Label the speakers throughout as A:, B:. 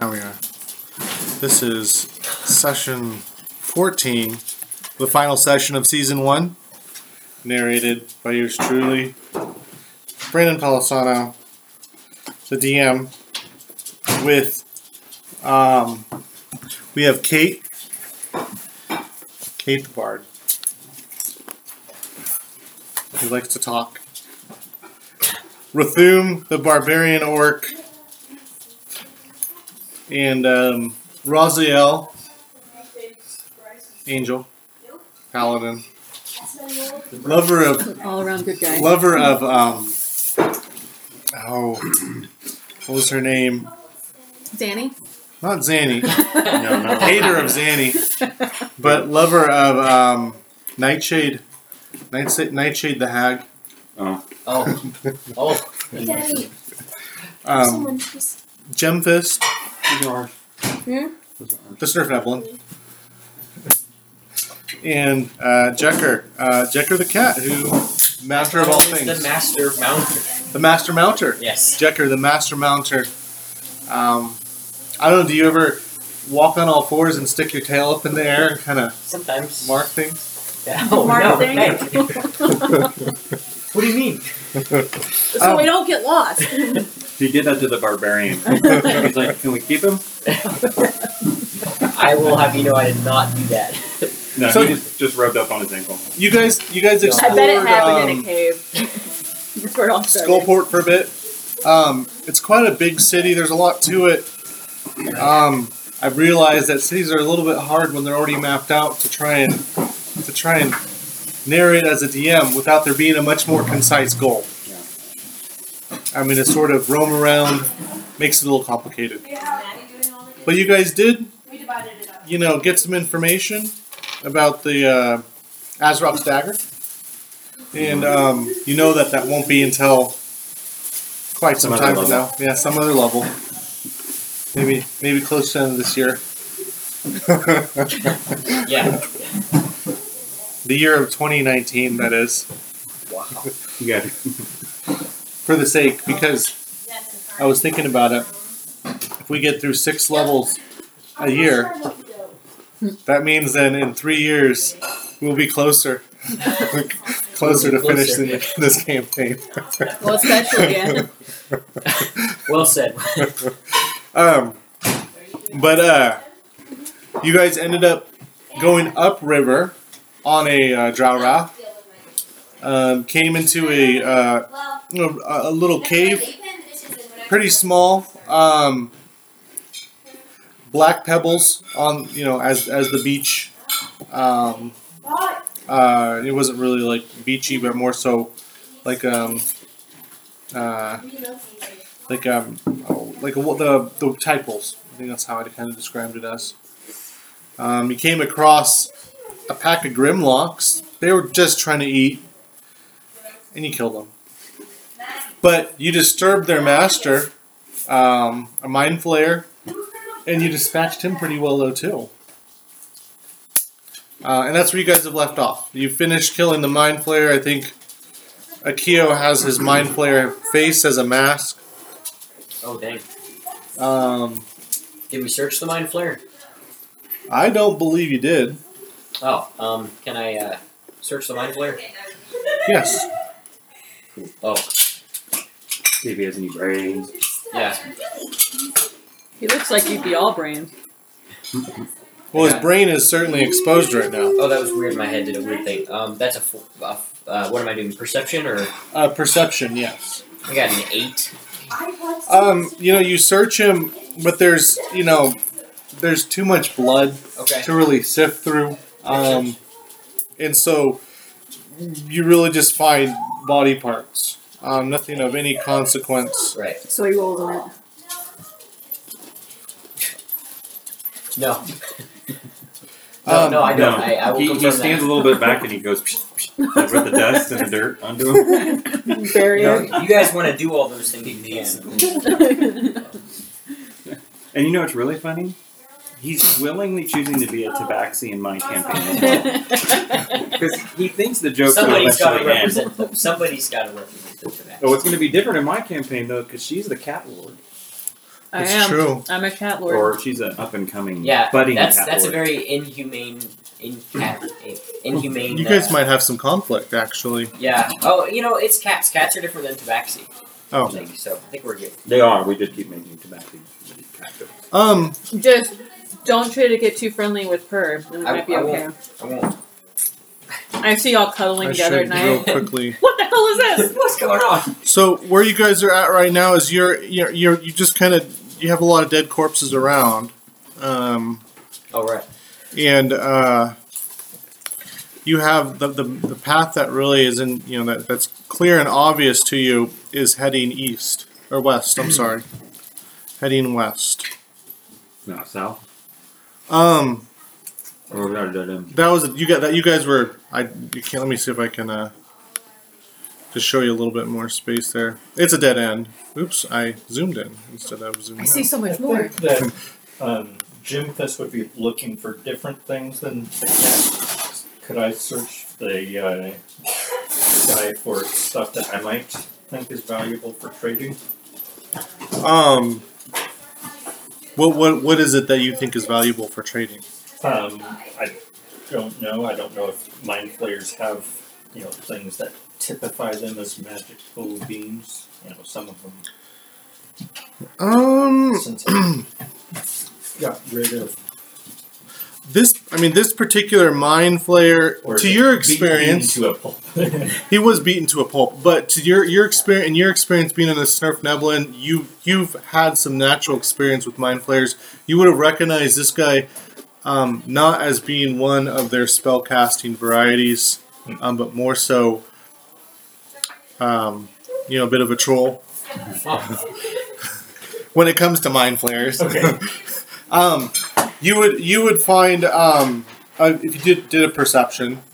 A: Now we are. This is session 14, the final session of season one, narrated by yours truly, Brandon Palisano, the DM, with, um, we have Kate, Kate the Bard, who likes to talk, Rathum the Barbarian Orc, and um, Raziel, angel, paladin, lover of
B: All around good guy.
A: lover of um, oh, what was her name?
B: Danny.
A: Not Zanny, no, not hater of Zanny, but lover of um, Nightshade, Nightshade, Nightshade the hag.
C: Oh,
D: Oh. Oh.
E: Daddy,
A: Um,
E: someone please.
A: Gemfist.
B: Hmm?
A: The Snurf Evelyn. And uh, Jekker. Uh, Jekker the cat, who, master of all
D: The
A: things.
D: master mounter.
A: The master mounter.
D: Yes.
A: Jekker, the master mounter. Um, I don't know, do you ever walk on all fours and stick your tail up in the air and kind of
D: Sometimes.
A: mark things?
D: Oh,
B: Mark
D: no,
B: thing.
D: hey. What do you mean?
B: So we don't get lost.
C: he did that to the barbarian. He's like, can we keep him?
D: I will have you know I did not do that.
C: No,
A: So-
C: he just, just rubbed up on his ankle.
A: You guys, you guys
D: I
A: explored
B: I bet it happened
A: um,
B: in a cave. That's where it all started.
A: Skullport for a bit. Um, it's quite a big city. There's a lot to it. Um, I've realized that cities are a little bit hard when they're already mapped out to try and to try and narrate as a DM without there being a much more concise goal. I mean, to sort of roam around makes it a little complicated. But you guys did,
E: We divided it up.
A: you know, get some information about the uh, Azrock's dagger, and um, you know that that won't be until quite some,
C: Some other
A: time from now.
C: level.
A: Yeah, some other level. Maybe maybe close to the end of this year,
D: Yeah.
A: the year of 2019. That is
D: Wow.
C: Yeah.
A: for the sake because I was thinking about it. If we get through six levels a year, that means then in three years we'll be closer, closer to
D: We'll be
A: finish
D: closer,
A: the, this campaign.
B: Well, especially yeah.
D: Well said.
A: Um, but uh, you guys ended up going upriver on a uh, drow raft. Um, came into a, uh, a a little cave, pretty small. Um, black pebbles on you know as as the beach. Um, uh, it wasn't really like beachy, but more so like um, uh, like um oh, like what the the tide pools. I think that's how I kind of described it as. Um, you came across a pack of Grimlocks. They were just trying to eat, and you killed them. But you disturbed their master, um, a mind flayer, and you dispatched him pretty well though too. Uh, and that's where you guys have left off. You finished killing the mind flayer. I think Akio has his mind flayer face as a mask.
D: Oh, dang.
A: Um,
D: Did we search the mind flare?
A: I don't believe you did.
D: Oh, um, can I, uh, search the mind flare?
A: Yes.
D: Oh,
C: See if he has any brains.
D: yeah.
B: He looks like you'd be all brain.
A: Well, his brain is certainly exposed right now.
D: Oh, that was weird. My head did a weird thing. Um, that's a, fo- a f- uh, what am I doing? Perception or?
A: Uh, perception, yes.
D: I got an eight.
A: Um, you know, you search him, but there's, you know, there's too much blood
D: Okay.
A: to really sift through. Um, and so you really just find body parts. Um, nothing of any consequence.
D: Right.
B: So he rolls on it.
D: No. No,
A: Um,
D: no, I don't. I, I will
C: he, he
D: confirm
C: stands a
D: that.
C: little bit back and he goes psh, psh, like with the dust and the dirt onto him.
B: Barrier.
D: No, you guys want to do all those things you can.
C: And you know what's really funny? He's willingly choosing to be a tabaxi in my campaign because he thinks the joke will
D: Somebody's got to
C: eventually end.
D: represent. Them. Somebody's got to represent them for that.
C: Oh, it's going to be different in my campaign though because she's the cat lord.
B: I
A: It's
B: am.
A: true.
B: I'm a cat lord.
C: Or she's an up and coming
D: Yeah,
C: budding
D: that's
C: cat
D: that's
C: lord.
D: a very inhumane, in, cat, inhumane.
A: You guys
D: uh,
A: might have some conflict, actually.
D: Yeah. Oh, you know, it's cats. Cats are different than tabaxi. I
A: Oh,
D: think, so I think we're good.
C: They are. We did keep making tobacco captive.
A: um,
B: Just don't try to get too friendly with her. and It
D: I-
B: might be
D: I
B: okay.
D: won't. I won't.
B: I see y'all cuddling
A: I
B: together at
A: should real
B: night.
A: quickly.
B: What the hell is this?
D: What's going on?
A: So where you guys are at right now is you're you're, you're you just kind of you have a lot of dead corpses around, um,
D: All right.
A: and uh, you have the, the the path that really is in you know that, that's clear and obvious to you is heading east or west. I'm sorry, heading west.
C: Not south.
A: Um,
C: Or not them.
A: that was you got that you guys were I you can't let me see if I can uh just show you a little bit more space there. It's a dead end. Oops, I zoomed in instead of zooming.
B: I see
A: out.
B: so
E: I
B: much more.
E: think that um, Jim Fest would be looking for different things than. Could I search the uh, guy for stuff that I might think is valuable for trading?
A: Um, what what what is it that you think is valuable for trading?
E: Um, I don't know. I don't know if mind players have you know things that typify them as magical beings. You know, some of them
A: Um,
E: since I got rid of
A: this I mean this particular mind flayer,
E: or
A: to your
E: beaten
A: experience,
E: into a pulp.
A: he was beaten to a pulp. But to your your experience, in your experience being in the Snurf Neblin, you you've had some natural experience with mind flayers. You would have recognized this guy, um, not as being one of their spell casting varieties, um, but more so, um, you know, a bit of a troll when it comes to mind flayers.
E: okay.
A: Um, you would you would find um, uh, if you did did a perception.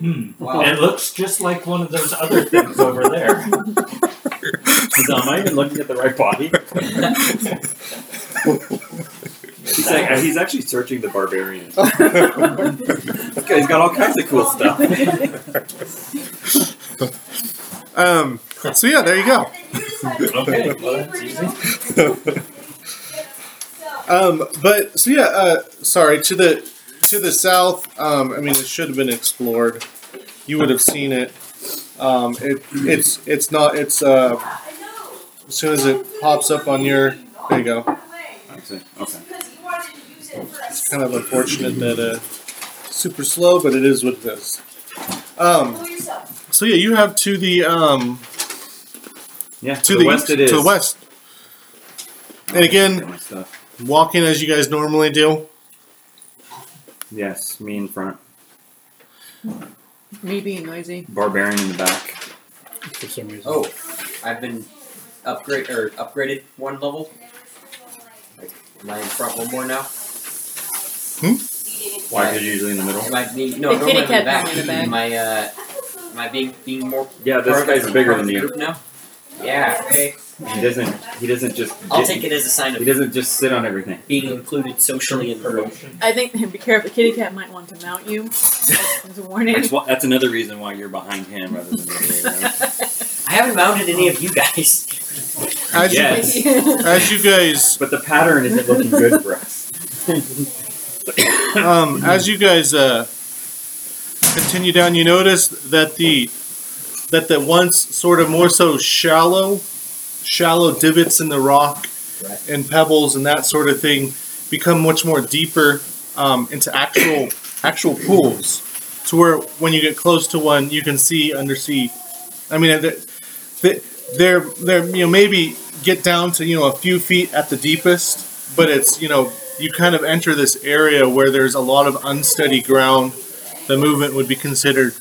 E: Hmm.
D: Wow.
E: It looks just like one of those other things over there.
C: Am I even looking at the right body? He's, like, he's actually searching the barbarian. This guy's got all kinds of cool stuff.
A: Um, so yeah, there you go.
E: Okay, well, that's easy.
A: Um, but so yeah, uh, sorry to the to the south. Um, I mean, it should have been explored. You would have seen it. Um, it it's it's not it's uh, as soon as it pops up on your there you go.
C: Okay. okay.
A: It's kind of unfortunate that uh, super slow, but it is what it is. Um, so yeah, you have to the um,
C: Yeah,
A: to
C: the, west it is.
A: to the west. And again-
C: My stuff.
A: Walking as you guys normally do.
C: Yes, me in front,
B: Me being noisy.
C: barbarian in the back.
F: for some reason.
D: Oh, I've been upgrade or upgraded one level. Like, am I in front one more now?
C: Why is usually in the middle?
D: Am I being, no?
B: The kitty
D: normally I'm in
B: cat
D: back.
B: in the back.
D: Am I uh? Am I being being more?
C: Yeah, this
D: part of
C: guy's
D: the-
C: bigger
D: part of
C: than you.
D: the group now. Yeah. Okay.
C: He doesn't. He doesn't just.
D: I'll
C: get-
D: take it as a sign
C: He
D: of
C: doesn't just sit on everything.
D: being included socially in the group.
E: Promotion.
B: I think be careful. Kitty cat might want to mount you. That's that's a warning.
C: That's, why, that's another reason why you're behind him rather than the other way around.
D: I haven't mounted any of you guys.
A: As you-
C: Yes.
A: as you guys
C: But the pattern isn't looking good for us.
A: um, as you guys uh, continue down, you notice that the that the once sort of more so shallow, shallow divots in the rock
D: Right.
A: and pebbles and that sort of thing become much more deeper um, into actual actual pools, to where when you get close to one, you can see undersea. I mean, they're- they're they're, they're you know maybe get down to you know a few feet at the deepest but it's you know you kind of enter this area where there's a lot of unsteady ground the movement would be considered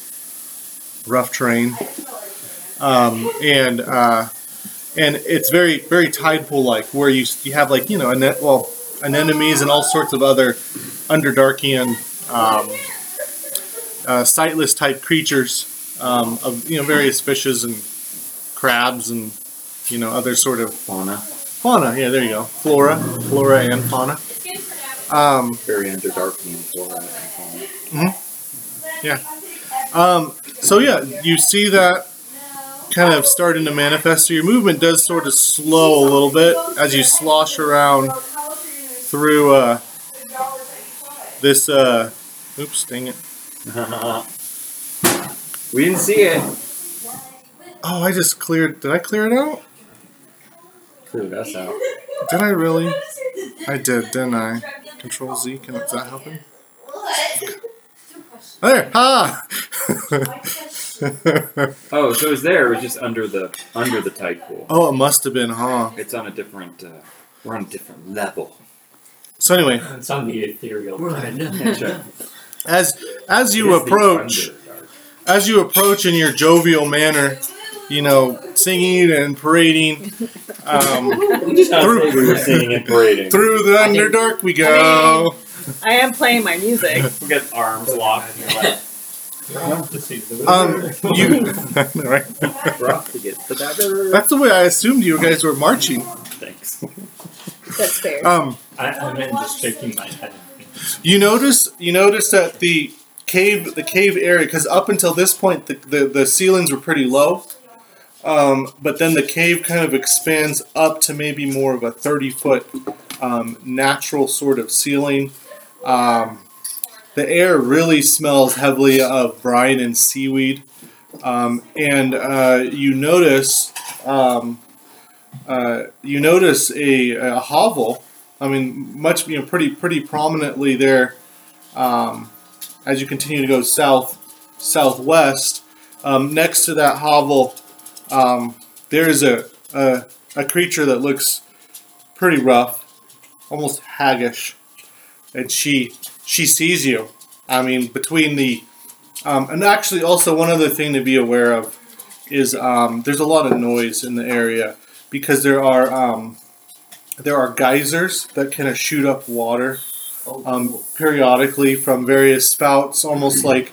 A: rough terrain um, and uh, and it's very very tide pool like where you you have like you know ane- well anemones and all sorts of other underdarkian um, uh, sightless type creatures um, of you know various fishes and crabs and you know other sort of
C: Fauna,
A: fauna. Yeah, there you go. Flora, flora and fauna. Um,
C: very underdark name flora and fauna.
A: mm-hmm. um, so yeah, you see that kind of starting to manifest, so your movement does sort of slow a little bit as you slosh around through uh, this. Uh, oops, dang it.
C: we didn't see it.
A: Oh, I just cleared. Did I clear it out?
C: Clued us out.
A: Did I really? I did, didn't I? Control Z, can does that happen? There! Ha!
C: Oh, so it was there. It was just under the under the tide pool.
A: oh, it must have been, huh?
C: It's on a different. Uh, we're on a different level.
A: So anyway,
E: It's on the ethereal.
A: as as you approach, as you approach in your jovial manner, you know, singing and parading, um, Through-
C: we were singing and parading.
A: through the underdark we go.
B: I am playing my music.
C: We got arms locked. And you're like,
A: Um, you, I know, right?
C: rough to get the dagger.
A: That's the way I assumed you guys were marching.
C: Thanks.
B: That's fair.
A: Um,
E: I, I'm in just shaking my head. and thinking,
A: You notice you notice that the cave the cave area because up until this point the, the, the ceilings were pretty low, um, but then the cave kind of expands up to maybe more of a thirty foot um, natural sort of ceiling. Um, the air really smells heavily of brine and seaweed, um, and uh, you notice um, uh, you notice a, a hovel. I mean, much you know, pretty pretty prominently there. Um, as you continue to go south, southwest, um, next to that hovel, um, there is a, a a creature that looks pretty rough, almost haggish, and she she sees you. I mean, between the um, and actually, also one other thing to be aware of is um, there's a lot of noise in the area because there are um, there are geysers that kind of shoot up water
D: Oh,
A: um, periodically from various spouts, almost like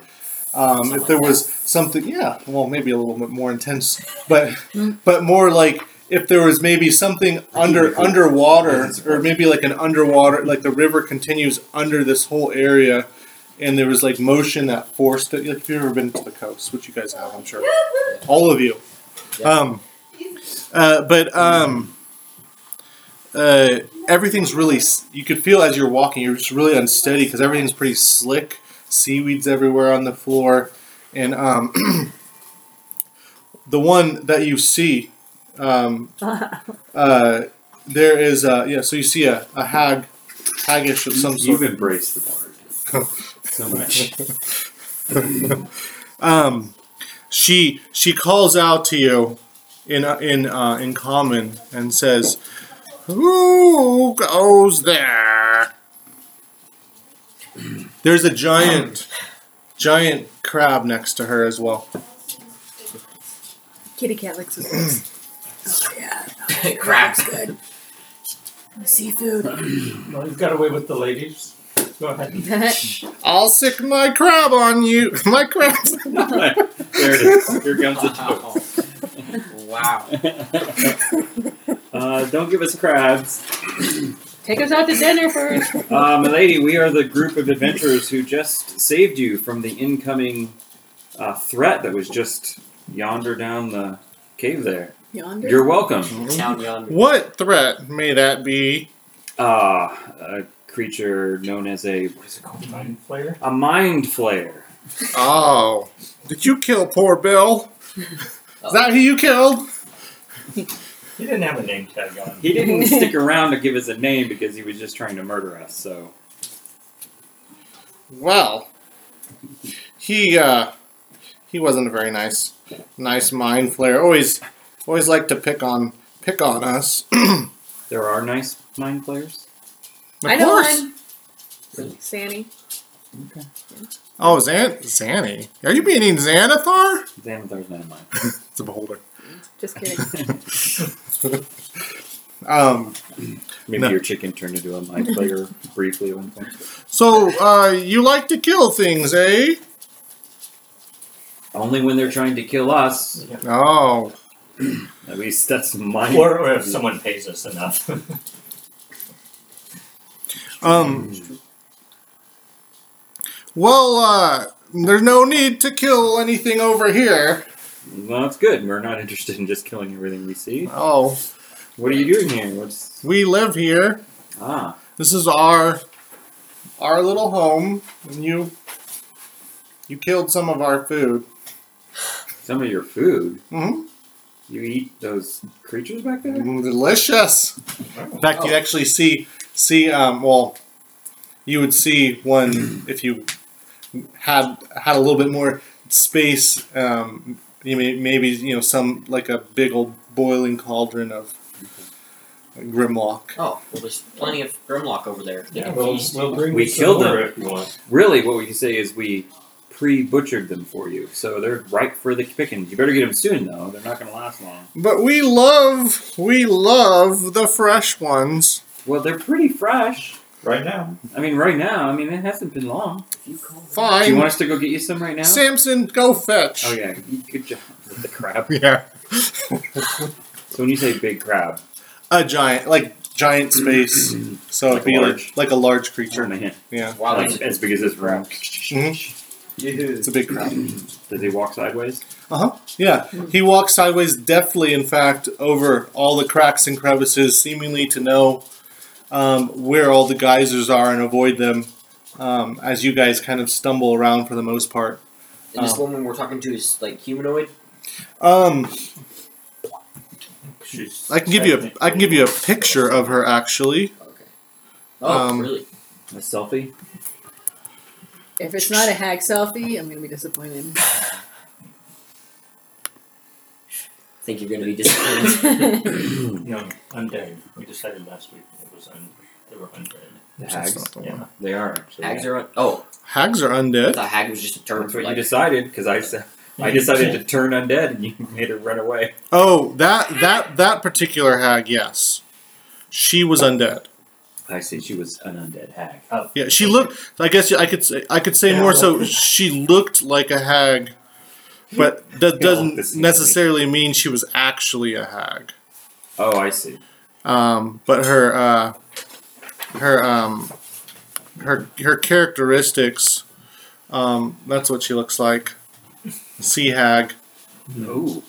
A: um, if there was something. Yeah, well, maybe a little bit more intense, but but more like if there was maybe something under underwater, or maybe like an underwater, like the river continues under this whole area. And there was like motion that forced it. Like if you've ever been to the coast, which you guys have, I'm sure, all of you.
D: Yeah.
A: Um, uh, but um, uh, everything's really s- you could feel as you're walking you're just really unsteady because everything's pretty slick seaweeds everywhere on the floor and um, the one that you see um, uh, there is uh, yeah so you see a, a hag haggish of some
C: You've
A: sort
C: embraced the bard so much.
A: um, she she calls out to you in in uh, in common and says who goes there there's a giant giant crab next to her as well
B: Kitty cat licks his lips. oh yeah,
D: crabs.
B: good. Seafood.
E: Well, he's got away with the ladies. Go ahead.
A: i'll sick my crab on you my crab
C: there it is. Here comes the joke.
D: Wow. wow.
C: Uh, don't give us crabs.
B: Take us out to dinner first.
C: Uh, milady, we are the group of adventurers who just saved you from the incoming uh, threat that was just yonder down the cave there.
B: Yonder.
C: You're welcome.
D: Down yonder.
A: what threat may that be
C: Uh, a creature known as a
D: What is it called?
E: Mind flayer.
C: a mind flayer.
A: oh did you kill poor bill is that who you killed
E: He didn't have a name tag on.
C: He didn't stick around to give us a name because he was just trying to murder us. So
A: Well, he uh, he wasn't a very nice, nice mind flayer. Always, always liked to pick on pick on us.
C: there are nice mind flayers.
A: Of
B: I know
A: course.
B: one. Sanny.
A: Oh, Zan Zanny, are you meaning Xanathar?
C: Xanathar's not a mind.
A: It's a beholder.
B: Just kidding.
A: Um,
C: Maybe
A: No.
C: your chicken turned into a mind flayer briefly at one point.
A: so uh, you like to kill things, eh?
C: Only when they're trying to kill us.
A: Oh,
C: At least that's my.
E: Or, or if someone pays us enough.
A: um. Well, uh, there's no need to kill anything over here.
C: Well, that's good. We're not interested in just killing everything we see.
A: Oh,
C: What are you doing here? What's
A: we live here.
C: ah?
A: This is our our little home, and you you killed some of our food.
C: Some of your food.
A: Mm-hmm.
C: You eat those creatures back there?
A: Delicious. In fact, you actually see see um, well, you would see one if you had had a little bit more space. Um, you may, maybe you know some like a big old boiling cauldron of grimlock.
D: Oh, well, there's plenty of Grimlock over there.
E: Yeah, we'll, we'll bring
C: We
E: you some
C: killed
E: more
C: them.
E: if you want.
C: Really, what we can say is we pre-butchered them for you, so they're ripe for the picking. You better get them soon, though. They're not going to last long.
A: But we love we love the fresh ones.
C: Well, they're pretty fresh.
E: Right now.
C: I mean, right now. I mean, it hasn't been long.
D: If you call them-
A: Fine.
C: Do you want us to go get you some right now?
A: Samson, go fetch.
C: Oh yeah, you- good job with the crab.
A: Yeah.
C: So when you say big crab,
A: A giant, like giant space. So
C: Like
A: it'd be
C: large.
A: like, like a large creature.
C: oh man,
A: Yeah.
D: Wow,
C: as, as big as this room.
A: It's a big crowd.
C: Does he walk sideways?
A: Uh huh. Yeah. He walks sideways deftly, in fact, over all the cracks and crevices, seemingly to know um, where all the geysers are and avoid them um, as you guys kind of stumble around for the most part.
D: And this
A: Oh.
D: woman we're talking to is like humanoid.
A: Um,
E: She's
A: I can give you a I can give you a picture of her actually.
D: Okay. Oh,
A: Um,
D: really?
C: A selfie?
B: If it's not a hag selfie, I'm gonna be disappointed.
D: I think you're gonna be disappointed.
E: No, undead. We decided last week it was un- they were undead.
C: The
A: That's
C: hags.
A: not the one.
E: Yeah.
C: They are actually.
D: Hags are. Un- oh,
A: Hags are
D: I
A: undead.
D: thought hag was just a term
C: That's
D: for
C: what you
D: like.
C: decided because I said I decided to turn undead and you made her run away.
A: Oh, that that that particular hag, yes. She was undead.
C: I see. She was an undead hag.
A: Yeah, she looked. I guess I could say I could say
E: Yeah,
A: more.
E: well-
A: So she looked like a hag, but that doesn't
C: this is-
A: necessarily mean she was actually a hag.
C: Oh, I see.
A: Um, but her uh, her um, her her characteristics. Um, that's what she looks like. Sea hag,
C: Ooh,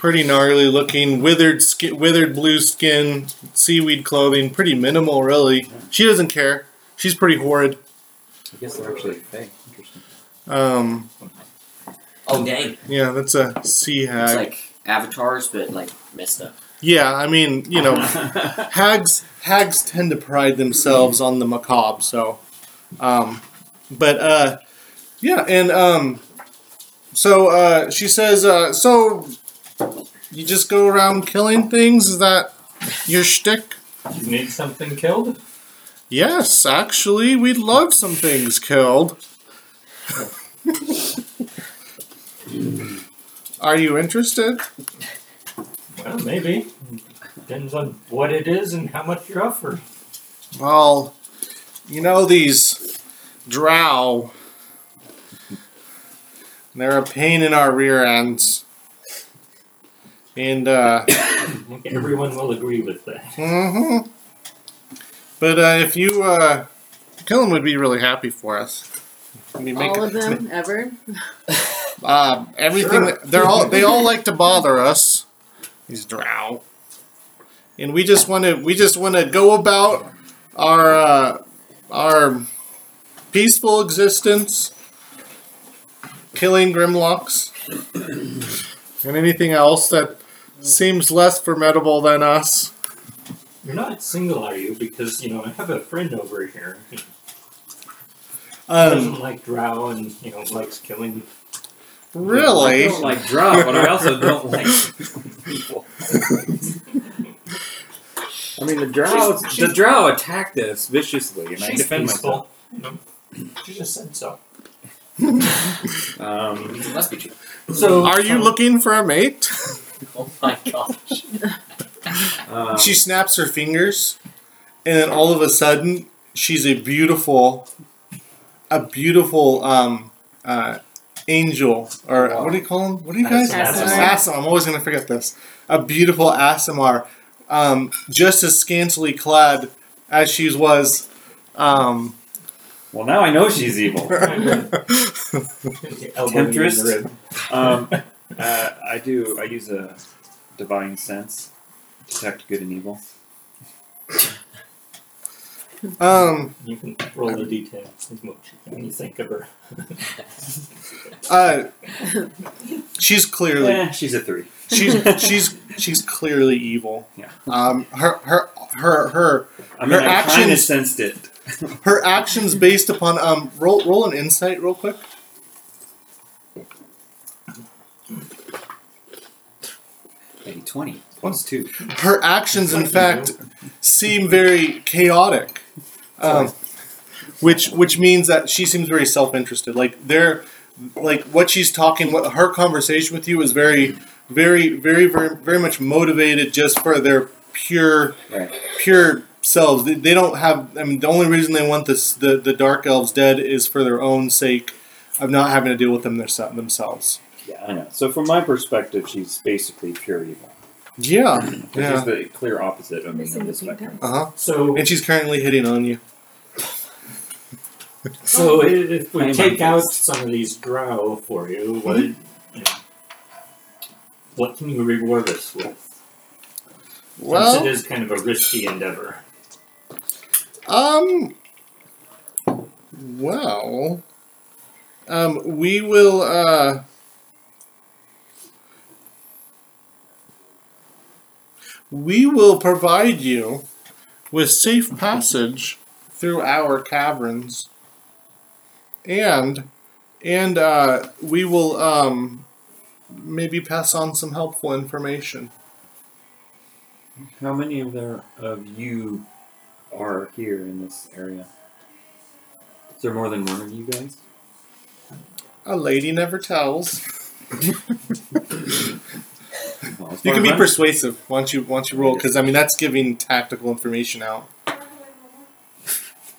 A: pretty gnarly looking, withered skin, withered blue skin, seaweed clothing, pretty minimal really. She doesn't care. She's pretty horrid.
C: I guess they're actually fake. Interesting.
A: Um,
D: Oh, dang!
A: Yeah, that's a sea
D: It's
A: hag.
D: like avatars, but like messed up.
A: yeah, I mean, you know, hags hags tend to pride themselves on the macabre, so um but uh yeah, and um so uh she says uh so you just go around killing things, is that your shtick?
E: You need something killed?
A: Yes, actually, we'd love some things killed. Are you interested?
E: Well, maybe. Depends on what it is and how much you're offered.
A: Well, you know these drow. They're a pain in our rear ends. And uh
E: I think everyone will agree with that.
A: mhm. But uh if you uh Killen would be really happy for us. I mean, make-
B: All of them ever.
A: Uh, everything
E: Sure.
A: they're all they all like to bother us. These drow. And we just want to we just want to go about our uh, our peaceful existence, killing grimlocks, and anything else that seems less formidable than us.
E: You're not single, are you? Because, you know, I have a friend over here. He
A: Um,
E: doesn't like drow and, you know, likes killing.
C: I
A: really,
C: don't like drop, but I also don't like people. I mean, the drow. The drow attacked us viciously, and I
E: She's
C: defend myself.
E: peaceful. She just said so.
C: Um,
D: It must be true.
E: So,
A: are you looking for a mate?
D: Oh my gosh!
C: um,
A: She snaps her fingers, and then all of a sudden, she's a beautiful, a beautiful um, uh, angel, or what do you call them? What do you guys?
B: Asimar.
A: Asimar. I'm always gonna forget this. A beautiful Asimar, um, just as scantily clad as she was um,
C: Well, now I know she's evil.
E: Elbow me in the
C: Temptress?
E: rib.
C: Um, uh, I do. I use a divine sense, detect good and evil.
A: um,
E: You can roll the detail as much when you think of her.
A: uh, she's clearly
C: Eh, she's a three.
A: she's she's she's clearly evil.
C: Yeah.
A: Um, her her her her
C: I
A: Her
C: mean, I kind of
A: actions-
C: sensed it.
A: her actions based upon um roll roll an insight real quick.
C: Maybe twenty plus two.
A: Her actions, in fact, seem very chaotic, um, which which means that she seems very self interested. Like they're like what she's talking, what her conversation with you is very, very, very, very, very much motivated just for their pure
C: Right.
A: pure selves. They, they don't have. I mean, the only reason they want this the, the dark elves dead is for their own sake of not having to deal with them their, themselves.
C: Yeah, I know. So from my perspective, she's basically pure evil.
A: Yeah,
C: Which is
A: yeah.
C: the clear opposite of,
B: They
C: the
B: seem
C: of the
B: to think
C: spectrum.
A: Uh huh.
E: So,
A: And she's currently hitting on you. Oh.
E: so i- if we
C: Hang
E: take
C: on.
E: out some of these drow for you, what,
A: Mm-hmm.
E: you know, what can you reward us with? Since it
A: Well,
E: is kind of a risky endeavor.
A: um, well, um, we will. uh We will provide you with safe passage through our caverns. And and uh, we will um, maybe pass on some helpful information.
C: How many of there of you are here in this area? Is there more than one of you guys?
A: A lady never tells.
C: Well, as
A: You
C: far
A: can
C: as
A: be
C: I'm-
A: persuasive once you once you roll, because I mean that's giving tactical information out.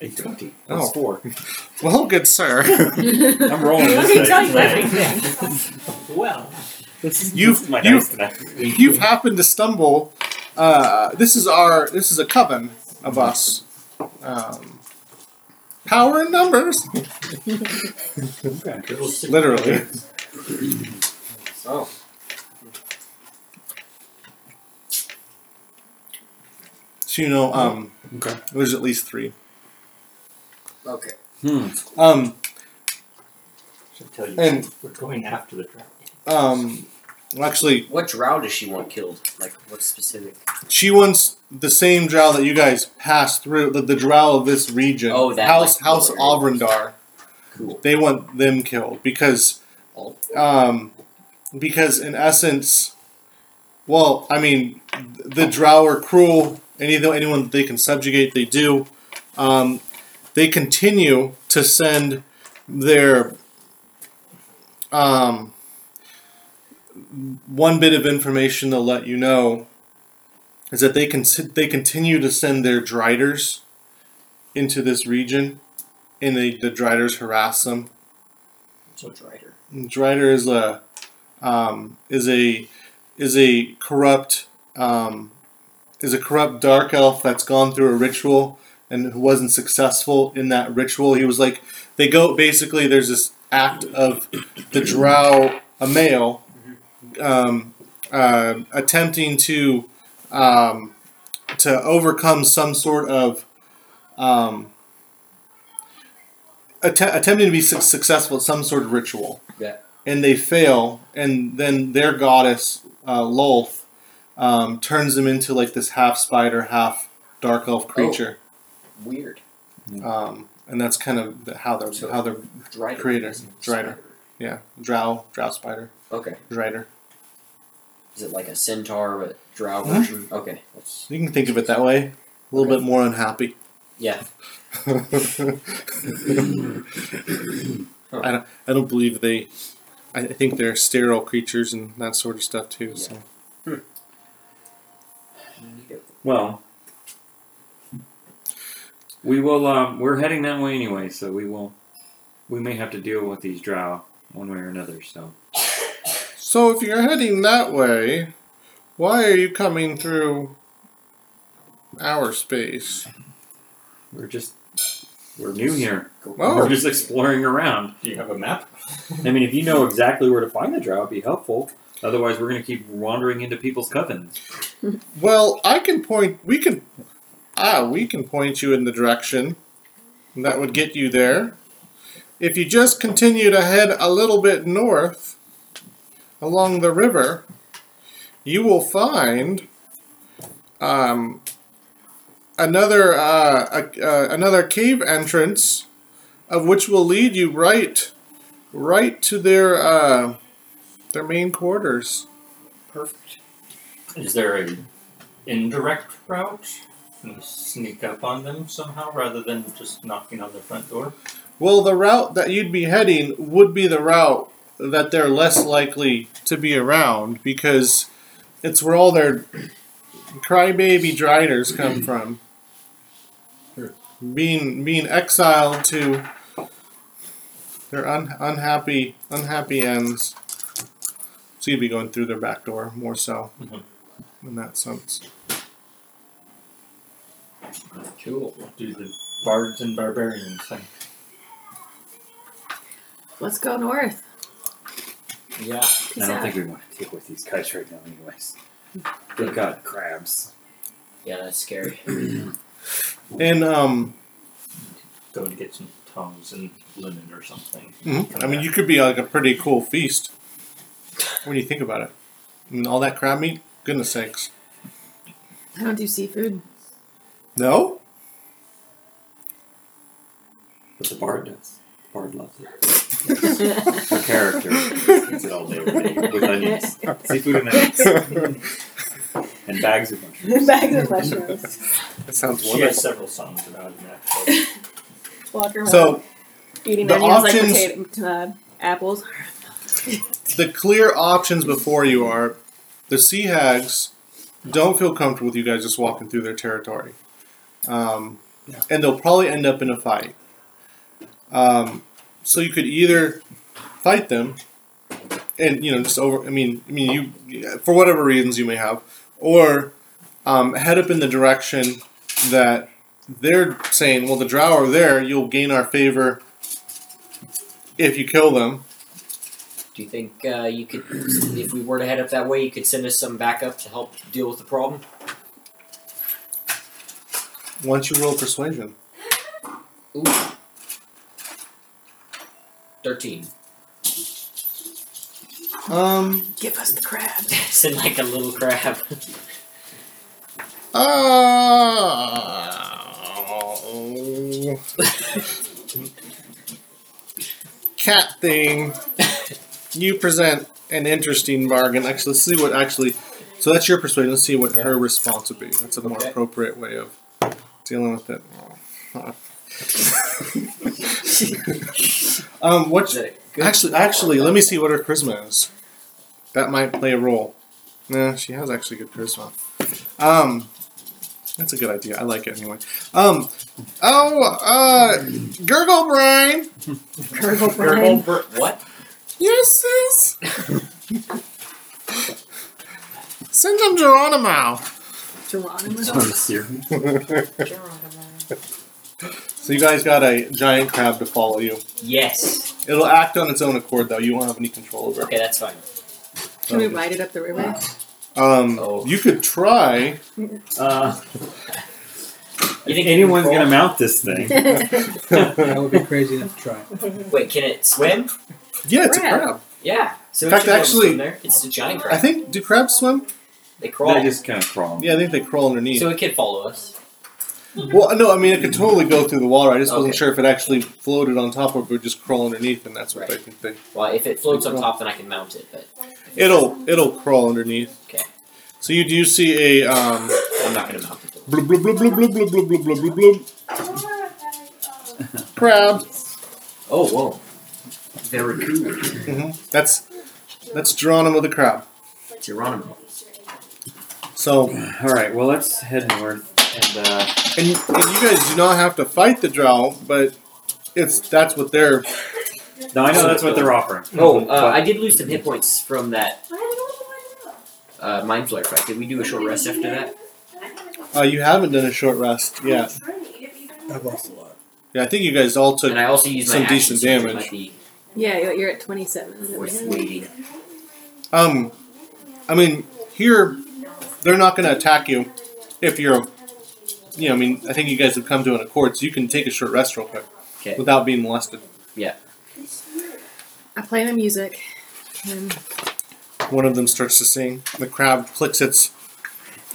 C: a twenty.
A: Oh.
C: That's four.
A: Well, good sir,
C: I'm rolling
B: Let
C: this
B: me
C: thing
B: tell you
C: tonight.
B: everything.
E: Well,
A: you've-
C: This is my
A: you've-
C: house tonight.
A: you've happened to stumble. Uh, this is our this is a coven of us. Um, power in numbers,
C: Okay.
A: literally.
D: So,
A: So you know, um,
C: Okay.
A: there's at least three.
D: okay.
C: Hmm.
A: Um,
E: should tell you,
A: And-
E: we're going after the drow.
A: um, well, actually,
D: What drow does she want killed? Like, what specific?
A: she wants the same drow that you guys passed through, the, the drow of this region,
D: Oh, that
A: House
D: like-
A: House Alvrindar.
D: Cool.
A: They want them killed because
D: All
A: um, because in essence, well, I mean, the Drow are cruel. Anything, anyone that they can subjugate, they do. Um, they continue to send their um, one bit of information they'll let you know is that they can they continue to send their driders into this region, and they, the driders harass them.
D: so drider.
A: Drider is a um, is a is a corrupt um, is a corrupt dark elf that's gone through a ritual and who wasn't successful in that ritual. He was like they go basically there's this act of the drow a male um, uh, attempting to um, to overcome some sort of um, atte- attempting to be su- successful at some sort of ritual
D: Yeah.
A: and they fail, and then their goddess uh, Lolth um, turns them into like this half spider, half dark elf creature,
D: Weird.
A: um, and that's kind of the, how they're
D: So-
A: how they're
D: Drider.
A: Creator.
D: Is
A: Drider.
D: it spider?
A: yeah drow drow spider
D: Okay.
A: drider.
D: Is it like a centaur but drow version? Okay. That's,
A: You can think of it that way. A little bit more unhappy.
D: yeah.
A: I don't. I don't believe they. I I think they're sterile creatures and that sort of stuff too. So
C: Well, we will. Um, we're heading that way anyway, so we will. We may have to deal with these drow one way or another. So
A: so if you're heading that way, why are you coming through our space?
C: we're just We're new here. We're
A: Oh,
C: just exploring around.
E: Do you have a map?
C: I mean, if you know exactly where to find the drow, it'd be helpful. Otherwise, we're going to keep wandering into people's covens.
A: well, I can point. We can. Ah, we can point you in the direction that would get you there. If you just continued ahead a little bit north along the river, you will find um, another uh, a, uh, another cave entrance, of which will lead you right right to their uh, their main quarters.
E: Perfect. Is there a indirect route? Can we sneak up on them somehow rather than just knocking on their front door?
A: Well, the route that you'd be heading would be the route that they're less likely to be around because it's where all their crybaby driders come from. Being being exiled to their un, unhappy unhappy ends. So you'd be going through their back door more so
E: Mhm.
A: in that sense.
D: Cool.
E: Do the bards and barbarians thing.
B: Let's go north.
D: Yeah.
B: Peace
C: I don't
B: out.
C: think we want to deal with these guys right now, anyways. Good God, crabs.
D: Yeah, that's scary.
A: And um
E: Go and get some tongues and lemon or something.
A: Mhm. I mean, you could be like a pretty cool feast when you think about it. And all that crab meat, goodness sakes.
B: I don't do seafood.
A: No?
C: But the bard does. The bard loves it. Her character eats it all day every day with onions. Seafood and onions.
A: that
C: And bags of mushrooms.
B: Bags of mushrooms.
A: sounds
E: She has
A: wonderful.
E: several songs about it. actually.
B: Walk around
A: So,
B: eating
A: the
B: onions like
A: options-
B: potato, uh, apples.
A: the clear options before you are the sea hags don't feel comfortable with you guys just walking through their territory. Um, And they'll probably end up in a fight. Um, so you could either fight them and, you know, just over, I mean, I mean, you, for whatever reasons you may have, or um, head up in the direction that they're saying, well, the drow are there, you'll gain our favor if you kill them.
D: Do you think uh, you could, if we were to head up that way, you could send us some backup to help deal with the problem?
A: Once you roll persuasion.
D: Ooh. 13.
A: Um.
B: Give us the crab.
D: send like a little crab.
A: Oh. Cat thing. You present an interesting bargain. Actually, let's see what actually. So that's your persuasion. Let's see what her response would be. That's a more
D: Okay.
A: appropriate way of dealing with it. um. What's
D: Is that it? Good?
A: Actually, actually, let me see what her charisma is. That might play a role. Nah, she has actually good charisma. Um, that's a good idea. I like it anyway. Um, oh, uh, Gurgle Brain.
B: Colonel
E: Gurgle
B: Brian.
E: br-
D: What?
A: Yes, sis. Send him Geronimo.
B: Geronimo.
C: cereal.
A: So you guys got a giant crab to follow you.
D: Yes.
A: It'll act on its own accord, though. You won't have any control over it.
D: Okay, that's fine.
B: Can we ride it up the river?
A: Um,
D: Oh.
A: you could try.
C: Uh,
D: You think it can
C: anyone's going to
D: crawl?
C: mount this thing.
F: That would be crazy enough to try.
D: Wait, can it swim?
A: Yeah, it's
B: Crab.
A: a crab.
D: Yeah. So
A: In fact,
D: it should be able to
A: actually-
D: swim there. it's a giant crab.
A: I think do crabs swim?
D: they crawl.
C: They just kind of crawl.
A: Yeah, I think they crawl underneath.
D: so it could follow us.
A: Well, no, I mean it could totally go through the water. I just wasn't
D: Okay.
A: sure if it actually floated on top or if it would just crawl underneath, and that's what
D: Right.
A: I think they.
D: Well, if it floats on
A: Crawl.
D: top, then I can mount it. But
A: It'll it'll crawl underneath.
D: Okay.
A: So you do see a um,
D: I'm not gonna mount it.
A: blub blub blub blub blub blub blub blub blub blub crab.
D: Oh, whoa. Very cool.
A: hmm That's that's Geronimo the crab.
D: Geronimo.
A: So
C: All right, well, let's head north. And uh,
A: and, and you guys do not have to fight the drow, but it's that's what they're.
C: now I know that's what they're offering.
D: Oh, uh,
C: But-
D: I did lose some hit points from that uh, mind flare fight. Did we do a short rest after that?
A: Oh, Uh, you haven't done a short rest yet.
F: I've lost a lot.
A: Yeah, I think you guys all took.
D: and I also use
A: some
D: my action,
A: decent
D: so it might
A: damage.
D: be
B: Yeah, you're- you're at 27. Is that what
D: worth
B: it is?
D: waiting.
A: Um, I mean, here they're not going to attack you if you're. You know, I mean, I think you guys have come to an accord, so you can take a short rest real quick
D: Okay.
A: without being molested.
B: I play the music. And
A: One of them starts to sing. The crowd clicks its.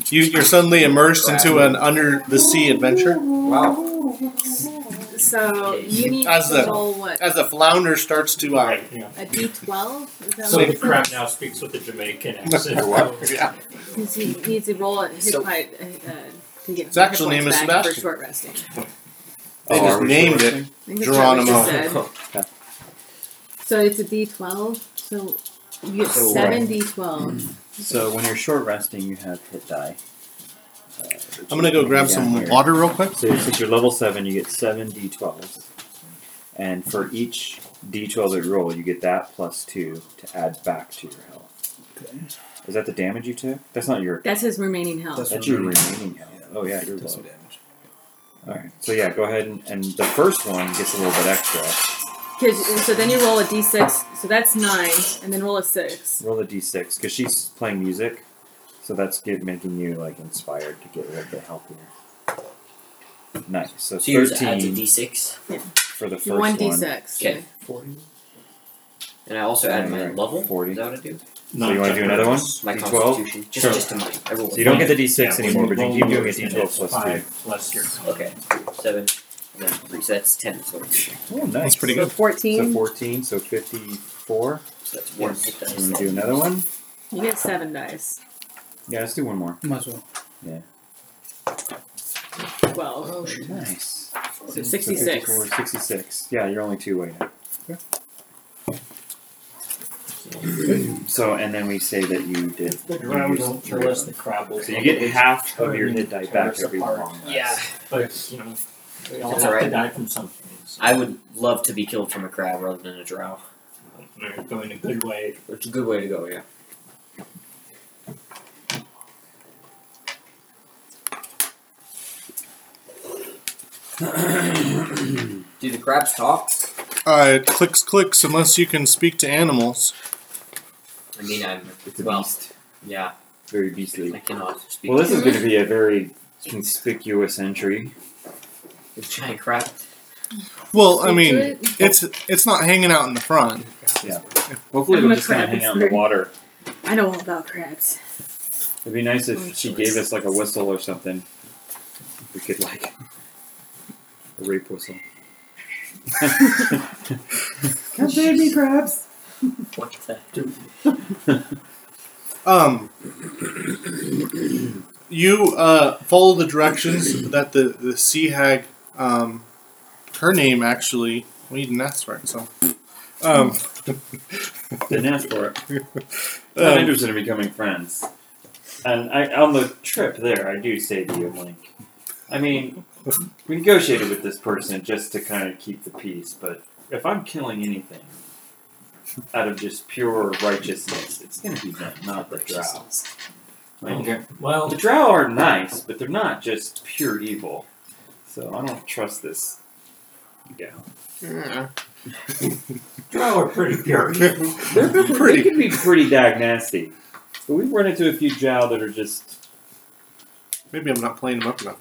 A: You, you're suddenly immersed into an under the sea adventure.
D: Wow.
B: so you need
A: As
B: to
A: the-
B: roll what?
A: As the flounder starts to. Uh,
E: Right, yeah.
B: A d12? Is that
E: So
B: what
E: the
B: it
E: crowd
B: says?
E: now speaks with a Jamaican accent.
A: yeah.
B: Because he needs to roll it his
D: So-
B: height, uh, uh, to get
A: His actual
B: hit
A: name is
B: points back
A: Sebastian.
B: For short resting.
A: They
C: Oh,
A: just
C: are we
A: named
C: sure?
A: it.
B: I think that's what we
A: Geronimo.
B: said. So it's a d12. So you get
C: So,
B: seven
C: right.
B: d12.
C: So when you're short resting, you have hit die. Uh,
A: I'm gonna go grab
C: down
A: some
C: here.
A: water real quick.
C: So since you're level seven, you get seven d12s, and for each d12 that you roll, you get that plus two to add back to your health. Is that the damage you took? That's not your.
B: That's his remaining health.
C: That's, your remaining health. Oh yeah, you're low. All right. So yeah, go ahead and, and the first one gets a little bit extra.
B: Cause, so then you roll a d6. So that's nine, and then roll a six.
C: Roll a d6 because she's playing music, so that's get, making you like inspired to get a little bit healthier. Nice. So
D: So yours adds a
C: thirteen
D: d6,
C: for the first
B: One,
C: one.
B: d6.
D: Okay. and I also add my
C: Alright,
D: level.
C: 40.
D: Is that what I do?
C: So you want to do another one?
D: My
C: D12?
D: constitution. Just,
C: Sure.
D: just to mine. I roll
C: So you don't get the
E: Yeah,
C: d6
E: when
C: anymore,
E: you
C: but you
E: roll
C: keep doing a
E: yours, then it's
C: d12 plus
E: five
C: three.
E: plus your
D: Okay. Seven. And then three, so that's ten. So,
C: Oh, nice.
A: That's pretty
B: So
A: good.
C: So
B: 14.
C: 14, so 54.
D: so that's one hit
C: You want
D: dice.
C: to do another one?
B: You get seven dice.
C: Yeah, let's do one more.
F: Might as well.
B: 12.
D: Oh,
A: Mm,
D: shoot.
C: Nice.
B: So
C: So
B: 66.
C: 54, 66. Yeah, you're only two away now. So, and then we say that you did.
E: The drowned don't kill us, the crab will.
C: So you get half of your hit die back every long rest.
D: Yeah.
E: But, you know, we all
D: That's
E: have to
D: alright.
E: die from something. so-
D: I would love to be killed from a crab rather than a drow.
E: They're going a good way.
D: It's a good way to go, yeah. Do the crabs talk?
A: Uh, it clicks, clicks, unless you can speak to animals.
D: I mean, I'm
C: It's a
D: well,
C: beast.
D: yeah,
C: Very
D: I
C: beastly.
D: cannot speak.
C: Well, this
D: to
C: is going to be a very conspicuous entry.
D: a giant crab.
A: Well, I
B: Speak
A: mean,
B: to it?
A: it's it's not hanging out in the front.
C: Hopefully,
B: I'm
C: it'll
B: a
C: just kind
B: crab
C: of hang out in the
B: expert.
C: water.
B: I know all about crabs.
C: It'd be nice
B: Oh,
C: if she
B: choice.
C: gave us like a whistle or something. We could like a rape whistle. Come save me, crabs!
D: What the?
A: Um, you uh, follow the directions that the the sea hag. Um, her name actually. We didn't ask for it, so. Um,
C: Didn't ask for it. I'm
A: um,
C: interested in becoming friends. And I, on the trip there, I do save you a link. I mean, we negotiated with this person just to kind of keep the peace, but if I'm killing anything out of just pure righteousness, it's going to be them, not the drow.
D: Oh.
C: Like, Well,
E: Well,
C: the drow are nice, but they're not just pure evil. So I don't trust this gal.
E: drow are pretty pure.
C: They're
A: Pretty.
C: They can be pretty dag nasty. But we've run into a few drow that are just.
A: Maybe I'm not playing them up enough.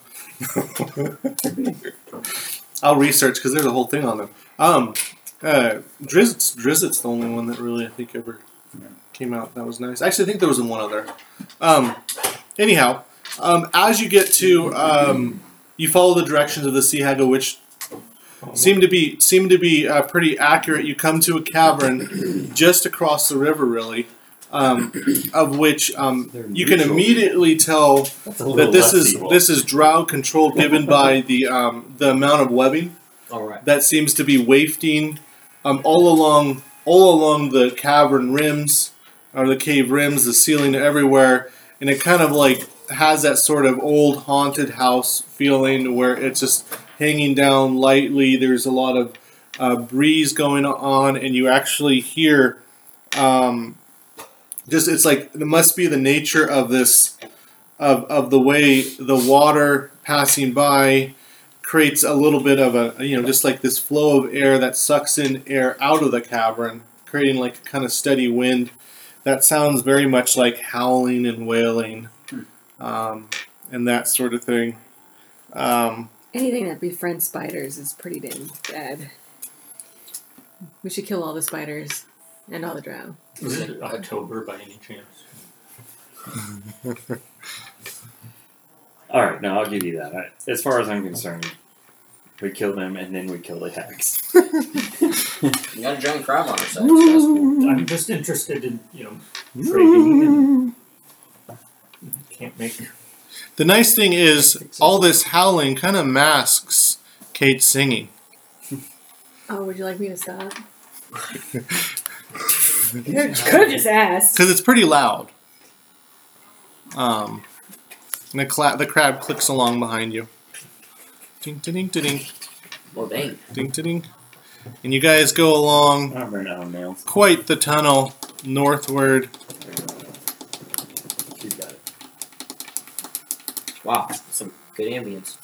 A: I'll research because there's a whole thing on them. Um, uh, Drizzt, Drizzt's the only one that really I think ever came out. That was nice. Actually, I think there was one other. Um, anyhow, um, as you get to, um, you follow the directions of the Sea Haggle, which seem to be seem to be uh, pretty accurate. You come to a cavern just across the river, really, um, of which um,
C: They're
A: you can
C: neutral.
A: immediately tell
E: That's a
A: that
E: little
A: this
E: less
A: is
E: evil.
A: this is drought control given by the um, the amount of webbing
D: All right.
A: that seems to be wafting um, all along all along the cavern rims or the cave rims, the ceiling everywhere, and it kind of like has that sort of old haunted house feeling where it's just hanging down lightly. There's a lot of uh, breeze going on, and you actually hear um, just it's like it must be the nature of this of of the way the water passing by creates a little bit of a you know just like this flow of air that sucks in air out of the cavern, creating like a kind of steady wind that sounds very much like howling and wailing, um, and that sort of thing. Um,
B: Anything that befriends spiders is pretty damn bad. We should kill all the spiders and all the drow.
E: Is it October by any chance?
C: All right, no, I'll give you that. I, as far as I'm concerned, we kill them and then we kill the hex.
D: You got a giant crab on our side. so that's cool.
E: I'm just interested in, you know, trading and can't make
A: The nice thing is all this howling kind of masks Kate's singing.
B: Oh, would you like me to stop? you could just asked.
A: because it's pretty loud. Um, and the, cla- the crab clicks along behind you. Ding, ding, ding, ding,
D: Well, dang.
A: ding, ding, ding. And you guys go along
C: I'm running out of nails.
A: quite the tunnel northward.
C: You got it.
D: Wow, some good ambience.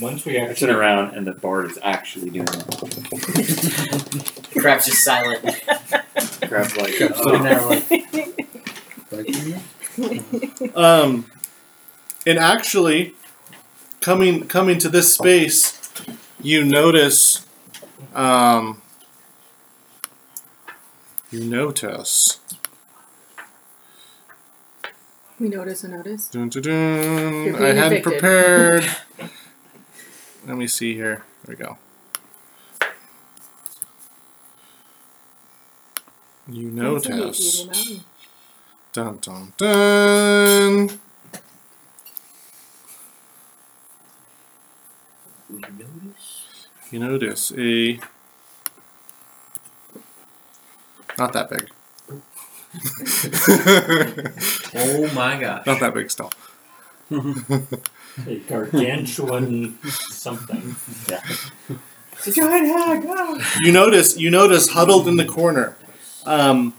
E: Once we
C: I turn
E: actually
C: around and the bard is actually doing it.
D: The crab's just silent.
C: Crab's like,
D: Sitting
C: oh.
D: there like,
A: Um, and actually, coming coming to this space, you notice. Um, you notice.
B: We notice, we notice.
A: Dun, dun, dun.
B: You're
A: I
B: being
A: hadn't
B: evicted.
A: prepared. Let me see here. There we go. You notice. Dun dun dun.
D: we notice?
A: You eh? notice a. Not that big.
D: Oh my gosh.
A: Not that big still.
E: a gargantuan something.
A: you notice you notice huddled in the corner um,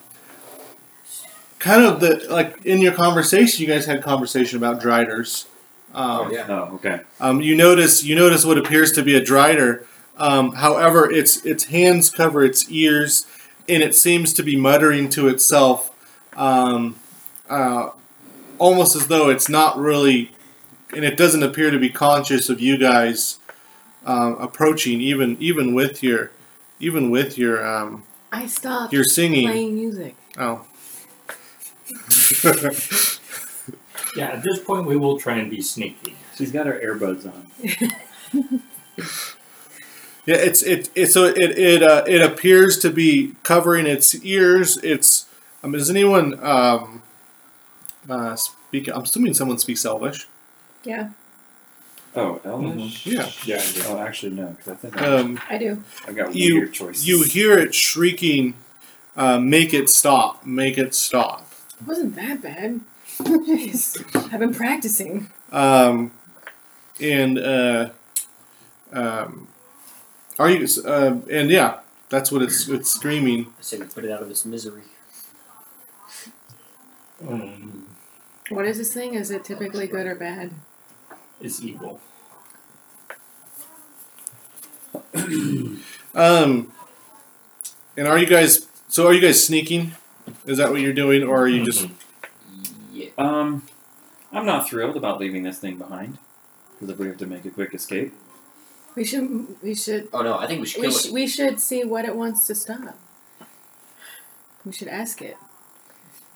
A: kind of the like in your conversation you guys had conversation about driders um,
D: Oh, yeah.
C: Oh, okay.
A: um, you notice you notice what appears to be a drider um, however its its hands cover its ears and it seems to be muttering to itself um, uh, almost as though it's not really and it doesn't appear to be conscious of you guys um, approaching even even with your even with your um,
B: I stopped
A: your singing.
B: playing music.
A: Oh.
E: Yeah, at this point we will try and be sneaky.
C: She's got her earbuds on.
A: Yeah, it's it, it so it it uh, it appears to be covering its ears. It's um, is anyone um uh speak? I'm assuming someone speaks Elvish.
B: Yeah,
C: Oh, Elvish?
A: Mm-hmm. Yeah.
E: Yeah, I do.
C: Oh, actually, no, because I think I-
A: Um,
B: I do.
C: I got
A: you-
C: weird choices.
A: you hear it shrieking, uh, "Make it stop! Make it stop!"
B: It wasn't that bad. Jeez. I've been practicing.
A: Um, and uh, um, are you? Uh, and yeah, that's what it's it's screaming.
D: I said we put it out of its misery.
E: Um,
B: What is this thing? Is it typically good or bad?
E: is evil.
A: Um, and are you guys? So are you guys sneaking? Is that what you're doing, or are you just?
C: Mm-hmm.
D: Yeah.
C: Um, I'm not thrilled about leaving this thing behind. Because if we have to make a quick escape,
B: We should. We should.
D: Oh no, I think we should
B: We,
D: kill
B: sh-
D: it.
B: we should see what it wants to stop. We should ask it.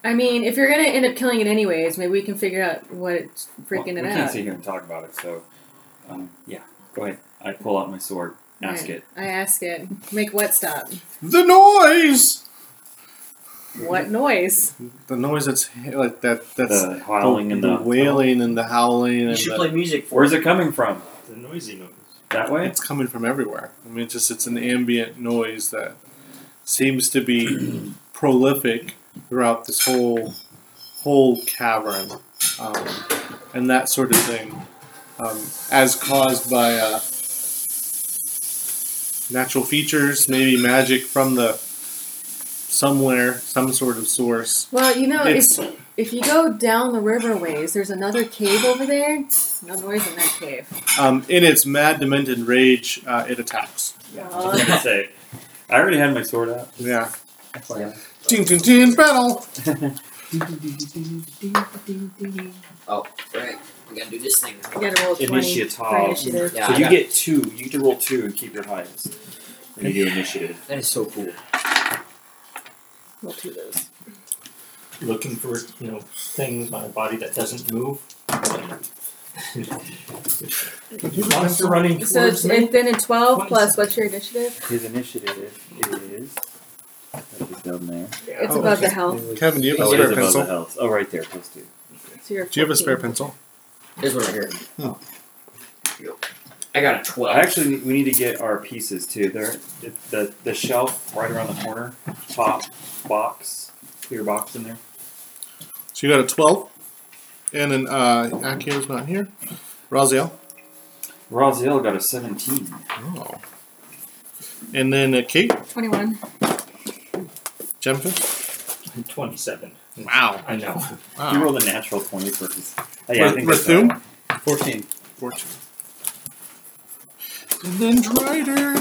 B: I mean, if you're gonna end up killing it anyways, maybe we can figure out what it's
C: well,
B: freaking
C: we
B: it
C: can't
B: out.
C: sit here and talk about it. So, um, yeah, go ahead. I pull out my sword. Ask
B: Right.
C: it.
B: I ask it. Make what stop?
A: The noise.
B: What noise?
A: The noise that's like that. That's
C: the howling and the,
A: wailing and the howling
D: You
A: and
D: should
A: the,
D: play music for
C: Where's
D: it.
C: it coming from?
E: The noisy noise.
C: That way?
A: it's coming from everywhere. I mean, it's just it's an ambient noise that seems to be prolific throughout this whole whole cavern, um, and that sort of thing, um, as caused by uh, natural features, maybe magic from the somewhere, some sort of source.
B: Well, you know,
A: It's-
B: if, if you go down the riverways, there's another cave over there. No noise in that cave.
A: Um, in its mad, demented rage, uh, it attacks.
C: I was gonna say, I already had my sword out.
A: Yeah.
D: Yeah.
A: Ting ting ting battle.
D: Right. We gotta do this thing.
B: You gotta roll 20 for
C: Initiative.
B: initiative.
D: Yeah,
C: so
D: I
C: you
D: got-
C: get two. You get to roll two and keep your highest when you do initiative.
D: that is so cool.
B: Roll two of those.
E: looking for you know things in my body that doesn't move. Did you monster running
B: So
E: towards
B: it's,
E: me?
B: and then in 12
E: What
B: plus,
E: is-
B: what's your initiative?
C: His initiative is. That is down there.
B: It's
A: Oh,
B: above the
A: okay.
B: health.
A: Kevin, do you have a
C: Oh, it
A: spare
C: is above the
A: pencil?
C: health. Oh, right there, plus two.
B: So you're
A: Do you have a
B: 14.
A: spare pencil?
D: Here's what I hear.
A: Oh.
D: I got a
C: Well,
D: twelve.
C: actually, we need to get our pieces too. There, the the shelf right around the corner, pop box, clear box in there.
A: So you got a twelve, and an uh, Akio's not here. Raziel.
C: Raziel got a seventeen.
A: Oh. And then uh, Kate
B: 21.
A: Gemfish.
E: I'm 27.
A: Wow.
E: I know.
C: You
A: Wow.
C: rolled a natural twenty for his. Oh, yeah, I
A: Ra-
C: think that's
A: Rathum?
C: right.
F: 14.
A: Fortune. And then Drider.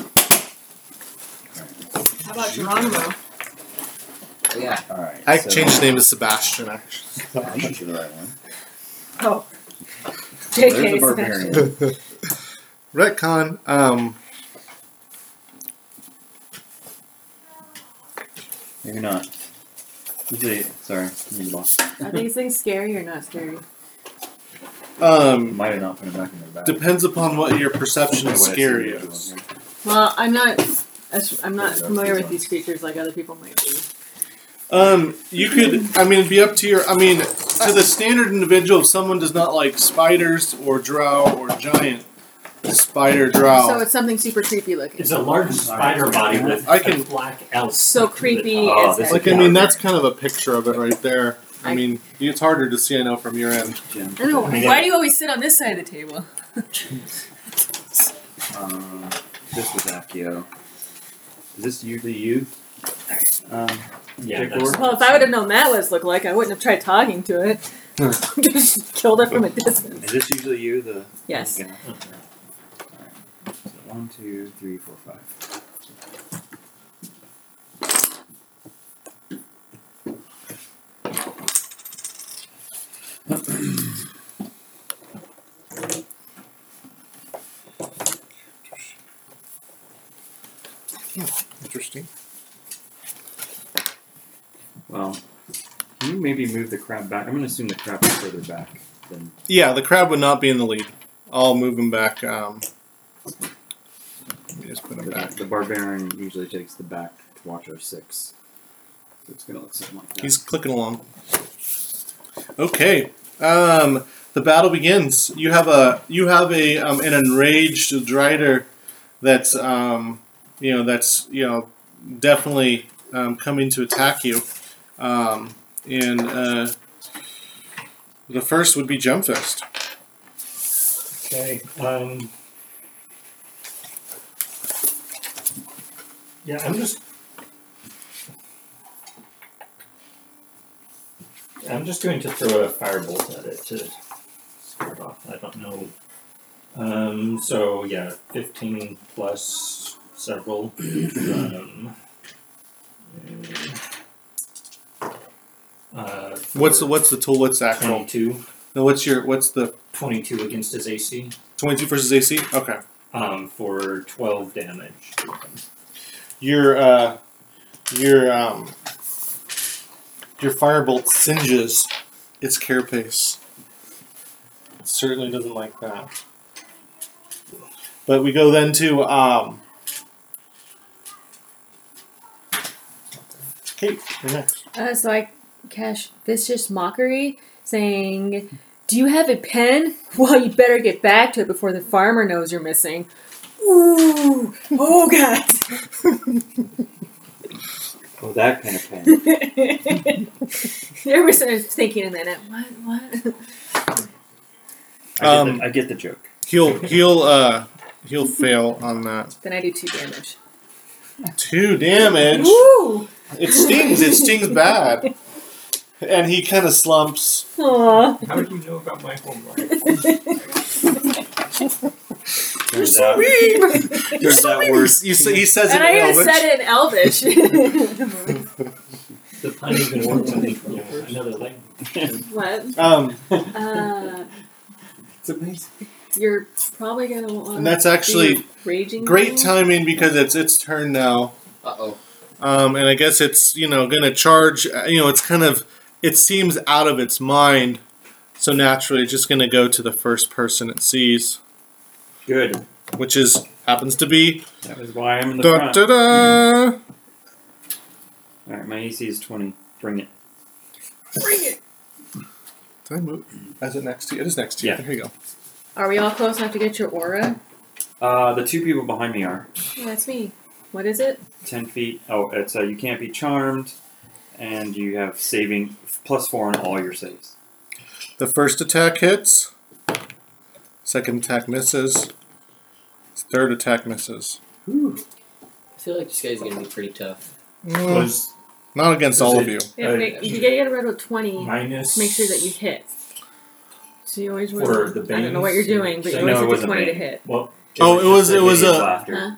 B: How about Geronimo?
D: Oh, yeah.
C: All right.
A: I
C: so-
A: changed his name to Sebastian. Actually.
C: I went to the right one.
B: Oh.
C: There's the
B: JK
C: barbarian.
B: Sebastian.
A: Retcon. Um.
C: Maybe not. He's a- sorry, you lost.
B: Are these things scary or not scary?
C: You
A: Um.
C: might have not put him back in the bag.
A: Depends upon what your perception
C: What I
A: of
C: said
A: scary
C: you were
A: is.
C: doing
B: Well, I'm not. as- I'm not
C: Yeah,
B: familiar
C: these
B: with
C: are-
B: these creatures like other people might be.
A: Um, you could, I mean, it'd be up to your, I mean, to the standard individual, if someone does not like spiders or drow or giant spider
B: So
A: drow,
B: it's something super creepy looking.
E: It's a large spider body with
A: I can-
E: a black elf.
B: So creepy.
C: Oh,
B: it's
C: this is
A: like, I mean, that's kind of a picture of it right there. I
B: I-
A: mean, it's harder to see, I know, from your end.
C: Jim.
B: I don't know, why do you always sit on this side of the table?
C: Um, this was Akio. Is this usually you? Um,
E: Yeah,
C: Dick
E: that's-
C: Orr?
B: Well, if I would have known that what it looked like, I wouldn't have tried talking to it. Just killed it from a distance.
C: is this usually you? The
B: Yes.
C: Okay. All right. So one, two, three, four, five.
A: Interesting.
C: Well, can you maybe move the crab back? I'm gonna assume the crab is further back than
A: Yeah, the crab would not be in the lead. I'll move him back. Um, let me just put him
C: the
A: back.
C: back. The barbarian usually takes the back to watch our six. So it's gonna look something like that.
A: He's clicking along. Okay. Um, the battle begins. You have a you have a um, an enraged Drider that's um, you know that's you know definitely um, coming to attack you. Um, and uh, the first would be Gemfist.
E: Okay. Um, yeah, I'm just. I'm just going to throw a firebolt at it to scare it off. I don't know. Um, so yeah, fifteen plus several. um, uh,
A: What's the what's the tool? What's the actual?
E: twenty-two?
A: No, what's your what's the
E: Twenty-two against his AC
A: twenty two versus AC? Okay.
E: um, for 12 damage.
A: your uh, your um, your firebolt singes its carapace. It certainly doesn't like that. But we go then to um, Kate. You're next.
B: Uh, so I cash vicious mockery, saying, "Do you have a pen? Well, you better get back to it before the farmer knows you're missing." Ooh! Oh God!
C: oh, that kind of pen.
B: there was I was thinking a minute. What? What?
C: I, get
A: Um,
C: the, I get the joke.
A: He'll he'll uh, he'll fail on that.
B: Then I do two damage.
A: Two damage.
B: Woo!
A: It stings. It stings bad. And he kind of slumps.
B: Aw.
E: How do you know about my home life?
C: There's that, there's that word.
A: You say- he says
B: and
A: it
B: I
A: in
B: even
A: Elvish.
B: said it in Elvish.
E: The pun even works on these words. another language.
B: what?
A: Um,
B: Uh,
C: It's amazing.
B: you're probably gonna want.
A: and that's actually
B: be raging.
A: great
B: now?
A: timing because it's its turn now.
D: Uh oh.
A: Um, and I guess it's you know gonna charge. uh, You know, it's kind of it seems out of its mind. So naturally, it's just gonna go to the first person it sees,
C: Good.
A: which is happens to be
C: That was why I'm in the
A: da
C: front. Mm-hmm.
A: da da.
C: All right, my AC is 20. Bring it.
A: Did I move? Is it next to you? It is next to you.
C: Yeah.
A: There you go.
B: Are we all close enough to get your aura?
C: Uh, the two people behind me are
B: Yeah, that's me. What is it?
C: 10 feet. Oh, it's uh, you can't be charmed, and you have saving plus four on all your saves.
A: The first attack hits. Second attack misses. Third attack misses.
D: I feel like this guy's gonna be pretty tough.
A: Mm,
E: Was
A: Not against all of you.
C: Uh,
B: Yeah, okay, you get a red with twenty to
E: minus.
B: make sure that you hit. So you always
E: For
B: roll-
E: the
B: I don't know what you're doing,
E: Banes?
B: but you
C: So
B: always
C: no, it
B: have to
C: wasn't
B: twenty to
C: Bane.
B: hit.
E: Well,
A: Oh, it was-
C: just
A: it was
C: hideous
A: a-
C: laughter.
B: Huh?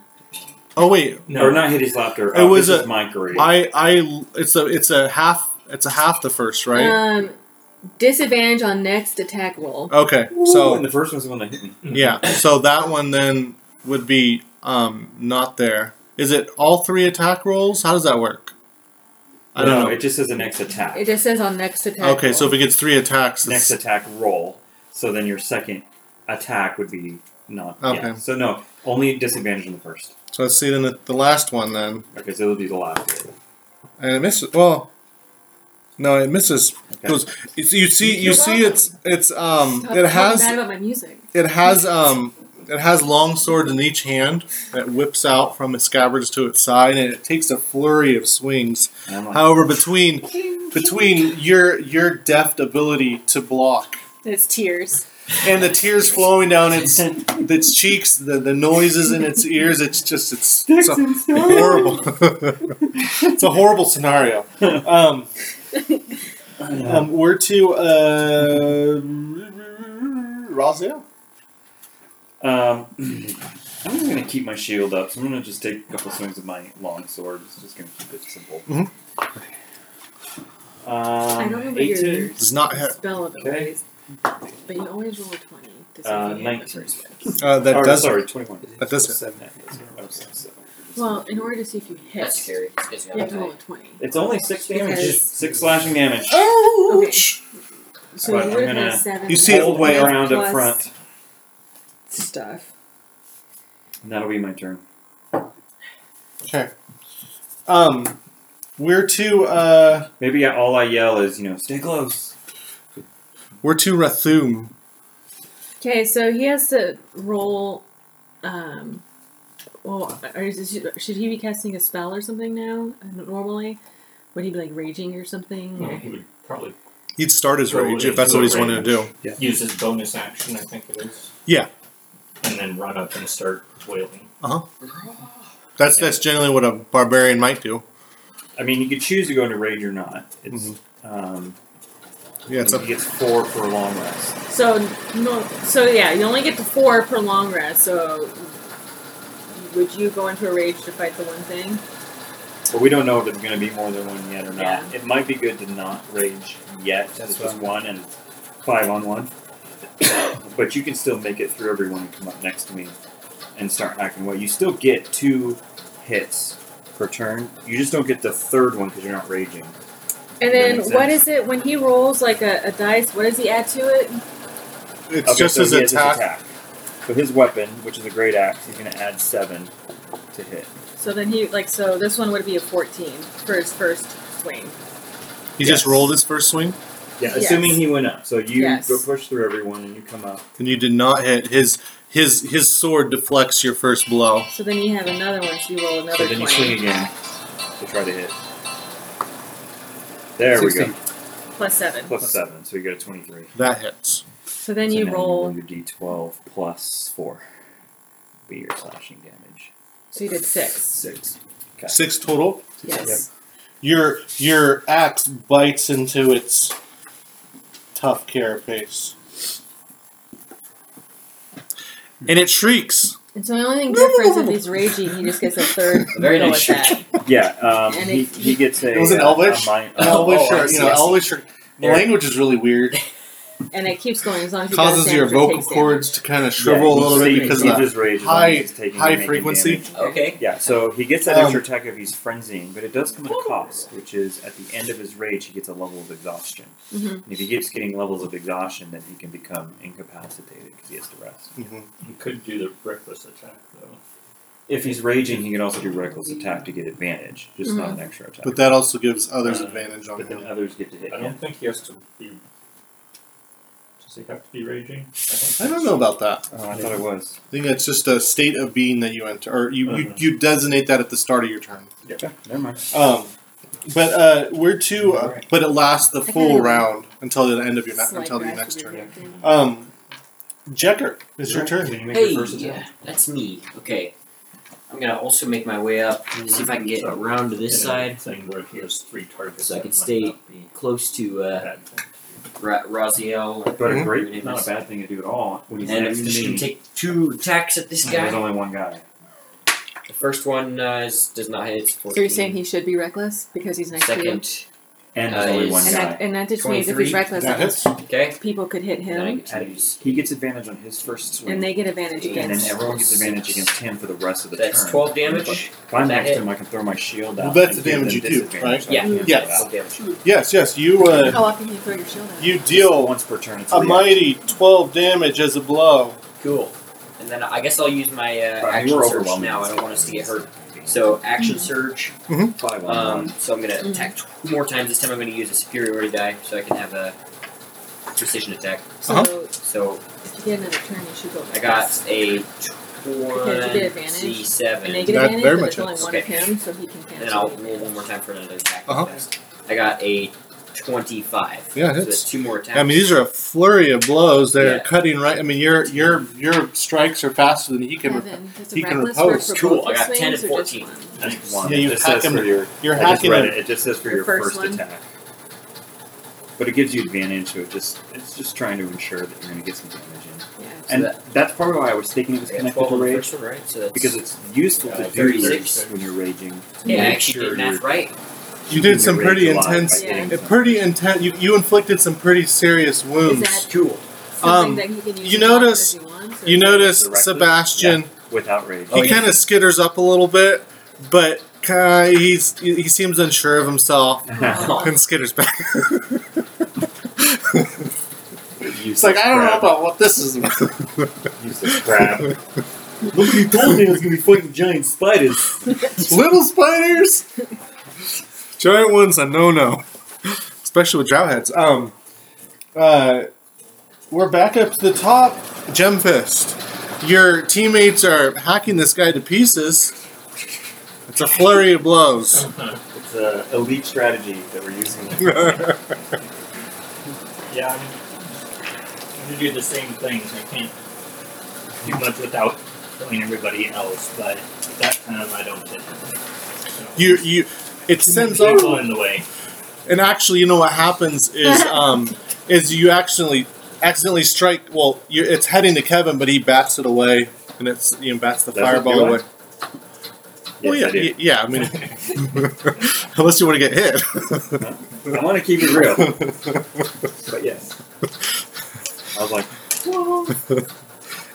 A: Oh wait,
E: no.
C: Or not hideous laughter.
A: It
C: uh,
A: was
C: this
A: a-
C: is mockery.
A: I I it's a it's a half it's a half the first right.
B: Um, disadvantage on next attack roll.
A: Okay,
C: so and
A: so
C: the first one's the one that hit me.
A: yeah, so that one then would be um not there. Is it all three attack rolls? How does that work? I
C: no,
A: don't know.
C: It just says the next attack.
B: It just says on next attack.
A: Okay, so if it gets three attacks, it's-
C: next attack roll. So then your second attack would be not.
A: Okay.
C: yeah. So no, only disadvantage on the first.
A: so let's see then the, the last one then.
C: Okay, so it'll be the last.
A: and it misses. Well, no, it misses.
C: Okay.
A: Because it's you see, you
B: You're
A: see,
B: welcome.
A: it's it's um,
B: Stop
A: it
B: talking bad
A: has
B: about my music.
A: it has um, it has long swords in each hand that whips out from its scabbards to its side, and it takes a flurry of swings.
C: And I'm like,
A: However, between between your your deft ability to block
B: It's tears.
A: and the tears flowing down its its cheeks, the the noises in its ears, it's just it's, it's a horrible. it's a horrible scenario. Um, um, we're to uh, Razia.
C: um, I'm just gonna keep my shield up. So I'm gonna just take a couple swings with my long sword. It's just gonna keep it simple.
A: Mhm.
C: Um,
B: I don't know what
C: 18,
B: your
A: Does not hit.
B: spell ability
C: Okay.
B: is, but you always roll a twenty. to see
C: Uh,
B: if you hit the
C: 19.
B: first one.
A: Uh, that
C: or,
A: does.
C: sorry, 21.
A: That does hit.
C: Seven. that is- oh, seven, seven.
B: Well, in order to see if you hit,
D: That's scary. This guy's
B: you
D: gonna
B: have to roll
D: die.
B: a twenty.
C: It's only six damage.
B: Because-
C: Six slashing damage.
A: Oh! Ouch!
B: So
C: But
B: you
C: I'm
B: would have
C: gonna-
B: had seven.
A: You see it
B: plus-
C: Hold my
A: way
C: round up
B: plus
C: front.
B: Stuff.
C: And that'll be my turn.
A: Okay. Um, we're to uh,
C: Maybe I, all I yell is, you know, stay close.
A: we're to Rathum.
B: Okay, so he has to roll. Um, well, or is it- should he be casting a spell or something now? Uh, Normally, would he be like raging or something?
E: Well, Oh, he would probably
A: He'd start his
E: Go
A: rage if
E: into
A: that's what
E: the
A: he's wanting to do.
E: use his bonus action, I think it is.
A: Yeah.
E: And then run up and start wailing.
A: That's that's generally what a barbarian might do.
C: I mean, you could choose to go into rage or not. It's um,
A: Mm-hmm. Yeah, it's
C: he
A: a
C: gets four for a long rest.
B: So no, so yeah, you only get to four per long rest. So would you go into a rage to fight the one thing?
C: But we don't know if it's going to be more than one yet or not.
B: Yeah.
C: It might be good to not rage yet. That's just one and five on one. but you can still make it through everyone who come up next to me and start hacking away. You still get two hits per turn. You just don't get the third one because you're not raging.
B: And
C: That
B: then
C: makes
B: what
C: sense.
B: is it when he rolls like a, a dice? What does he add to it?
A: it's
C: Okay,
A: just
C: so
A: his
C: he has
A: attack.
C: So his weapon, which is a great axe, he's going to add seven to hit.
B: So then he like so this one would be a fourteen for his first swing.
A: He
C: Yes.
A: just rolled his first swing,
C: Yeah,
B: Yes.
C: assuming he went up. So you
B: Yes.
C: go push through everyone and you come up.
A: and you did not hit. His his his sword deflects your first blow.
B: So then you have another one. So you roll another
C: So then you swing
B: twenty
C: again to try to hit. There we
F: 16.
C: go.
B: plus seven.
C: Plus seven, so you got a twenty-three.
A: That hits.
B: So then
C: So
B: you
C: now
B: roll.
C: your d12 plus four. Be your slashing damage.
B: So you did six.
C: Six. Okay.
A: Six total.
B: Yes.
A: Your your axe bites into its tough carapace, and it shrieks.
B: And so the only thing difference if he's raging, he just gets a third
D: Very
B: little
D: nice
B: attack.
C: Yeah, um,
B: And
C: he,
B: it-
C: he gets a.
A: It was an
C: uh,
A: Elvish?
C: A mine,
A: An Elvish,
D: Oh, oh, I
A: or,
D: see,
A: you know,
D: I see.
A: Elvish. or- The
D: There.
A: language is really weird.
B: And it keeps going as long as he
A: Causes
B: does
A: your
B: damage or
A: vocal
B: takes
A: cords to kind of
C: yeah,
A: shrivel a
C: he's
A: little bit
C: saving-
A: because of
C: he
A: that.
C: just rages on,
A: high-
C: he's taking
A: high
C: and making
A: frequency.
C: damage.
D: Okay.
C: Yeah, so he gets that
A: Um,
C: extra attack if he's frenzying, but it does come at a cost, which is at the end of his rage, he gets a level of exhaustion.
B: damage. Mhm.
C: And if he keeps getting levels of exhaustion, then he can become incapacitated because he has to rest.
A: Mhm.
E: You could do the reckless attack though.
C: If he's raging, he can also do reckless attack to get advantage, just not
B: Mm-hmm.
C: an extra attack.
A: But that also gives others
E: Uh,
A: advantage on
C: But then
A: him.
C: others get to hit
E: I don't
C: him.
E: think he has to be. Does he have to be raging?
A: I don't know about that.
C: Oh, I thought it was.
A: I think that's just a state of being that you enter, or you, you,
D: Uh-huh.
E: Mhm.
A: you designate that at the start of your turn.
C: Yeah, never mind.
A: Um, but uh, we're two. Uh,
C: Alright.
A: but it lasts the
B: I
A: full
B: kinda-
A: round until the end of your ne-
B: Slight
A: until the
B: rise
A: next
B: to
A: turn.
B: react, yeah.
A: Um, Jekker, it's your turn.
C: Can you make
D: Hey,
C: your first attack?
D: that's me. Okay. I'm gonna also make my way up and see if I can get around to this side,
E: Thing where he has three targets.
D: So I
E: that
D: can
E: might
D: stay-
E: not be
D: close to uh,
E: bad thing.
D: Ra- Raziel. Or
C: But a
A: Mhm.
C: great, not a bad thing to do at all. When he's
D: And
C: next
D: I'm
C: to
D: just
C: me,
D: gonna take two attacks at this
C: there's
D: guy.
C: only one guy.
D: The first one uh, is, does not hit. It's 14.
B: So you're saying he should be reckless because he's next to you?
D: Second.
C: And
D: Uh,
C: there's only
D: he's-
C: one
B: And
C: guy.
B: that, and that just means if he's
D: 23.
B: reckless,
A: That hits.
D: Okay.
B: people could hit
D: And then I
B: him,
D: get to use-
C: He gets advantage on his first swing.
B: and they get advantage
D: And
C: and
B: against.
C: then everyone gets advantage against him for the rest of the
D: That's
C: turn.
D: 12 damage.
C: If I'm
D: That
C: next
D: hit.
C: to him, I can throw my shield
A: Well,
C: out.
A: that's
C: and
A: the
C: give them
A: damage you do,
C: disadvantage.
A: right?
C: I
D: Yeah.
C: can't do
A: Yes.
C: that.
D: 12 damage.
A: Yes, yes. You uh,
B: How often can you throw your shield out?
A: you deal
C: once per turn. It's
A: a
C: three.
A: mighty twelve damage as a blow.
D: Cool. And then I guess I'll use my uh,
C: But
D: action
C: you're
D: surge
C: overwhelming.
D: now. I don't want us to get hurt. So action
B: Mm-hmm.
D: surge.
C: Five on
D: Um,
C: one.
D: so I'm gonna
B: Mm.
D: attack two more times. This time I'm gonna use a superiority die so I can have a precision attack.
B: So
A: Uh-huh.
D: So
B: if you get another turn, you should go.
D: I got a
B: Because you get advantage. And they
D: twenty-seven.
B: get
A: That
B: advantage,
A: very
B: but
A: much
B: it's only
A: hits.
B: one of him, so he can
D: And then I'll
B: cancel.
D: roll one more time for another attack.
A: Uh-huh.
D: test. I got a twenty-five.
A: Yeah, it
D: so
A: hits.
D: that's two more attacks.
A: I mean, these are a flurry of blows. They're
D: Yeah.
A: cutting right. I mean, your your your strikes are faster than he can.
B: Yeah,
A: rep-
B: then does
A: he
B: a
A: can
B: reckless
A: repose.
B: work for
D: Cool,
B: both
D: I
B: the
D: got 10 and
B: swings or just
D: 14.
B: one?
C: Just one.
A: Yeah, you
C: it just
A: hack
C: says
A: him-
C: for your.
A: You're
C: I just
A: hacking
C: read
A: him.
C: it. It just says for
B: Your
C: your,
B: first one.
C: attack. But it gives you advantage, so it just it's just trying to ensure that you're going to get some damage in.
B: Yeah.
D: So
C: and
D: that-
C: that's probably why I was thinking it was
D: I got
C: connected
D: twelve
C: to
D: on the
C: rage
D: first one, right? So that's
C: because it's useful
E: Uh,
C: to do
D: 36.
C: this when you're raging. to
D: yeah, I
C: make
D: actually
C: sure
D: did math
C: you're
D: right.
A: You
C: keeping
A: did some
C: your
A: pretty
C: rage alive by
A: intense,
B: Yeah.
C: getting
A: a
C: some-
A: pretty intense. You, you inflicted some pretty serious wounds.
B: Is
D: Cool.
A: Um,
B: Something that he can use
A: you
B: as often
A: notice-
B: as he wants, or-
A: You notice
C: Directly?
A: Sebastian.
C: without rage.
D: Oh,
A: he
D: yeah.
A: kind of skitters up a little bit, but kind he's he seems unsure of himself and skitters back. It's like I don't know about what this is. about."
C: Useless crab.
A: Nobody told me it was gonna be fucking
C: Giant spiders.
A: little spiders. Giant ones a no no, especially with drow heads. Um, uh, we're back up to the top, Gemfist. Your teammates are hacking this guy to pieces. It's a flurry of blows.
C: It's an elite strategy that we're using.
E: Yeah, I'm, I'm gonna do the same things. I can't do much without killing everybody else, but that time I don't hit. So,
A: you you, it sends off
E: people in the way.
A: And actually, you know what happens is um, is you actually accidentally strike. Well, you, it's heading to Kevin, but he bats it away, and it's you know bats the
C: Does it
A: fireball
C: do
A: away.
C: it?
A: Well,
C: Yes, I
A: yeah,
C: do.
A: y- yeah. I mean, unless you want to get hit.
C: I want to keep it real, but yes. I was like,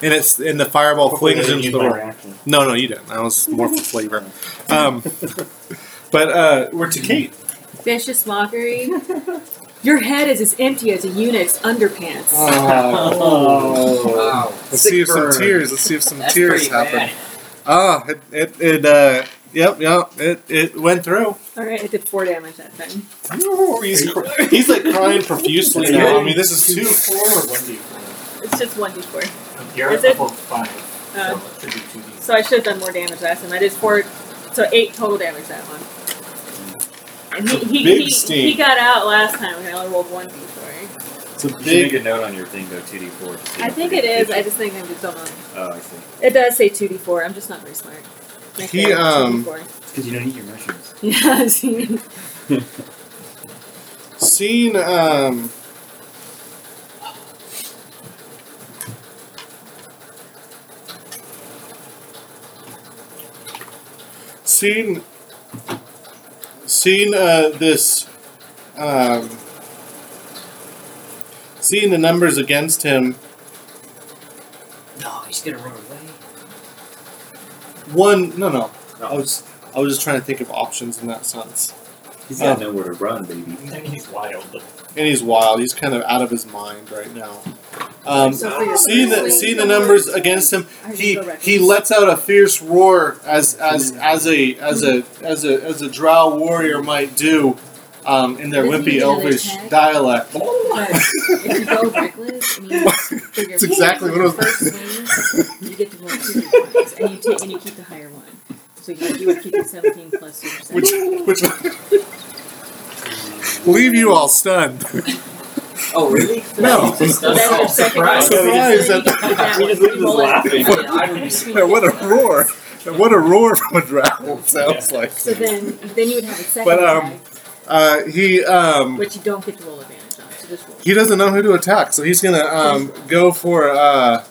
A: and it's and the fireball
C: hopefully
A: flings
C: they
A: into
C: use
A: the
C: my
A: room.
C: reaction.
A: No, no, you didn't. That was more for flavor. Um, but uh, we're to Kate.
B: Vicious mockery. Your head is as empty as a eunuch's underpants.
A: Uh. Oh.
C: Oh.
D: Wow.
A: Let's
D: Sick
A: see if
D: burn.
A: some tears. Let's see if some
D: That's
A: tears
D: pretty
A: happen.
D: bad.
A: Ah, it it, it uh, yep, yep, it it went through.
B: All right, I did four damage that time.
A: He's, cr- he's like crying profusely now. I mean, this is too.
E: four or one d four.
B: It's just one d four.
E: You're
B: Is
E: at
B: it?
E: level five, so
B: Uh,
E: it should be two d.
B: so I should have done more damage last time. I did four, so eight total damage that one. And he, he,
A: Big
B: he,
A: sting.
B: he got out last time, and I only rolled one d four.
A: It's a
C: You should make
A: big.
C: a note on your thing though, two d four.
B: I think it is. I just think I'm just dumb.
C: Oh, I see.
B: It does say two d four. I'm just not very smart. My
A: He,
B: favorite
A: um,
B: TV story.
D: Because you don't eat your mushrooms.
B: Yeah, I've seen
A: Seeing um Seeing Seeing uh this um Seeing the numbers against him,
D: No, he's gonna run away.
A: one no no. I
D: No.
A: was I was just trying to think of options in that sense.
C: He's
A: Oh.
C: got nowhere to run, baby.
E: And he's wild. But
A: and he's wild. He's kind of out of his mind right now. Um,
B: So for your
A: seeing the
B: first
A: seeing the
B: wave
A: numbers against him,
B: I just
A: he
B: go back.
A: he lets out a fierce roar as as as a as a as a as a drow warrior might do, um, in their
B: Doesn't he
A: wimpy
B: do an
A: elvish
B: attack?
A: dialect.
B: But if you go reckless, and you figure
A: It's exactly what I was-
B: first swing, you get to roll two d ones, and you take and you keep the higher one. So you, you would keep the seventeen plus two percent.
A: Which which leave you all stunned.
D: Mm. Oh, really?
A: No.
B: So that's your second roll.
A: Surprised. Surprised
B: So you just keep that
C: We
B: one.
C: just leave
B: You
C: this
B: roll it.
C: laughing.
D: I would be
A: Yeah, what a roar! What a roar from a drow it sounds like.
B: So then, then you would have a second
A: But, um,
B: attack,
A: Uh, he um.
B: which you don't get to roll advantage on. So just roll.
A: He doesn't know who to attack, so he's gonna um, go for uh,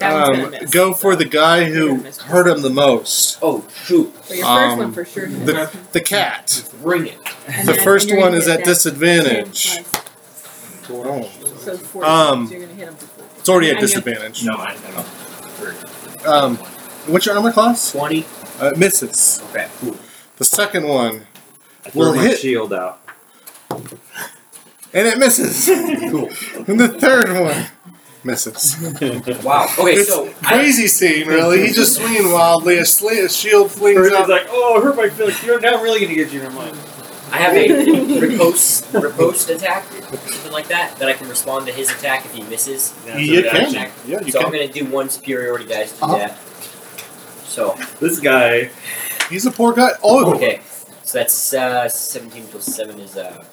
B: That one's
A: um,
B: gonna miss.
A: go for the guy
B: You're
A: who
B: gonna miss.
A: hurt him the most.
D: Oh, shoot.
B: So your first
A: um,
B: one for sure. hits.
A: The the cat.
D: Bring it.
B: And
A: The
B: then
A: first
B: you're
A: one
B: gonna
A: is
B: hit
A: at
B: that 10
A: disadvantage.
B: plus-
A: Oh,
B: So 14,
A: Um,
B: so you're gonna hit him for 14.
A: It's already at
B: And you're-
A: disadvantage.
E: no, I don't know.
A: Um, what's your armor class?
D: 20.
A: Uh, it misses.
D: Okay, cool.
A: The second one,
C: I throw
A: Well,
C: my
A: hit.
C: shield out.
A: and it misses. and the third one misses.
D: Wow. Okay,
A: It's
D: so I,
A: crazy scene, really. He's just swinging wildly. A, sli- a shield flings
C: He's
A: out.
C: like, oh, I hurt my feelings. You're not really gonna get you in mind.
D: I have a riposte, riposte attack, something like that, that I can respond to his attack if he misses.
C: Yeah,
A: You
C: so
A: can.
C: that-
A: Yeah, you
D: so I'm
A: can.
D: gonna do one superiority, guys, to
A: Uh-huh.
D: that. So,
C: This guy.
A: He's a poor guy. Oh,
D: okay. So that's uh, 17 plus 7 is, uh,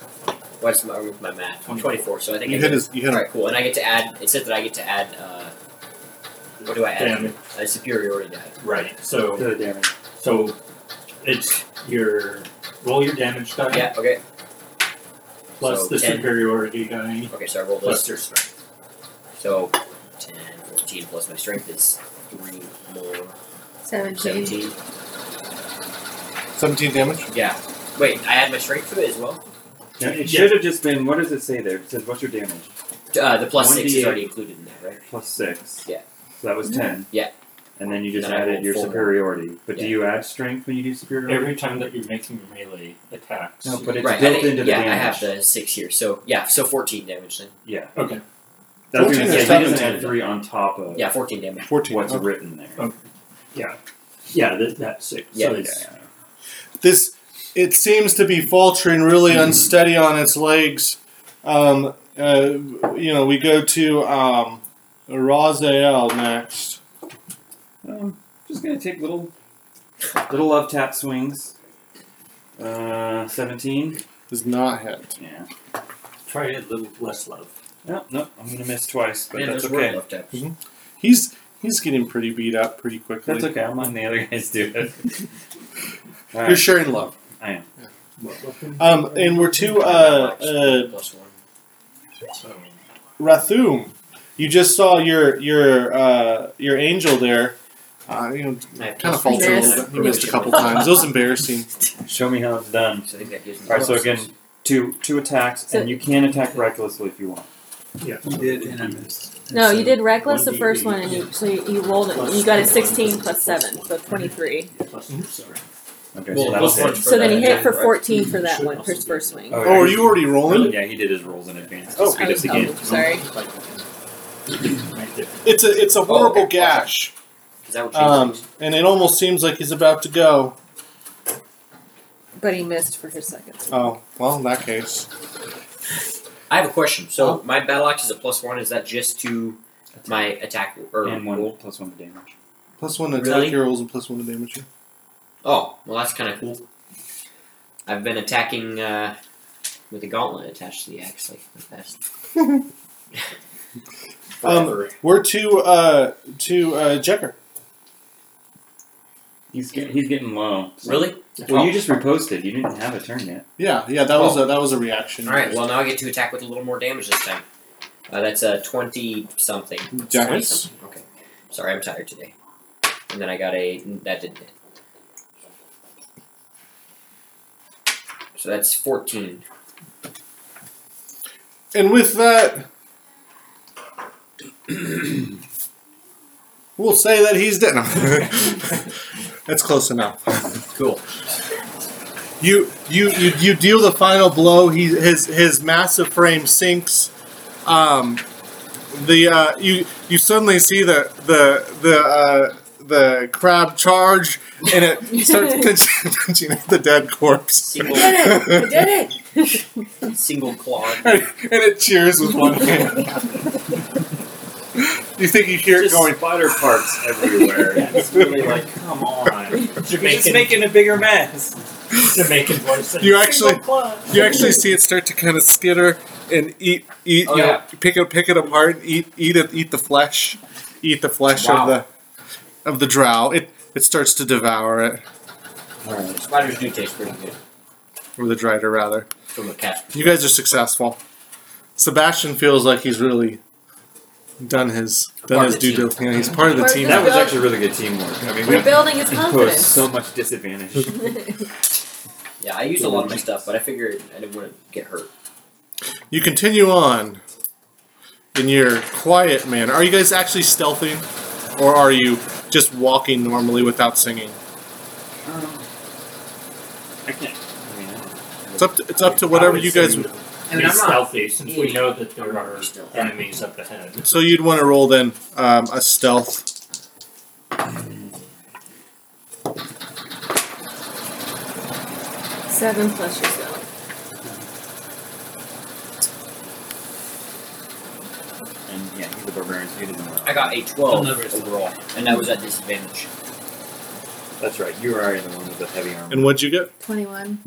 D: what's my, with my math? 24, so I think
A: you
D: I
A: hit
D: get,
A: his. You hit him.
D: Alright, cool. And I get to add, it said that I get to add, uh, what do I add?
E: Damn it.
D: A superiority die.
E: Right. So
C: Oh, damn it.
E: so it's your roll your damage die
D: Um, Yeah, okay.
E: plus
D: So
E: the
D: 10.
E: superiority die
D: Okay, so I rolled
E: plus
D: this.
E: your strength.
D: So 10, 14 plus my strength is 3 more
B: 17.
D: 17.
A: Seventeen damage.
D: Yeah. Wait, I add my strength to it as well?
C: Yeah, it
E: Yeah.
C: should have just been. What does it say there? It says, "What's your damage?"
D: Uh, the plus 6 is
C: 1d8.
D: already included in that, right?
C: Plus six.
D: Yeah.
C: So that was ten.
D: Yeah.
C: And then you just
D: Then I
C: added
D: rolled
C: your
D: four.
C: superiority. But do
D: Yeah.
C: you add strength when you do superiority?
E: Every time that you're making melee attacks.
C: No, but it's
D: right, I
C: built
D: think-
C: into the
D: yeah,
C: damage.
D: I have the 6 here. So, yeah, so 14 damage then.
C: Yeah.
E: Okay.
C: That's what
A: 14
C: I'm
A: or
C: saying. He doesn't
D: 17.
C: add three on top of
D: Yeah, 14 damage.
A: Fourteen.
C: what's
A: Okay.
C: written there.
E: Okay. Yeah, that, that's six.
D: Yeah.
E: So
C: Yeah.
E: it's
A: this it seems to be faltering really unsteady on its legs um, uh, you know we go to um, Raziel next
C: Um, just gonna take little, little love tap swings. Uh, seventeen.
A: does not hit
C: Yeah.
E: try a little less love.
C: No, no, I'm gonna miss twice, but
D: Man,
C: that's
D: those were
C: okay.
D: love taps.
A: he's he's getting pretty beat up pretty quickly
C: That's okay. I'm letting the other guys do it. All
A: you're
C: right.
A: sharing love
C: I am.
A: um, and we're to uh, uh,
D: Plus 1.
E: So
A: Rathum you just saw your your uh, your angel there uh, you know kind of faltered a little bit he missed a couple times it was embarrassing
C: Show me how it's done.
D: So I think that gives me
C: All right. So
D: plus
C: again,
D: six.
C: two two attacks,
B: So-
C: and you can attack recklessly if you want.
E: yeah.
F: You did, and I missed. And
B: No,
F: so-
B: you did reckless the
E: 1d8.
B: first one, and you so you, you rolled it. You got a sixteen plus seven, so twenty-three.
E: Plus your strength.
C: Okay.
D: Well,
C: so
D: plus
C: that'll
D: one
C: hit.
D: for
B: So then
D: the
B: you hit for
D: right?
B: fourteen for that one, for his first swing.
A: oh are you already rolling
C: Yeah, he did his rolls in advance.
A: Oh.
C: Speed up the
B: Oh,
C: game.
B: sorry.
E: Right there.
A: It's a it's a horrible
D: okay.
A: gash,
D: 'Cause that would change
A: um,
D: things.
A: and it almost seems like he's about to go.
B: But he missed for his second. swing.
A: Oh well, in that case,
D: I have a question. So my battle axe is a plus one. Is that just to my attack or
C: And one
D: roll?
C: plus one for damage.
A: plus one to
D: Really?
A: attack your rolls and plus one to damage you.
D: Oh, well, that's kind of cool. I've been attacking uh, with a gauntlet attached to the axe like the best.
A: Um,
D: Forever.
A: We're to uh, to uh, Jekker.
C: He's get, he's getting low. so-
D: Really?
C: Well, you just reposted. You didn't have a turn yet.
A: Yeah, yeah, that was a that was a reaction.
D: Oh. All right. Well, now I get to attack with a little more damage this time. Uh, that's a twenty something.
A: Jackets.
D: Okay. Sorry, I'm tired today. And then I got a that didn't hit. So that's fourteen.
A: And with that, we'll say that he's dead. No. That's close enough.
D: Cool.
A: You, you you you deal the final blow. He his his massive frame sinks. Um, the uh, you you suddenly see the the the uh, the crab charge and it starts pinching, pinching at the dead corpse.
D: Single,
B: I did it!
D: single claw.
A: and it cheers with one hand. you think you hear it
C: just
A: going?
C: spider parts everywhere. it's really like, come on. You're just
E: Jamaican,
C: making a bigger mess.
E: Jamaican voice.
A: You actually you actually see it start to kind of skitter and eat eat
D: Oh,
A: you know,
D: yeah.
A: pick it pick it apart and eat eat it eat the flesh eat the flesh
D: Wow.
A: of the of the drow. It it starts to devour it
D: Alright, Spiders do taste pretty good
A: or the drider rather.
D: from a cat.
A: You guys are successful. Sebastian feels like he's really done his done
D: Part
A: his
D: of the
A: due
D: team.
A: diligence. You know, he's part of the
B: Part of
A: team.
B: the-
C: That was actually really good
A: Oh,
C: teamwork. I mean, we
B: Rebuilding his
C: imposed
B: confidence.
C: so much disadvantage.
D: Yeah, I used a lot of my stuff, but I figured I didn't want to get hurt.
A: You continue on in your quiet manner. Are you guys actually stealthing, or are you just walking normally without singing?
C: I can't. I mean, I don't know.
A: It's up. To, it's up to whatever you guys.
E: Be
D: I mean, I'm not-
E: stealthy, since we know that there are
D: Still.
E: enemies up ahead.
A: So you'd want to roll then um, a stealth.
B: Seven plus yourself.
C: And yeah, he's a barbarian, so he doesn't want
D: I got a 12 overall, and that was at disadvantage.
C: That's right. You are the one with the heavy armor.
A: And what'd you get?
B: 21.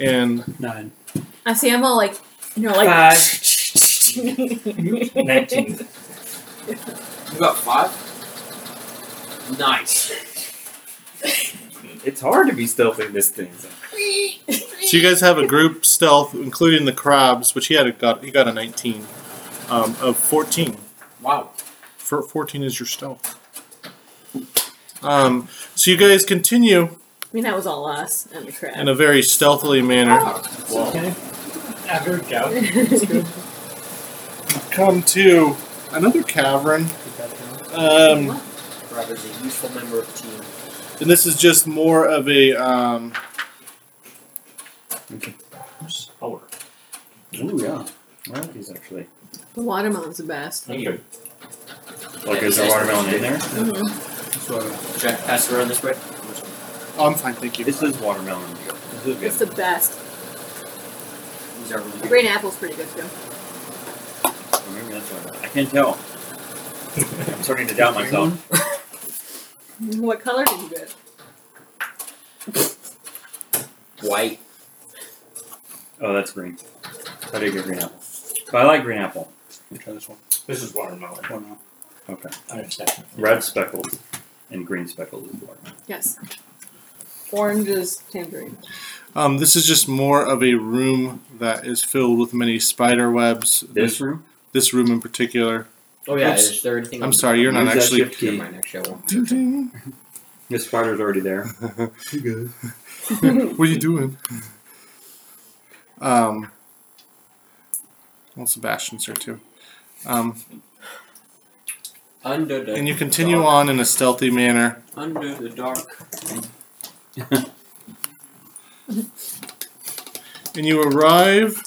A: And
F: Nine.
B: I see I'm all like, you know, like.
E: Nineteen.
D: You got 5? Nice.
C: it's hard to be stealthy in this thing. so-
A: so you guys have a group stealth, including the crabs, which he had a, got. He got a nineteen um, of fourteen.
D: Wow.
A: For fourteen is your stealth. Um, so you guys continue
B: I mean, that was all us and the crab.
A: in a very stealthily manner.
E: Okay. After doubt.
A: Come to another cavern. Um,
D: Robert's a useful member of the team.
A: And this is just more of a um,
E: Power.
C: Ooh, yeah. I like these actually.
B: the watermelon's the best.
E: Okay.
C: Like, Oh, is there watermelon in there?
B: Mhm.
F: That's what I-
D: Should I pass it around this way?
A: oh, I'm fine, thank you.
C: This is watermelon. This is
B: It's
C: good.
B: the best.
D: These are really good.
B: Green apple's pretty good too.
C: Or Maybe that's watermelon. I can't tell. I'm starting to doubt myself.
B: What color did you get?
D: White.
C: Oh, that's green. I did get green apple. But I like green apple.
F: Let me try this one.
E: This is watermelon.
F: One now.
C: Okay.
E: I understand.
C: Red speckled and green speckled is watermelon.
B: Yes. Orange is tangerine.
A: Um, this is just more of a room that is filled with many spider webs.
C: This room?
A: this room in particular.
D: Oh, yeah.
A: Oops.
D: Is there anything
A: I'm
D: on-
A: sorry, you're not
C: Use that
A: actually.
C: shift
D: Never
C: key.
D: mind, actually, I won't.
A: Ding, ding.
C: The spider's already there.
A: What are you doing? Um, well, Sebastian's here too. Um,
D: Under the
A: and you continue on in a stealthy manner.
D: Under the dark.
A: And you arrive.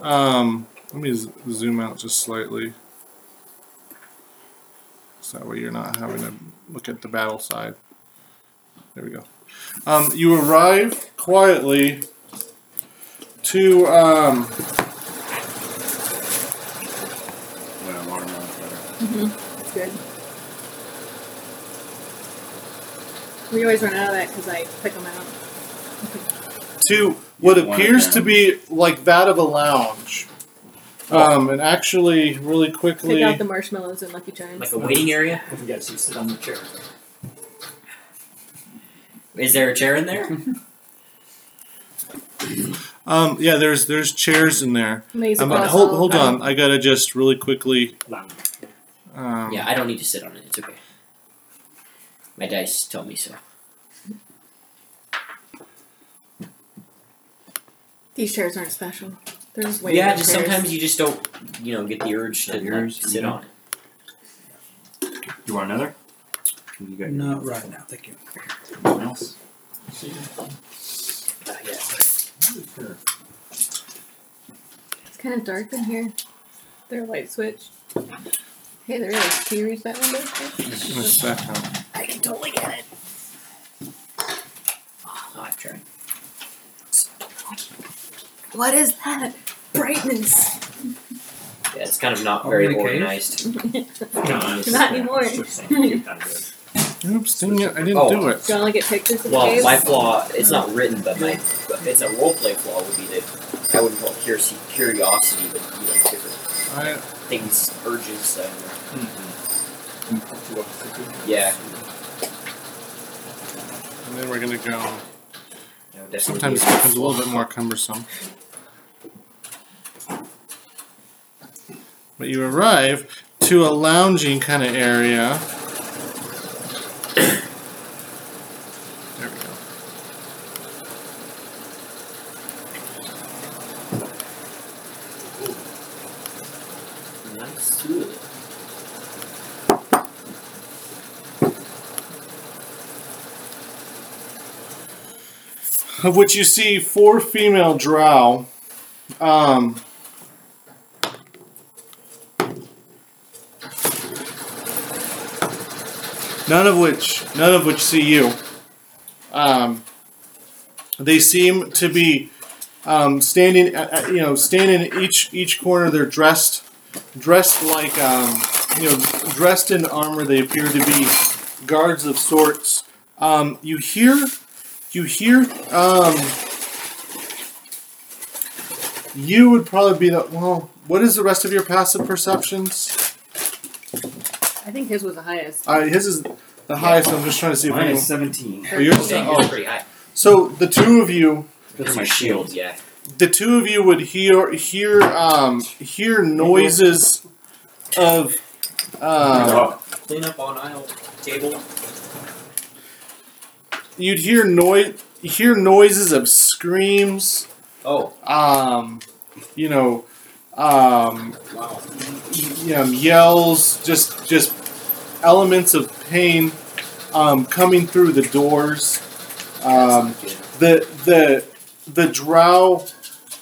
A: Um, let me z- zoom out just slightly. So that way you're not having to look at the battle side. There we go. Um, you arrive quietly to um,
C: Well, watermelon's better.
B: It's good. We always run out of that because I pick them out.
A: to what
C: You wanna
A: appears to
C: down.
A: be like that of a lounge. Um, and actually, really quickly,
B: Pick out the marshmallows and Lucky Charms.
D: Like a waiting area?
G: If you guys can sit on the chair.
D: Is there a chair in there?
A: Um, yeah, there's there's chairs in there.
B: Amazing.
A: I'm gonna-
B: glass
A: hold
B: olive.
A: hold on. I gotta just really quickly. Um,
D: yeah, I don't need to sit on it. It's okay. My dice tell me so.
B: These chairs aren't special. They're just waiting
D: yeah, just
B: chairs.
D: sometimes you just don't, you know, get the urge to
C: The
D: not
C: urge,
D: sit
C: yeah.
D: on it.
C: You want another? You got
F: Not right now, thank you.
C: anyone else?
B: It's kind of dark in here. There a light switch. Hey, there is. Can you reach that window?
A: what's that now?
D: I can totally get it. Oh, I've tried.
B: What is that? Brightness.
D: Yeah, it's kind of not
F: Are
D: very
F: we in a cave?
D: organized.
B: Not anymore.
A: Oops, dang it! I didn't
D: Oh.
A: do it.
B: Do you want to get pictures of
D: Well,
B: caves?
D: my flaw, it's not written, but my, but it's a roleplay flaw would be that I wouldn't call it curiosi- curiosity, but you know, different
A: I,
D: things, urges. Um, yeah,
A: and then we're gonna go.
D: no, definitely
A: Sometimes
D: be
A: it
D: a-
A: becomes a little bit more cumbersome. But you arrive to a lounging kind of area. There we go.
D: Nice. Ooh.
A: of which you see four female drow. Um, none of which, none of which see you. Um, they seem to be um, standing, at, at- you know, standing in each each corner. They're dressed, dressed like, um, you know, dressed in armor. They appear to be guards of sorts. Um, you hear you hear um you would probably be the well what is the rest of your passive perceptions
B: I think his was the highest.
A: uh, his is the highest i'm just trying to see if
C: Mine
A: anyone
C: is 17.
A: Oh, yours-
D: Dang,
A: oh.
D: that's pretty high.
A: so the two of you
C: Those are my shields.
D: Yeah.
A: the two of you would hear hear um hear noises of uh,
C: Oh,
D: Clean up on aisle table.
A: you'd hear noise hear noises of screams
D: Oh,
A: um, you know, um, you know, yells, just just elements of pain um, coming through the doors. Um, the the the drow,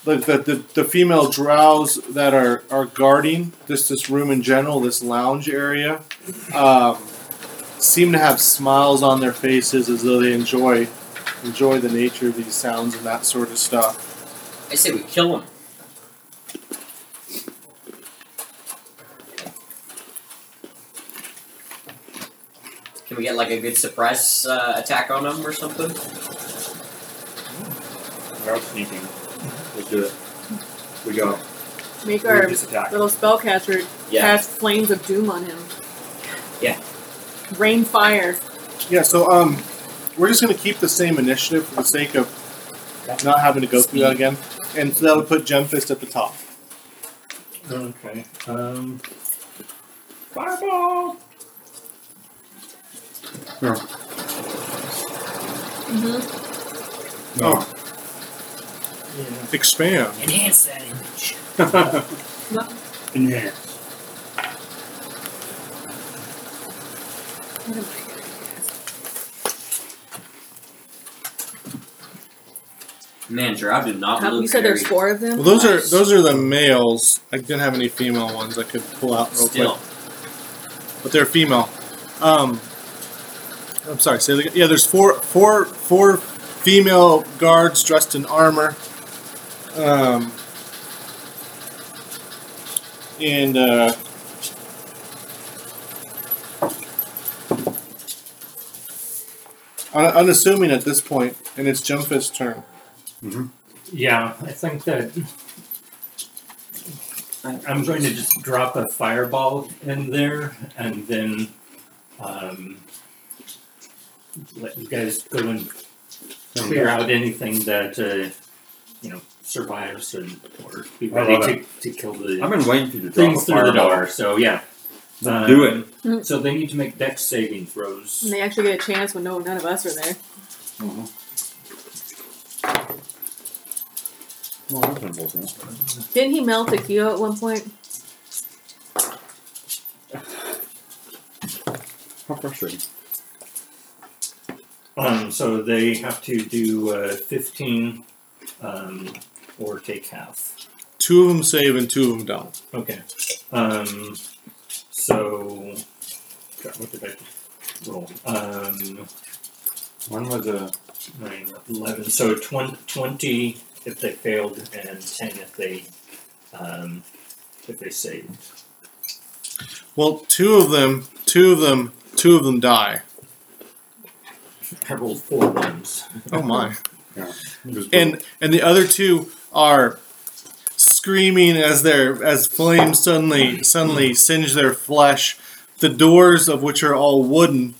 A: the, the, the, the female drows that are, are guarding this this room in general, this lounge area, um, seem to have smiles on their faces as though they enjoy enjoy the nature of these sounds and that sort of stuff.
D: I say we kill him. Can we get like a good surprise uh, attack on him or something?
C: without sneaking. Let's do it. We go.
B: Make
C: We
B: our
C: just attack.
B: little spellcaster
D: Yeah.
B: cast flames of doom on him.
D: Yeah.
B: Rain fire.
A: Yeah, so um, we're just going to keep the same initiative for the sake of not having to go through that again. And so that would put Gemfist at the top.
E: Okay. Um,
C: Fireball!
B: Mm-hmm.
C: No.
E: yeah.
A: Expand.
D: Enhance that image.
G: Yeah.
D: Man, Gerard did not look
B: You said
D: very
B: there's four of them.
A: Well, those are those are the males. I didn't have any female ones I could pull out real
D: still.
A: quick, but they're female. Um, I'm sorry. Say that again. yeah. There's four four four female guards dressed in armor. Um, and uh, un- unassuming at this point, and it's Jumpfist's turn.
E: Yeah, I think that I- I'm going to just drop a fireball in there and then um, let you guys go and clear out anything that uh, you know survives and or be
C: I
E: ready
C: love
E: to, to kill the
C: I've been waiting for you to drop
E: things
C: a
E: through the
C: fireball.
E: door. So yeah, Um,
C: Do it.
B: Mm.
E: So they need to make dex saving throws.
B: And they actually get a chance when no, none of us are there.
C: Well, that's been bullshit.
B: Didn't he melt a Kyo at one point?
C: How frustrating.
E: Um, so they have to do uh, 15 um, or take half.
A: Two of them save and two of them don't.
E: Okay. Um, so, God, what did I roll? Um,
C: One was uh, a
E: 9, 11. So 20, 20 if they failed, and 10 if they um, if they saved.
A: Well, two of them, two of them, two of them die.
E: I rolled four ones.
A: Oh my!
C: it was
A: And and the other two are screaming as their as flames suddenly suddenly singe their flesh. The doors of which are all wooden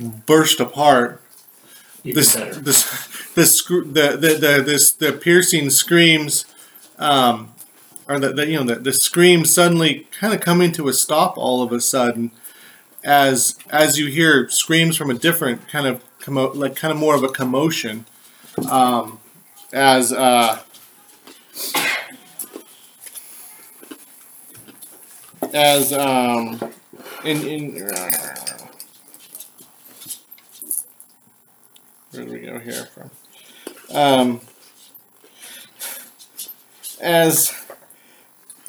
A: burst apart.
E: Even
A: this,
E: better.
A: this, this, scr- the, the, the, this, the piercing screams, um, or the, the, you know, the, the scream suddenly kind of coming to a stop all of a sudden, as as you hear screams from a different kind of commo- like kind of more of a commotion, um, as uh, as um, in in. Where do we go here from? Um, as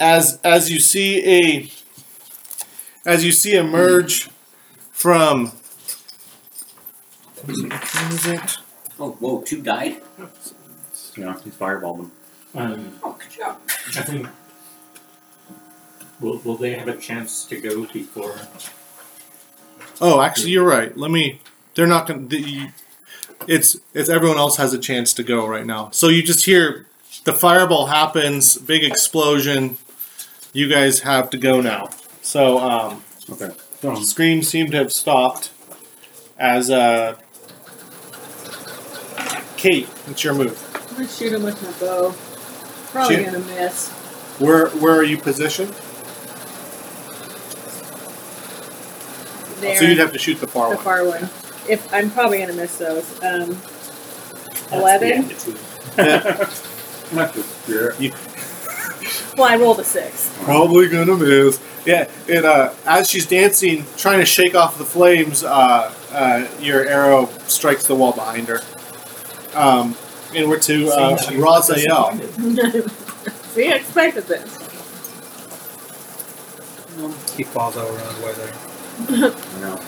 A: as as you see a as you see emerge from what is it?
D: Oh, whoa, two died?
C: You know, he's fireballed them.
E: Um,
D: Oh, good job.
E: I think. Will, will they have a chance to go before?
A: Oh, actually, you're right. Let me. They're not gonna. The, you, it's it's everyone else has a chance to go right now. So you just hear the fireball happens, big explosion. You guys have to go now. So um,
C: Okay.
A: Screams seem to have stopped as uh Kate, it's your move.
B: I'm gonna shoot him with my bow. Probably
A: Shoot.
B: gonna miss.
A: Where where are you positioned? Oh,
B: There,
A: So you'd have to shoot the far
B: the
A: one.
B: far one. If I'm probably gonna miss those. Um,
E: that's the
B: eleven.
E: attitude.
C: Not just yeah.
B: Well, I rolled a six.
A: Probably gonna miss. Yeah, it uh as she's dancing, trying to shake off the flames, uh uh your arrow strikes the wall behind her. Um and we're to uh
E: Seems like
A: Raziel.
E: disappointed.
B: See, I expected this.
F: He falls all around the way there.
C: No.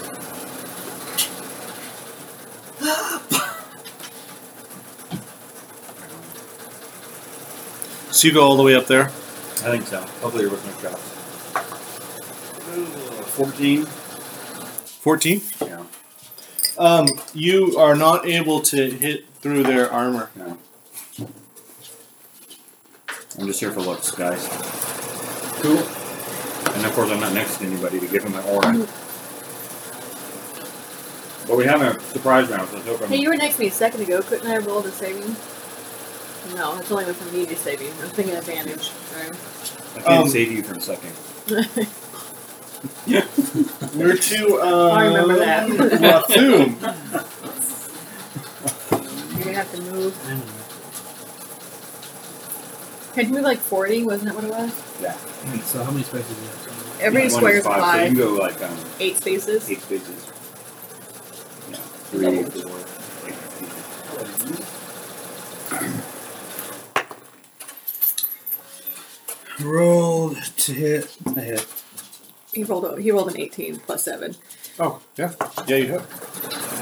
A: So you go all the way up there.
C: I think so. Hopefully you're working a shot. Fourteen.
A: Fourteen?
C: Yeah.
A: Um you are not able to hit through their armor.
C: I'm just here for looks, guys. Cool. And of course, I'm not next to anybody to give him my aura. But we have a surprise round, so it's open.
B: Hey, you were next to me a second ago. Couldn't I roll the saving? No, that's only with the media saving. I'm thinking advantage.
C: I can't
A: um,
C: save you from sucking.
B: Sorry.
A: We're to uh
B: I remember that.
A: Rathum.
B: You're gonna have to move. Had you move like 40? Wasn't that what it was?
F: Hmm, So how many spaces do you have?
B: Every
C: Yeah, one
B: square
C: is
B: is
C: five,
B: five,
C: So you can go like um,
B: eight spaces.
C: eight spaces. Yeah, three, four. like,
F: Roll to hit. I hit.
B: He rolled a, he rolled an 18 plus 7.
A: Oh, yeah. Yeah, you hit.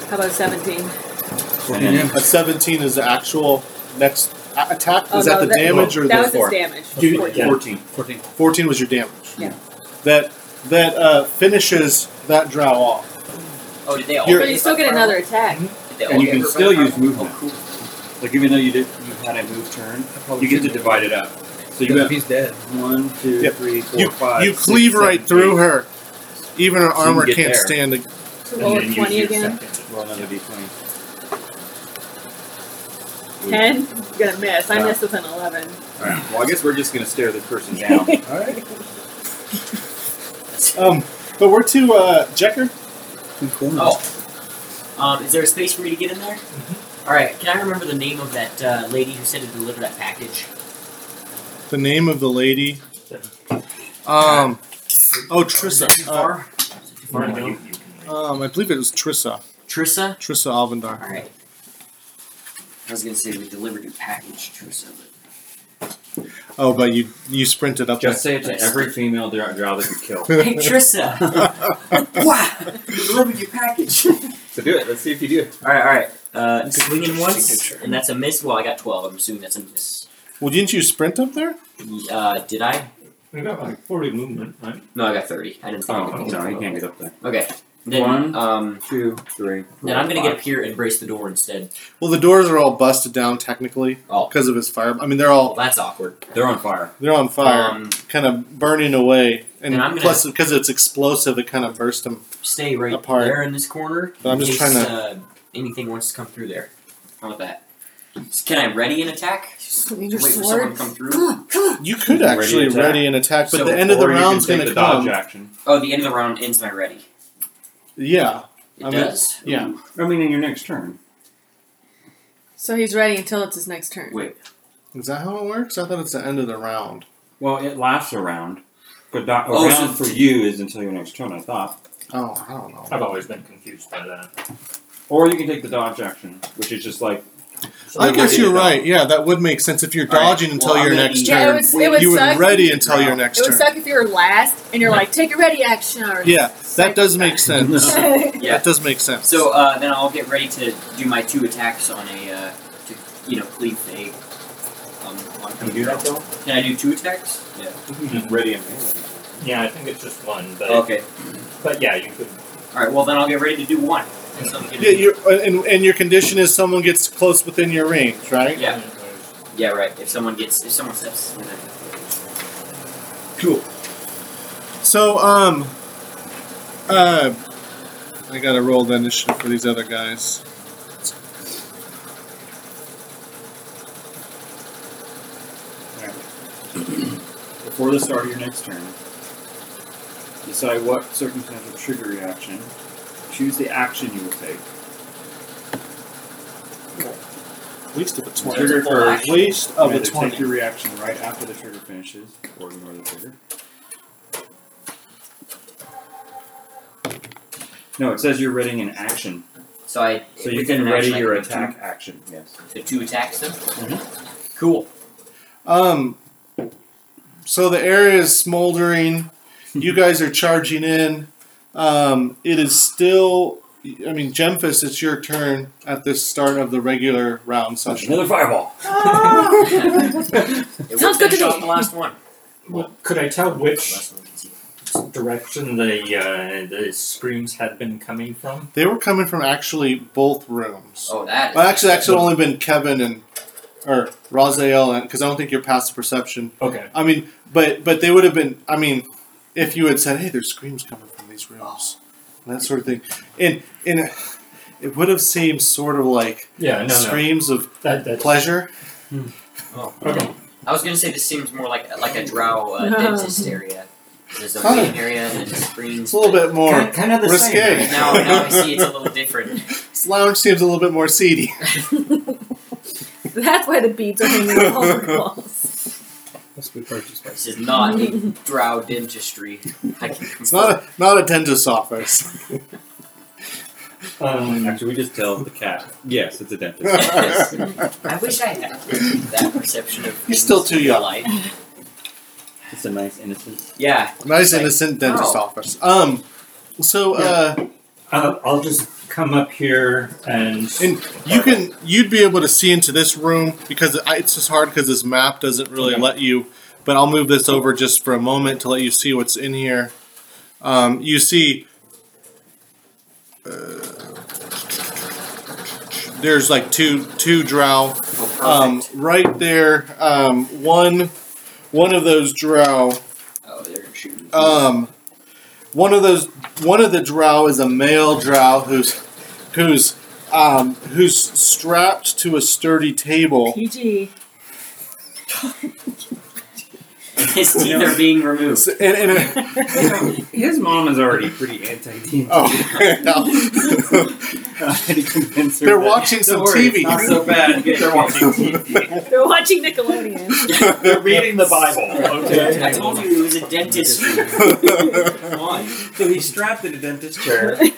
B: How about 17?
F: Fourteen in.
A: A 17 is the actual next a- attack.
B: Oh,
A: is
B: no,
A: that the damage or
B: that
A: the
B: was
A: four?
B: his damage.
A: You-
B: 14.
E: yeah.
C: Fourteen.
F: Fourteen.
A: 14 was your damage.
B: Yeah.
A: That that uh, finishes that drow off.
D: Oh, did they all
A: You're-
B: But you still get another attack.
D: Did they all
C: And you
D: get
C: can
D: hurt by
C: still
D: the
C: use
D: fireball?
C: movement.
D: Oh, cool.
C: Like even though you did, you had a move turn, you get to divide it up. So you
F: If
C: got
F: he's dead.
C: one, two,
A: Yep.
C: three, four,
A: You-
C: five,
A: you
C: six,
A: cleave
C: seven,
A: right
C: eight.
A: through her. Even her
C: So you
A: armor
C: can get
A: can't
C: there.
A: stand. ag-
B: So roll
E: and
B: a
E: then
B: twenty
E: use your
B: again.
E: second.
C: Roll another d20.
B: Ten. Gonna miss. I
C: Wow.
B: missed with an eleven.
C: Alright, well, I guess we're just going to stare this person down.
F: All right.
A: Um, but we're to uh, Jekker.
F: Two corners.
D: Oh. Um, is there a space for me to get in there?
B: Mm-hmm.
D: All right. Can I remember the name of that uh, lady who said to deliver that package?
A: The name of the lady. Um. Oh,
D: Is that too
A: Trissa. Uh,
D: far? Is it too far to
E: No,
D: go?
E: you- you can-
A: um, I believe it was Trissa.
D: Trissa.
A: Trissa Alvendar.
D: All right. I was gonna say we delivered your package, Trissa, but
A: Oh, but you you sprinted up
C: Just
A: there.
C: say it to every female dra- drow that you kill.
D: hey, Trissa! wow, we delivered your package. all
C: So do it. Let's see if you do it.
D: right, all right. Uh, swinging
E: your
D: once,
E: signature.
D: and that's a miss. Well, I got twelve. I'm assuming that's a miss.
A: well, didn't you sprint up there?
D: Uh, did I?
E: We got like 40 movement, right?
D: No, I got thirty. I didn't. Think I could
C: Oh,
D: get
C: no,
D: to
C: you
D: 12.
C: can't get up there.
D: Okay. Then,
C: One.
D: um,
C: Two, three. four,
D: then I'm gonna get
C: five.
D: up here and brace the door instead.
A: Well, the doors are all busted down technically
D: Oh,
A: because of his fire. I mean, they're
D: well,
A: all
D: that's awkward.
C: They're on fire.
A: they're on fire,
D: Um,
A: kind of burning away, and,
D: And I'm gonna-
A: plus because it's explosive, it kind of burst him.
D: stay right
A: Apart.
D: there in this corner.
A: But I'm
D: in
A: just
D: case,
A: trying
D: Uh, anything wants to come through there. How about that? So Can I ready an attack?
B: Swing
D: Wait for someone to come through.
A: You could
C: Ready to
A: actually
C: attack.
A: ready an attack, but
D: So-
A: the end of the
C: Or you can
A: round's
C: take
A: going to
C: the dodge
A: come.
C: action.
D: Oh, the end of the round ends my ready.
A: Yeah,
D: It
A: I mean,
D: does.
A: yeah.
D: Ooh.
C: I mean, in your next turn.
B: So he's ready until it's his next turn.
D: Wait.
A: Is that how it works? I thought it's the end of the round.
C: Well, it lasts a round. But do- a
D: Oh, so-
C: round for you is until your next turn, I thought.
A: Oh, I don't know.
E: I've always been confused by that.
C: Or you can take the dodge action, which is just like
E: So
A: I
C: we're
A: guess
C: ready to
A: you're
C: go.
A: right. Yeah, that would make sense if you're
D: All right,
A: dodging until
D: well, I'm
A: your
D: gonna
A: next
D: be-
B: Yeah, it
A: turn.
B: was- it would
A: you would
B: suck.
A: ready until your
D: It
A: next
B: It would
A: turn.
B: suck if you were last and you're like, take a ready action. Or
A: Yeah, that does make sense.
D: Yeah.
A: That does make sense.
D: So uh, then I'll get ready to do my two attacks on a, uh, to, you know, cleave the um, on
C: Can you do that though?
D: Can I do two attacks? Yeah.
C: Just ready and melee.
E: Yeah, I think it's just one,
A: Uh,
E: but
D: Okay.
E: but yeah, you could.
D: All right. Well, then I'll get ready to do one. So I'm
A: yeah,
D: gonna-
A: you and and your condition is someone gets close within your range, right?
D: Yeah. Yeah, right. If someone gets, if someone steps, in
A: Cool. So um, uh, I gotta roll the initiative for these other guys.
C: Before the start of your next turn, decide what circumstance will trigger your action. Choose the action you will take.
A: Least of a
C: Trigger for
A: Least of
C: Of
A: a
C: take your
A: twenty.
C: reaction right after the trigger finishes, or ignore the trigger. No, it says you're readying an action,
D: so I.
C: so you
D: within
C: can
D: an
C: ready
D: action, I
C: your
D: can do two-
C: attack action. Yes.
D: So two attacks then? Cool.
A: Um. So the area is smoldering. You guys are charging in. Um, it is still. I mean, Gemfist, it's your turn at the start of the regular round session.
C: Another fireball.
D: It
B: Sounds good to
D: finish
B: me.
D: off the last one.
E: Well, could I tell which
D: Last one we can see.
E: direction the uh, the screams had been coming from?
A: They were coming from actually both rooms.
D: Oh, that is.
A: Well, actually, actually, only been Kevin and or Raziel, because I don't think you're past the perception.
E: Okay.
A: I mean, but but they would have been. I mean, if you had said, "Hey, there's screams coming from these rooms," and that sort of thing, and and it would have seemed sort of like
E: Yeah. No.
A: screams of
E: No. That, that's
A: pleasure.
D: Oh.
E: Okay.
D: I was gonna say this seems more like like a drow uh,
B: No.
D: dentist area. There's a
A: Kinda.
D: waiting area and then screens.
A: It's a little
D: but
A: bit more.
C: kind of the
A: risque.
C: same.
D: Now, now I see it's a little different.
A: This lounge seems a little bit more seedy.
B: That's why the beads are hanging on all the walls.
F: Must be purchased by
D: This is not a drow dentistry. I can
A: It's not a not a dentist's office.
E: Um,
C: Actually, we just tell the cat. Yes, it's a dentist.
A: Yes.
D: I wish I had that perception of.
A: You're still
D: things
A: too
D: in your
A: young.
D: Life.
C: It's a nice innocent.
D: Yeah.
A: nice
D: Like,
A: innocent dentist's
D: oh.
A: office. Um. So uh,
E: I'll, I'll just come up here and
A: and you can you'd be able to see into this room because I, it's just hard because this map doesn't really
E: Okay.
A: let you. But I'll move this over just for a moment to let you see what's in here. Um, you see, uh, there's like two two drow
D: Oh, perfect.
A: um, right there. Um, one one of those drow.
D: Oh, they're shooting.
A: Um, one of those, one of the drow is a male drow who's, who's, um, who's strapped to a sturdy table.
B: PG.
D: His teeth are being
A: S-
D: removed.
A: And, and a,
C: His mom is already pretty anti-demon.
A: oh, no.
C: They're
A: they're watching some
C: Not
A: TV.
C: so bad. They're watching TV.
B: They're watching Nickelodeon.
C: They're reading the Bible. Okay.
D: I told you it was a dentist. Come on.
C: So he's strapped in a dentist chair, and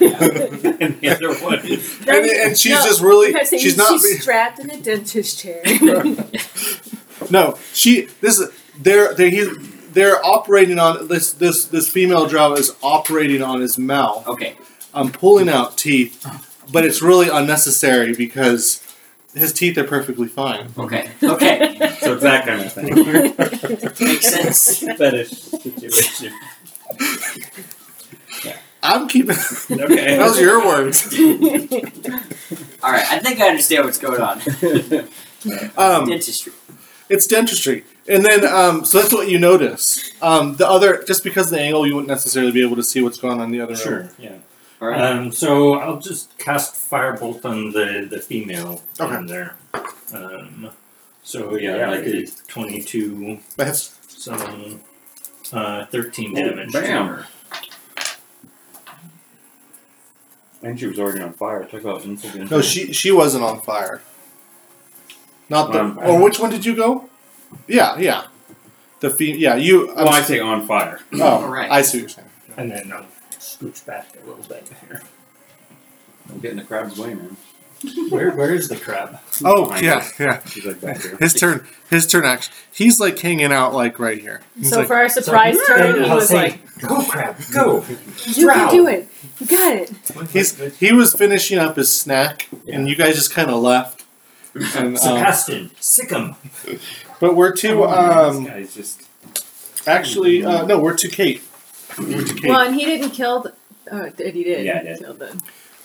C: the other one is
A: and, and she's just really,
B: No, saying
A: she's not.
B: she's
A: re-
B: strapped in a dentist chair.
A: No, she. This is they're they he's they're operating on this this this female drow is operating on his mouth.
D: Okay.
A: I'm pulling out teeth, but it's really unnecessary because his teeth are perfectly fine.
D: Okay. Okay.
C: so it's that kind of thing.
D: Makes sense.
C: Fetish situation.
A: I'm keeping.
C: Okay.
A: Those are your words.
D: All right. I think I understand what's going on.
A: Um,
D: Dentistry.
A: it's dentistry, and then um, so that's what you notice. Um, the other, just because of the angle, you wouldn't necessarily be able to see what's going on in the other room.
E: Sure, uh, yeah.
D: All right.
E: Um, so I'll just cast Firebolt on the, the female
A: Okay.
E: in there. Um, so yeah,
C: Yeah,
E: like
C: it
E: a 22,
A: That's
E: some uh, 13
C: Ooh,
E: damage. to
C: Oh, bam.
E: her.
C: And she was already on fire. Talk about insignificant.
A: no, she she wasn't on fire. Not the
C: Um,
A: or which one did you go? Yeah, yeah. The fe- yeah you.
C: Well, I say on fire.
A: oh,
D: Right.
A: I see what you're saying.
E: And then I'll scooch back a little bit here.
C: I'm getting the crab's way, man.
E: Where Where is the crab?
A: Oh yeah, yeah.
C: She's like back here.
A: His turn. His turn. Actually, he's like hanging out like right here. He's
B: so
A: like,
B: for our surprise
E: So-
B: turn, he
E: I'll
B: was
E: say,
B: like,
E: "Go, crab, go!"
B: "You can do it. You got it."
A: he's he was finishing up his snack, and you guys just kind of left. And, um,
E: Sebastian, sick him.
A: but we're to
C: this
A: um,
C: guy's just
A: actually uh, no, we're to Kate. We're to
B: Well,
A: Kate.
B: and he didn't kill. The, oh, did he did.
C: Yeah, I did.
B: Kill the,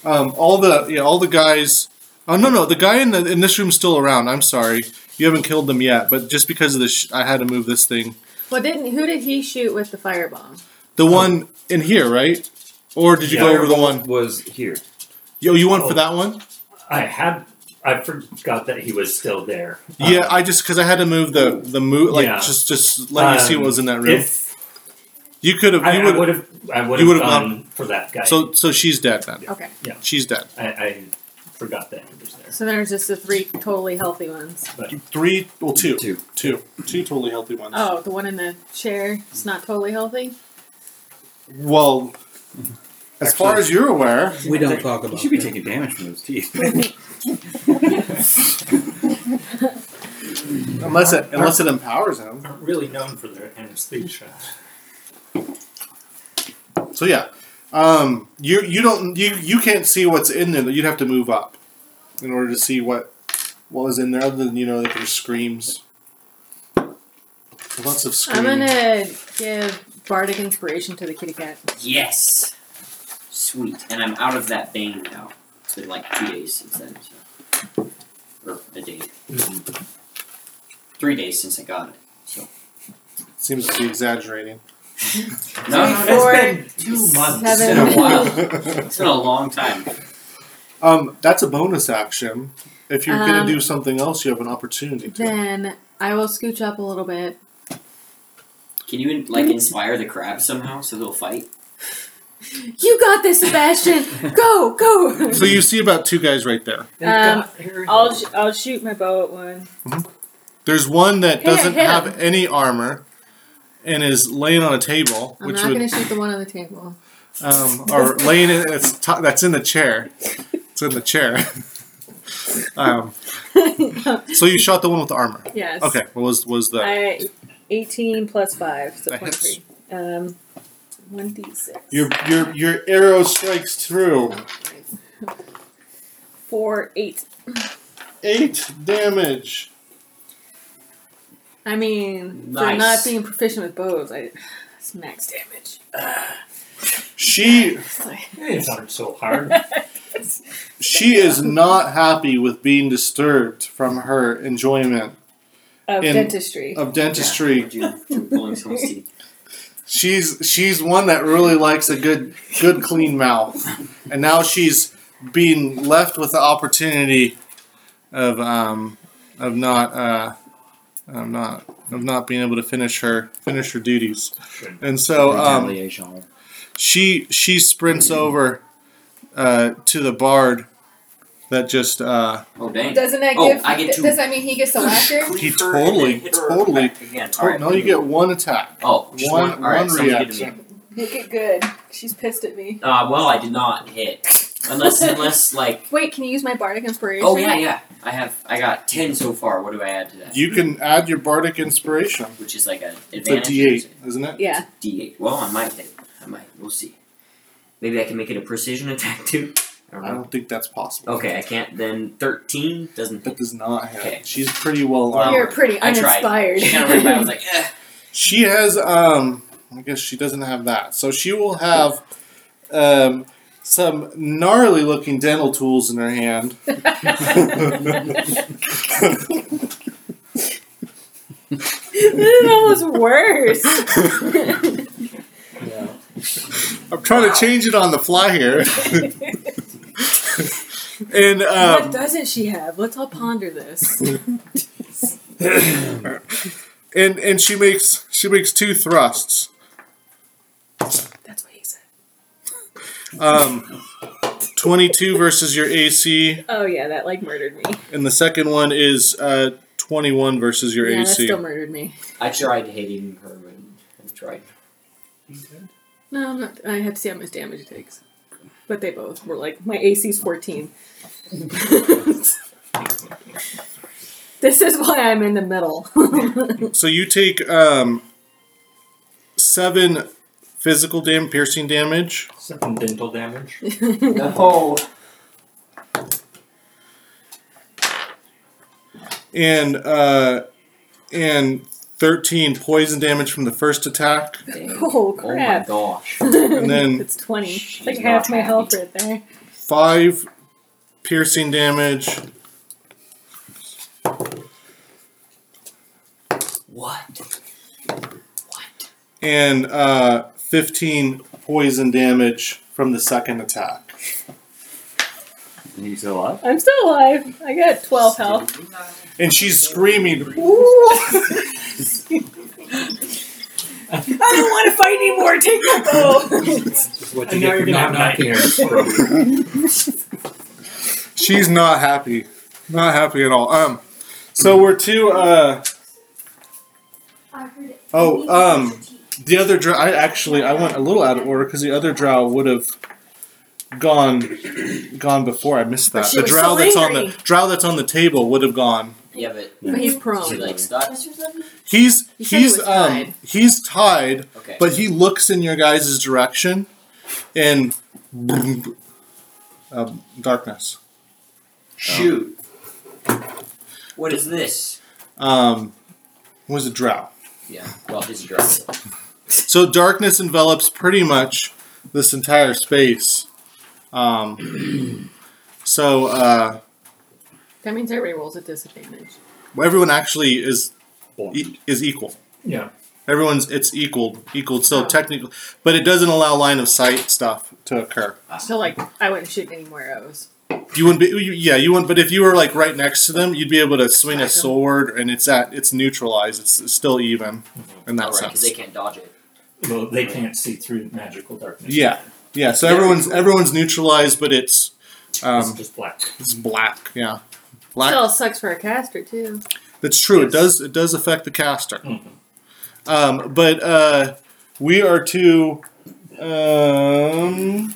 A: Um, all the yeah, all the guys. Oh no, no, the guy in the in this room's still around. I'm sorry, you haven't killed them yet. But just because of this, sh- I had to move this thing.
B: well, didn't who did he shoot with the firebomb?
A: The one in here, right? Or did you go
C: Yeah.
A: over the one?
C: was here.
A: Yo, you went for
E: Oh.
A: that one?
E: I had I forgot that he was still there.
A: Yeah,
E: Um,
A: I just because I had to move the the move, like
E: Yeah.
A: just just let me see what was in that room.
E: If
A: You could have.
E: I
A: You would.
E: would have, I would
A: you
E: have
A: would've
E: gone for that guy.
A: So so she's dead then.
B: Okay,
A: She's dead.
E: I, I forgot that he was there.
B: so there's just the three totally healthy ones.
A: Three, well, two, two,
C: Two.
A: two, two totally healthy ones.
B: Oh, the one in the chair is not totally healthy.
A: Well, as far
C: Actually-
A: as you're aware,
F: We don't talk about
C: You should be
F: that.
C: taking damage from those teeth.
A: unless it unless it empowers him.
E: Aren't really known for their anesthesia.
A: So yeah, um, you you don't you you can't see what's in there. You'd have to move up in order to see what what was in there. Other than you know that there's screams, lots of
B: I'm
A: screaming.
B: gonna give bardic inspiration to the kitty cat.
D: Yes. Sweet. And I'm out of that bane now. It's been like two days since then. So. Or a day. Three days since I got it. So.
A: Seems to be exaggerating.
D: No,
B: Three,
D: no, no,
B: four,
D: it's been
E: Two months.
D: It's
B: seven.
D: been a while. It's been a long time.
A: um, that's a bonus action. If you're
B: Um,
A: gonna do something else, you have an opportunity. To.
B: Then I will scooch up a little bit.
D: Can you like inspire the crab somehow so they'll fight?
B: You got this, Sebastian. go, go.
A: So you see about two guys right there.
B: Um, I'll sh- I'll shoot my bow at one.
A: There's one that
B: Hit it,
A: doesn't
B: hit
A: have
B: him.
A: any armor and is laying on a table,
B: I'm
A: which
B: not
A: would
B: gonna shoot the one on the table.
A: um, or laying in it's t- that's in the chair. It's in the chair. um, so you shot the one with the armor.
B: yes.
A: Okay, what was was the
B: I, 18 plus 5, so
A: That
B: point
A: hits.
B: 3. Um, 1d6.
A: your your your arrow strikes through
B: 4, 8.
A: eight damage.
B: I mean, for
D: Nice.
B: not being proficient with bows, I, it's max damage.
A: She
B: It's like-
E: It weren't so hard.
A: she is not happy with being disturbed from her enjoyment
G: of
A: In-
G: dentistry.
D: Oh,
A: of dentistry.
D: June, June pulling someone's teeth.
A: She's she's one that really likes a good good clean mouth, and now she's being left with the opportunity of um of not uh of not of not being able to finish her finish her duties, and so um
D: Retaliation.
A: she she sprints over uh to the bard that just uh
D: Oh dang.
G: Doesn't that
D: Oh,
G: give?
D: I get two.
G: does that mean he gets to whack her?
D: Cleave
A: He
D: her and
A: totally-
D: then hit her
A: totally-
D: back Again.
A: oh,
D: Alright.
A: no you get one attack
D: Oh, just
A: one
D: All right,
A: one
D: sounds good to me.
A: reaction
G: Make it good. She's pissed at me.
D: Uh, well, I did not hit. Unless, unless, like.
G: Wait, can you use my bardic inspiration?
D: Oh, yeah, yeah. I have. I got 10 so far. What do I add to that?
A: you can add your bardic inspiration
D: Which is like an
A: it's a
D: advantage.
A: D eight isn't it
G: Yeah.
D: D8. Well, I might hit. I might. We'll see. Maybe I can make it a precision attack, too. I don't
A: I
D: know.
A: don't think that's possible
D: Okay, I can't. Then 13 doesn't
A: That
D: hit.
A: does not hit.
D: Okay.
A: She's pretty well
D: Wow.
A: armed.
G: You're pretty
D: I tried.
G: uninspired.
D: She kind of ran by. I was like, eh.
A: She has um I guess she doesn't have that. So she will have um some gnarly looking dental tools in her hand.
B: this is almost worse.
A: I'm trying to change it on the fly here. and
B: what
A: um
B: doesn't she have? Let's all ponder this.
A: and and she makes she makes two thrusts.
B: That's what he said.
A: Um 22 versus your AC
B: Oh yeah, that like murdered me.
A: and the second one is uh 21 versus your
B: yeah, that
A: AC.
B: still murdered me.
D: I tried hitting her, but I tried.
B: No, I'm not. I have to see how much damage it takes. But they both were like my AC's 14. this is why I'm in the middle. Oh,
A: So you take um, seven physical dam- piercing damage,
E: Seven dental damage.
D: No.
A: and uh, and thirteen poison damage from the first attack,
B: oh
D: Oh my
B: crap!
D: gosh.
A: and then
B: it's 20.
D: She's
B: like half
D: not
B: my health
D: happy.
B: right there.
A: five piercing damage,
D: What? What?
A: and uh, fifteen poison damage from the second attack.
C: And he's still alive?
B: I'm still alive. I got 12 health.
A: And she's screaming.
B: I don't want to fight anymore. Take that bow.
E: This is what
F: I
E: you
F: know
E: get
F: you're
E: for
F: gonna
E: not
F: have nightmares.
E: knocking her.
A: She's not happy, not happy at all. Um, so we're to uh, Oh, um, The other drow, I actually I went a little out of order because the other drow would have gone gone before. I missed
B: But
A: that.
B: she
A: The
B: was
A: drow
B: so
A: that's on the
B: angry.
A: drow that's on the table would have gone.
D: Yeah, but.
B: But he's
D: Is he
B: prone.
D: like stuck?
A: He's
B: He said he
A: he's
B: was
A: um
B: tied.
A: he's tied,
D: Okay.
A: but he looks in your guys' direction, and um, darkness.
D: Shoot. What is this?
A: Um, was a drow.
D: Yeah, well, his dress.
A: So darkness envelops pretty much this entire space. Um, so uh,
B: that means everybody rolls at disadvantage.
A: everyone actually is e- is equal.
E: Yeah.
A: Everyone's it's equal, equal.
D: Oh.
A: So technically, but it doesn't allow line of sight stuff to occur.
B: So, like, I wouldn't shoot any more arrows.
A: You wouldn't be, you, yeah, you wouldn't. But if you were like right next to them, you'd be able to swing a
B: Smack 'em.
A: sword, and it's at it's neutralized. It's, it's still even in that
D: All right, because
A: sense.
D: they can't dodge it.
E: Well, they can't see through magical darkness.
A: Yeah, yeah. So
D: Very
A: everyone's
D: cool.
A: everyone's neutralized, but it's
E: It's
A: um
E: just black.
A: it's black. Yeah, black.
B: Still sucks for a caster, too.
A: That's true. It
E: Yes.
A: does it does affect the caster.
E: Mhm.
A: Um, but uh, we are to um,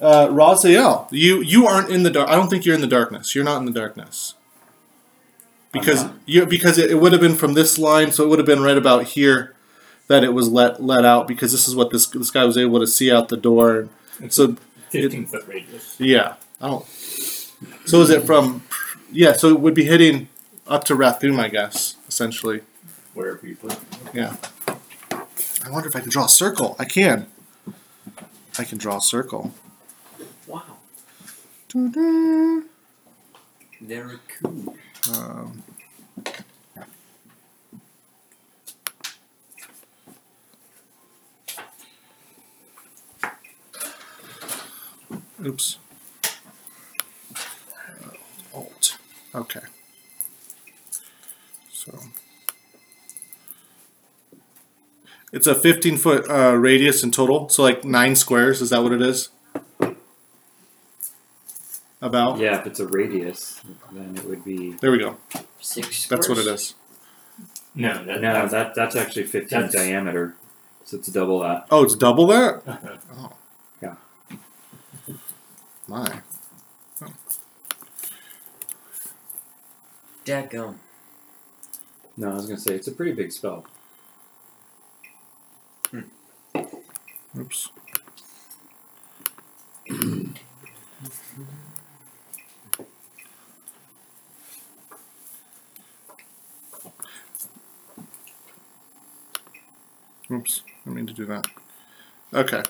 A: uh, Raziel. You you aren't in the dark. I don't think you're in the darkness. You're not in the darkness because
C: not.
A: you because it, it would have been from this line, so it would have been right about here that it was let let out because this is what this this guy was able to see out the door. So
E: Fifteen foot radius.
A: yeah, I don't. So is it from? Yeah, so it would be hitting up to Rathoom, I guess, essentially.
E: Wherever you put. it.
A: I wonder if I can draw a circle. I can. I can draw a circle.
D: Wow.
A: Doo-doo.
D: They're cool.
A: Um, Oops. Uh, Alt. Okay. So. It's a 15 foot uh, radius in total, so like nine squares. Is that what it is? About?
C: Yeah, if it's a radius, then it would be.
A: There we go.
D: Six.
A: That's what it
D: squares?
A: is.
E: No, that,
C: No, that that's actually 15
E: That's-
C: diameter, so it's double that.
A: Oh, it's double that?
E: that-
A: Oh.
C: Yeah.
A: My.
D: Dadgum.
C: No, I was gonna say it's a pretty big spell.
A: Oops. Oops, I mean to do that. Okay.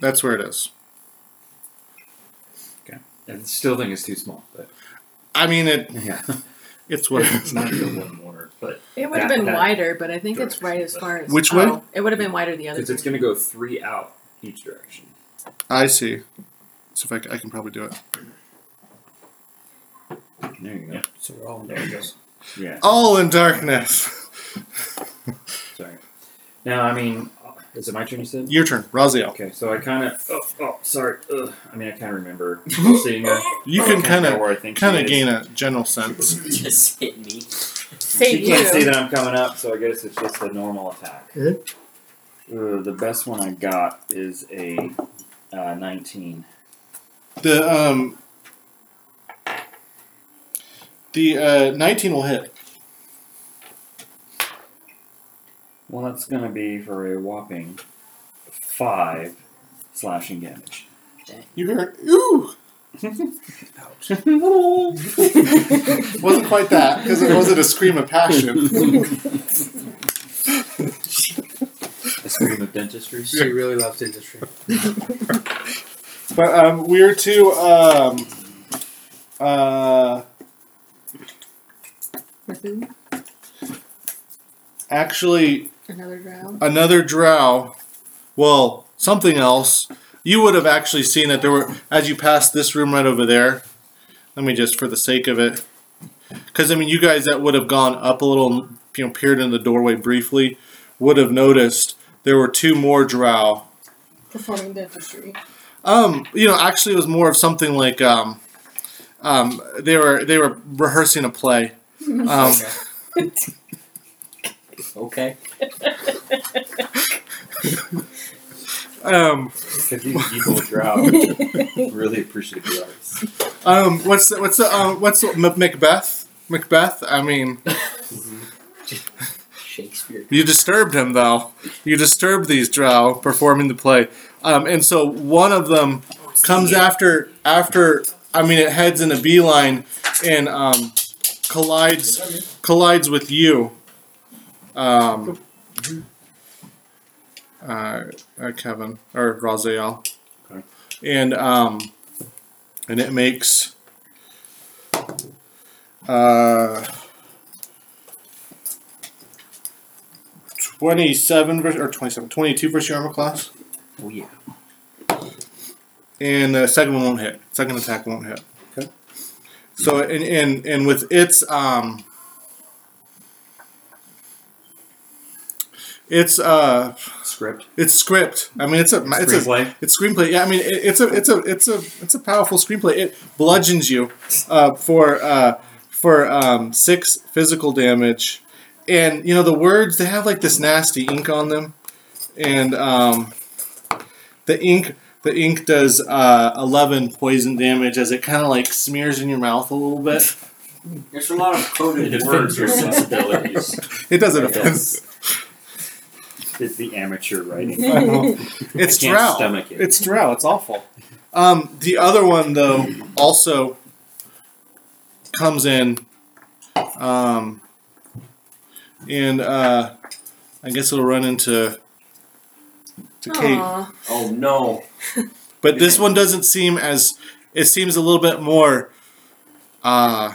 A: That's where it is.
C: And still think it's too small, but
A: I mean it
C: yeah.
A: it's what it
E: it's
A: is.
E: not the one more, but
B: It would have
E: That-
B: been
E: that
B: wider, but I think it's
E: direction,
B: right as far as
A: Which way?
B: oh, it would have been wider the other.
C: Because it's
B: way.
C: gonna go three out each direction.
A: I see. So if I, c- I can probably do it.
C: There you go. Oh.
E: Yeah.
F: So we're all in
E: oh, There you go.
F: darkness.
C: Yeah.
A: All in darkness.
C: Sorry. Now, I mean, is it my turn? You said.
A: Your turn, Raziel.
C: Okay, so I kind of. Oh, oh, sorry. Ugh. I mean, I kind of remember seeing her.
A: You can kind of
C: where I think she
A: kind of
C: is.
A: gain a general sense.
D: Just hit me.
B: Save
C: she can't
B: you.
C: see that I'm coming up, so I guess it's just a normal attack. Uh, the best one I got is a uh, 19.
A: The um the uh, 19 will hit.
C: Well, that's going to be for a whopping five slashing damage.
A: You hear ooh. wasn't quite that because it wasn't a scream of passion.
C: A scream of dentistry.
F: She really loves industry.
A: But um, we're to um uh
G: Rahoon,
A: actually
G: Another drow.
A: another drow. Well, something else. You would have actually seen that there were as you passed this room right over there. Let me just for the sake of it, because I mean, you guys that would have gone up a little, you know, peered in the doorway briefly, would have noticed there were two more drow.
G: Performing dentistry.
A: Um, you know, actually, it was more of something like um, um, they were they were rehearsing a play. Um,
D: Okay.
A: um,
C: Because these people with drow really appreciate the arts.
A: um, what's the, what's the, um, what's the, Macbeth? Macbeth. I mean.
D: Shakespeare.
A: You disturbed him, though. You disturbed these drow performing the play, um, and so one of them comes after. After I mean, it heads in a beeline and um, collides collides with you. Um, uh, uh, Kevin or Raziel,
C: Okay.
A: and um, and it makes. Uh, 27 vers- or 27, 22 versus your armor class.
D: Oh yeah.
A: And the second one won't hit. Second attack won't hit. Okay. So and and and with its um it's uh
C: Script.
A: it's script. I mean it's a it's a
C: Screenplay.
A: it's screenplay. Yeah, I mean it, it's a it's a it's a it's a powerful screenplay. It bludgeons you uh, for uh, for um, six physical damage, and you know the words they have like this nasty ink on them, and um, the ink the ink does uh, eleven poison damage as it kind of like smears in your mouth a little bit.
D: There's a lot of
E: it
D: coded
E: offends
D: words.
E: your sensibilities.
A: It doesn't offend.
C: Yes. It's the amateur writing.
A: I know. It's
C: can't
A: drow.
C: stomach it.
A: It's drow. It's awful. Um, the other one though also comes in, um, and uh, I guess it'll run into to Kate.
G: Aw.
D: Oh no.
A: But this one doesn't seem as it seems a little bit more uh,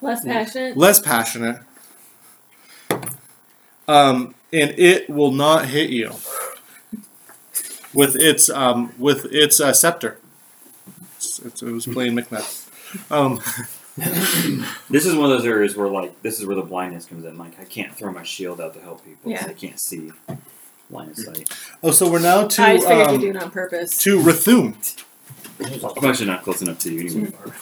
B: Less
C: Mm.
B: passionate.
A: less passionate. Um, and it will not hit you. with its um, with its uh, scepter. It's, it's, it was playing Macbeth. Um,
C: This is one of those areas where, like, this is where the blindness comes in. Like, I can't throw my shield out to help people.
B: Yeah.
C: I can't see line of sight.
A: oh, so we're now to
B: I just figured
A: um,
B: you do it on purpose.
A: to Rathum.
C: I'm actually not close enough to you anymore.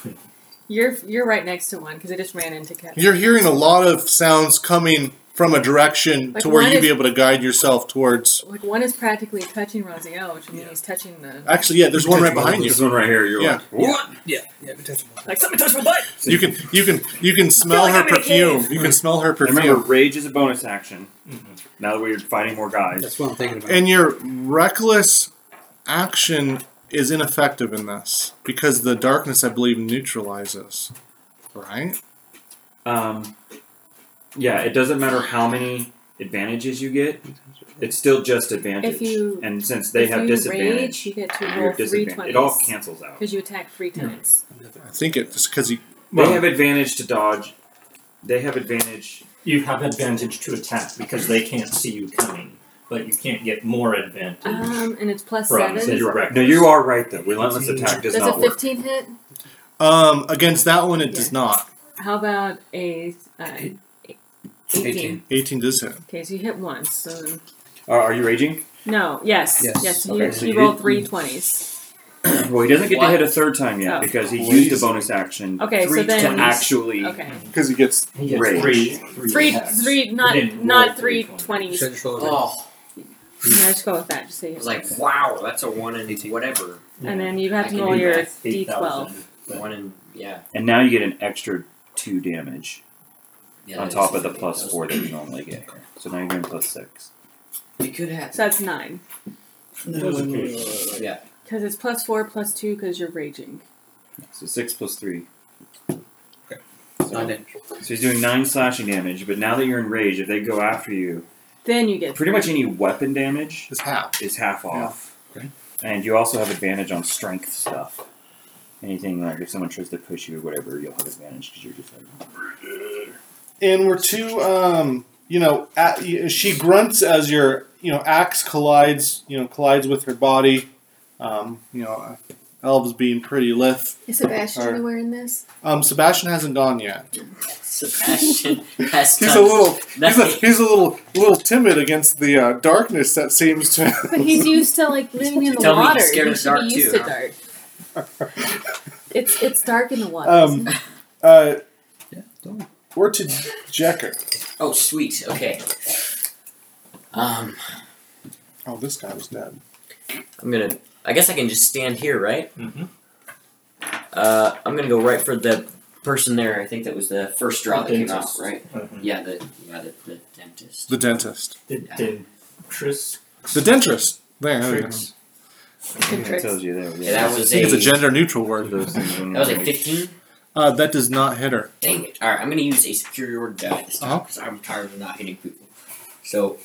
B: You're you're right next to one because I just ran into Kevin.
A: You're hearing a lot of sounds coming from a direction
B: Like
A: to where
B: one
A: you'd
B: is-
A: be able to guide yourself towards.
B: Like one is practically touching Raziel, which means he's touching the
A: Actually, yeah, there's one right behind you.
C: This one right here, you're
A: Yeah.
C: like, what?
F: Yeah, yeah, we touched them.
B: like somebody touched my butt.
A: You can you can you can smell
B: like
A: her
B: I'm in a
A: perfume. You can smell her
C: And Remember,
A: perfume.
C: rage is a bonus action.
A: Mm-hmm.
C: Now that we're fighting more guys,
F: That's what I'm thinking about.
A: And your reckless action is ineffective in this because the darkness, I believe, neutralizes. Right?
C: um, yeah, it doesn't matter how many advantages you get; it's still just advantage.
B: If you-
C: and since they
B: if
C: have
B: you
C: disadvantage,
B: rage, you get to
C: you
B: roll
C: have
B: three
C: disadvantage.
B: twenties.
C: It all cancels out.
B: because you attack three times.
A: I think it just because he.
C: they have advantage to dodge. They have advantage.
E: You have advantage to attack because they can't see you coming, but you can't get more advantage.
B: Um, and it's plus
E: From
B: seven.
E: his
C: You're right.
E: reckless.
C: No, you are right though. Relentless attack does
B: Does a
C: not work.
B: fifteen hit?
A: Um, against that one, it does not.
B: How about a uh, eighteen?
F: 18.
A: 18 does hit.
B: Okay, so you hit once. So
C: Are- are you raging?
B: no, yes, yes.
F: Yes.
B: you,
C: Okay, so
B: you
C: you
B: rolled
C: did-
B: three twenties.
C: Well, he doesn't get
D: What?
C: to hit a third time yet
B: Oh.
C: because he
A: Crazy.
C: used a bonus action
B: Okay, so
C: three
B: then-
C: to actually.
B: Okay,
A: Because he gets.
E: He gets
C: Rage.
E: Three, three,
B: three,
E: attacks.
B: three,
E: You
B: not
E: didn't roll
B: not
E: three
B: three
E: 20s.
B: twenties.
F: Should I just roll again?
D: Oh,
B: Yeah, let's go with that. Just say
D: I was like, wow, that's a one and whatever.
B: and then you
D: I
B: have to
D: can
B: roll
D: do
B: your
D: math.
B: D twelve.
E: 8,000.
D: One and yeah.
C: And now you get an extra two damage
D: yeah
C: on
D: that
C: top
D: is-
C: of the plus
D: those-
C: four that you normally get. So now you're getting plus six.
D: You could have.
B: So that's nine.
D: Yeah.
B: Because it's plus four, plus two, because you're raging.
C: So six plus three.
D: Nine damage.
C: So he's doing nine slashing damage, but now that you're enraged, if they go after you,
B: Then you get
C: pretty much any weapon damage
A: It's half.
C: is half off.
F: Okay.
C: And you also have advantage on strength stuff. Anything like if someone tries to push you or whatever, you'll have advantage because you're just like.
A: and we're two um you know at, she grunts as your you know axe collides you know collides with her body um you know elves being pretty lithe
G: Is Sebastian
A: Or-
G: wearing this?
A: um sebastian hasn't gone yet
D: Sebastian has
A: he's a
D: done
A: little he's a,
D: nothing.
A: he's a little little timid against the uh, darkness that seems to
B: But he's used to like living in the
D: Tell me he's
B: water.
D: scared
B: he
D: of the
B: should
D: dark
B: be used
D: too,
B: to
D: huh?
B: dark. it's it's dark in the water.
A: um
B: isn't it?
A: uh
F: Yeah, don't.
A: we're to Jekker.
D: Oh, sweet. Okay. Um,
A: Oh, this guy was dead.
D: I'm gonna. I guess I can just stand here, right?
E: Mhm.
D: Uh, I'm gonna go right for the person there. I think that was the first draw that came out,
E: Dentist.
D: right?
E: Mhm.
D: Yeah, the yeah the, the dentist.
A: The dentist.
E: Did, did Tris
A: The dentist. There.
C: Oh,
A: there we go.
E: Trix
C: It
B: Tricks.
C: tells you there.
D: Yeah, that
A: I
D: was
A: think it's a
D: a
A: gender neutral word.
C: Those things when
D: that was
C: you're
D: like 15.
A: Uh, that does not hit her.
D: Dang it! All right, I'm gonna use a superior die this time
A: Uh-huh.
D: because I'm tired of not hitting people. So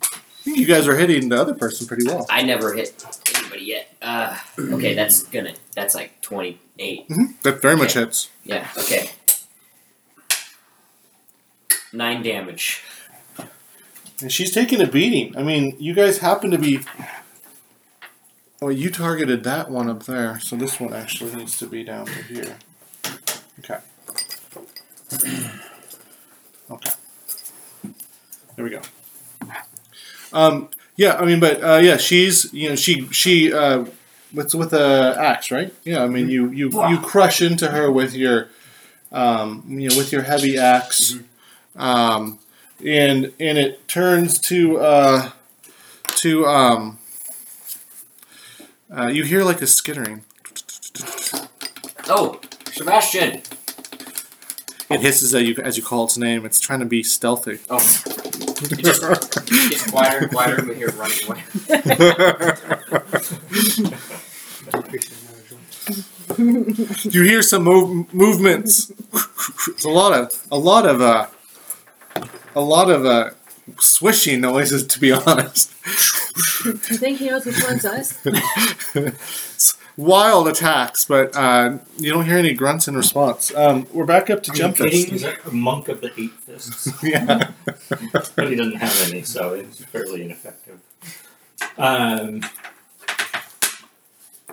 A: I think you guys are hitting the other person pretty well.
D: I never hit anybody yet. Uh, okay, that's gonna that's like 28.
A: hmm That very much
D: Okay.
A: hits.
D: Yeah. Okay. Nine damage.
A: And she's taking a beating. I mean, you guys happen to be. Well, you targeted that one up there, so this one actually needs to be down to here. Okay. Okay. There we go. Um. Yeah. I mean, but uh, yeah, she's you know she she uh, with with a axe, right? Yeah. I mean, you you you crush into her with your um you know with your heavy ax um and and it turns to uh to um uh, you hear like a skittering.
D: Oh, Sebastian.
A: It hisses at you as you call its name. It's trying to be stealthy.
D: Oh, it just gets quieter and quieter. We hear running away.
A: you hear some mov- movements. It's a lot of a lot of uh a lot of uh swishing noises. To be honest,
B: You think he knows which one's us?
A: wild attacks, but uh, you don't hear any grunts in response. Um, we're back up to jump.
E: Is that a monk of the eight fists?
A: Yeah.
E: but he doesn't have any, so it's fairly ineffective. Um,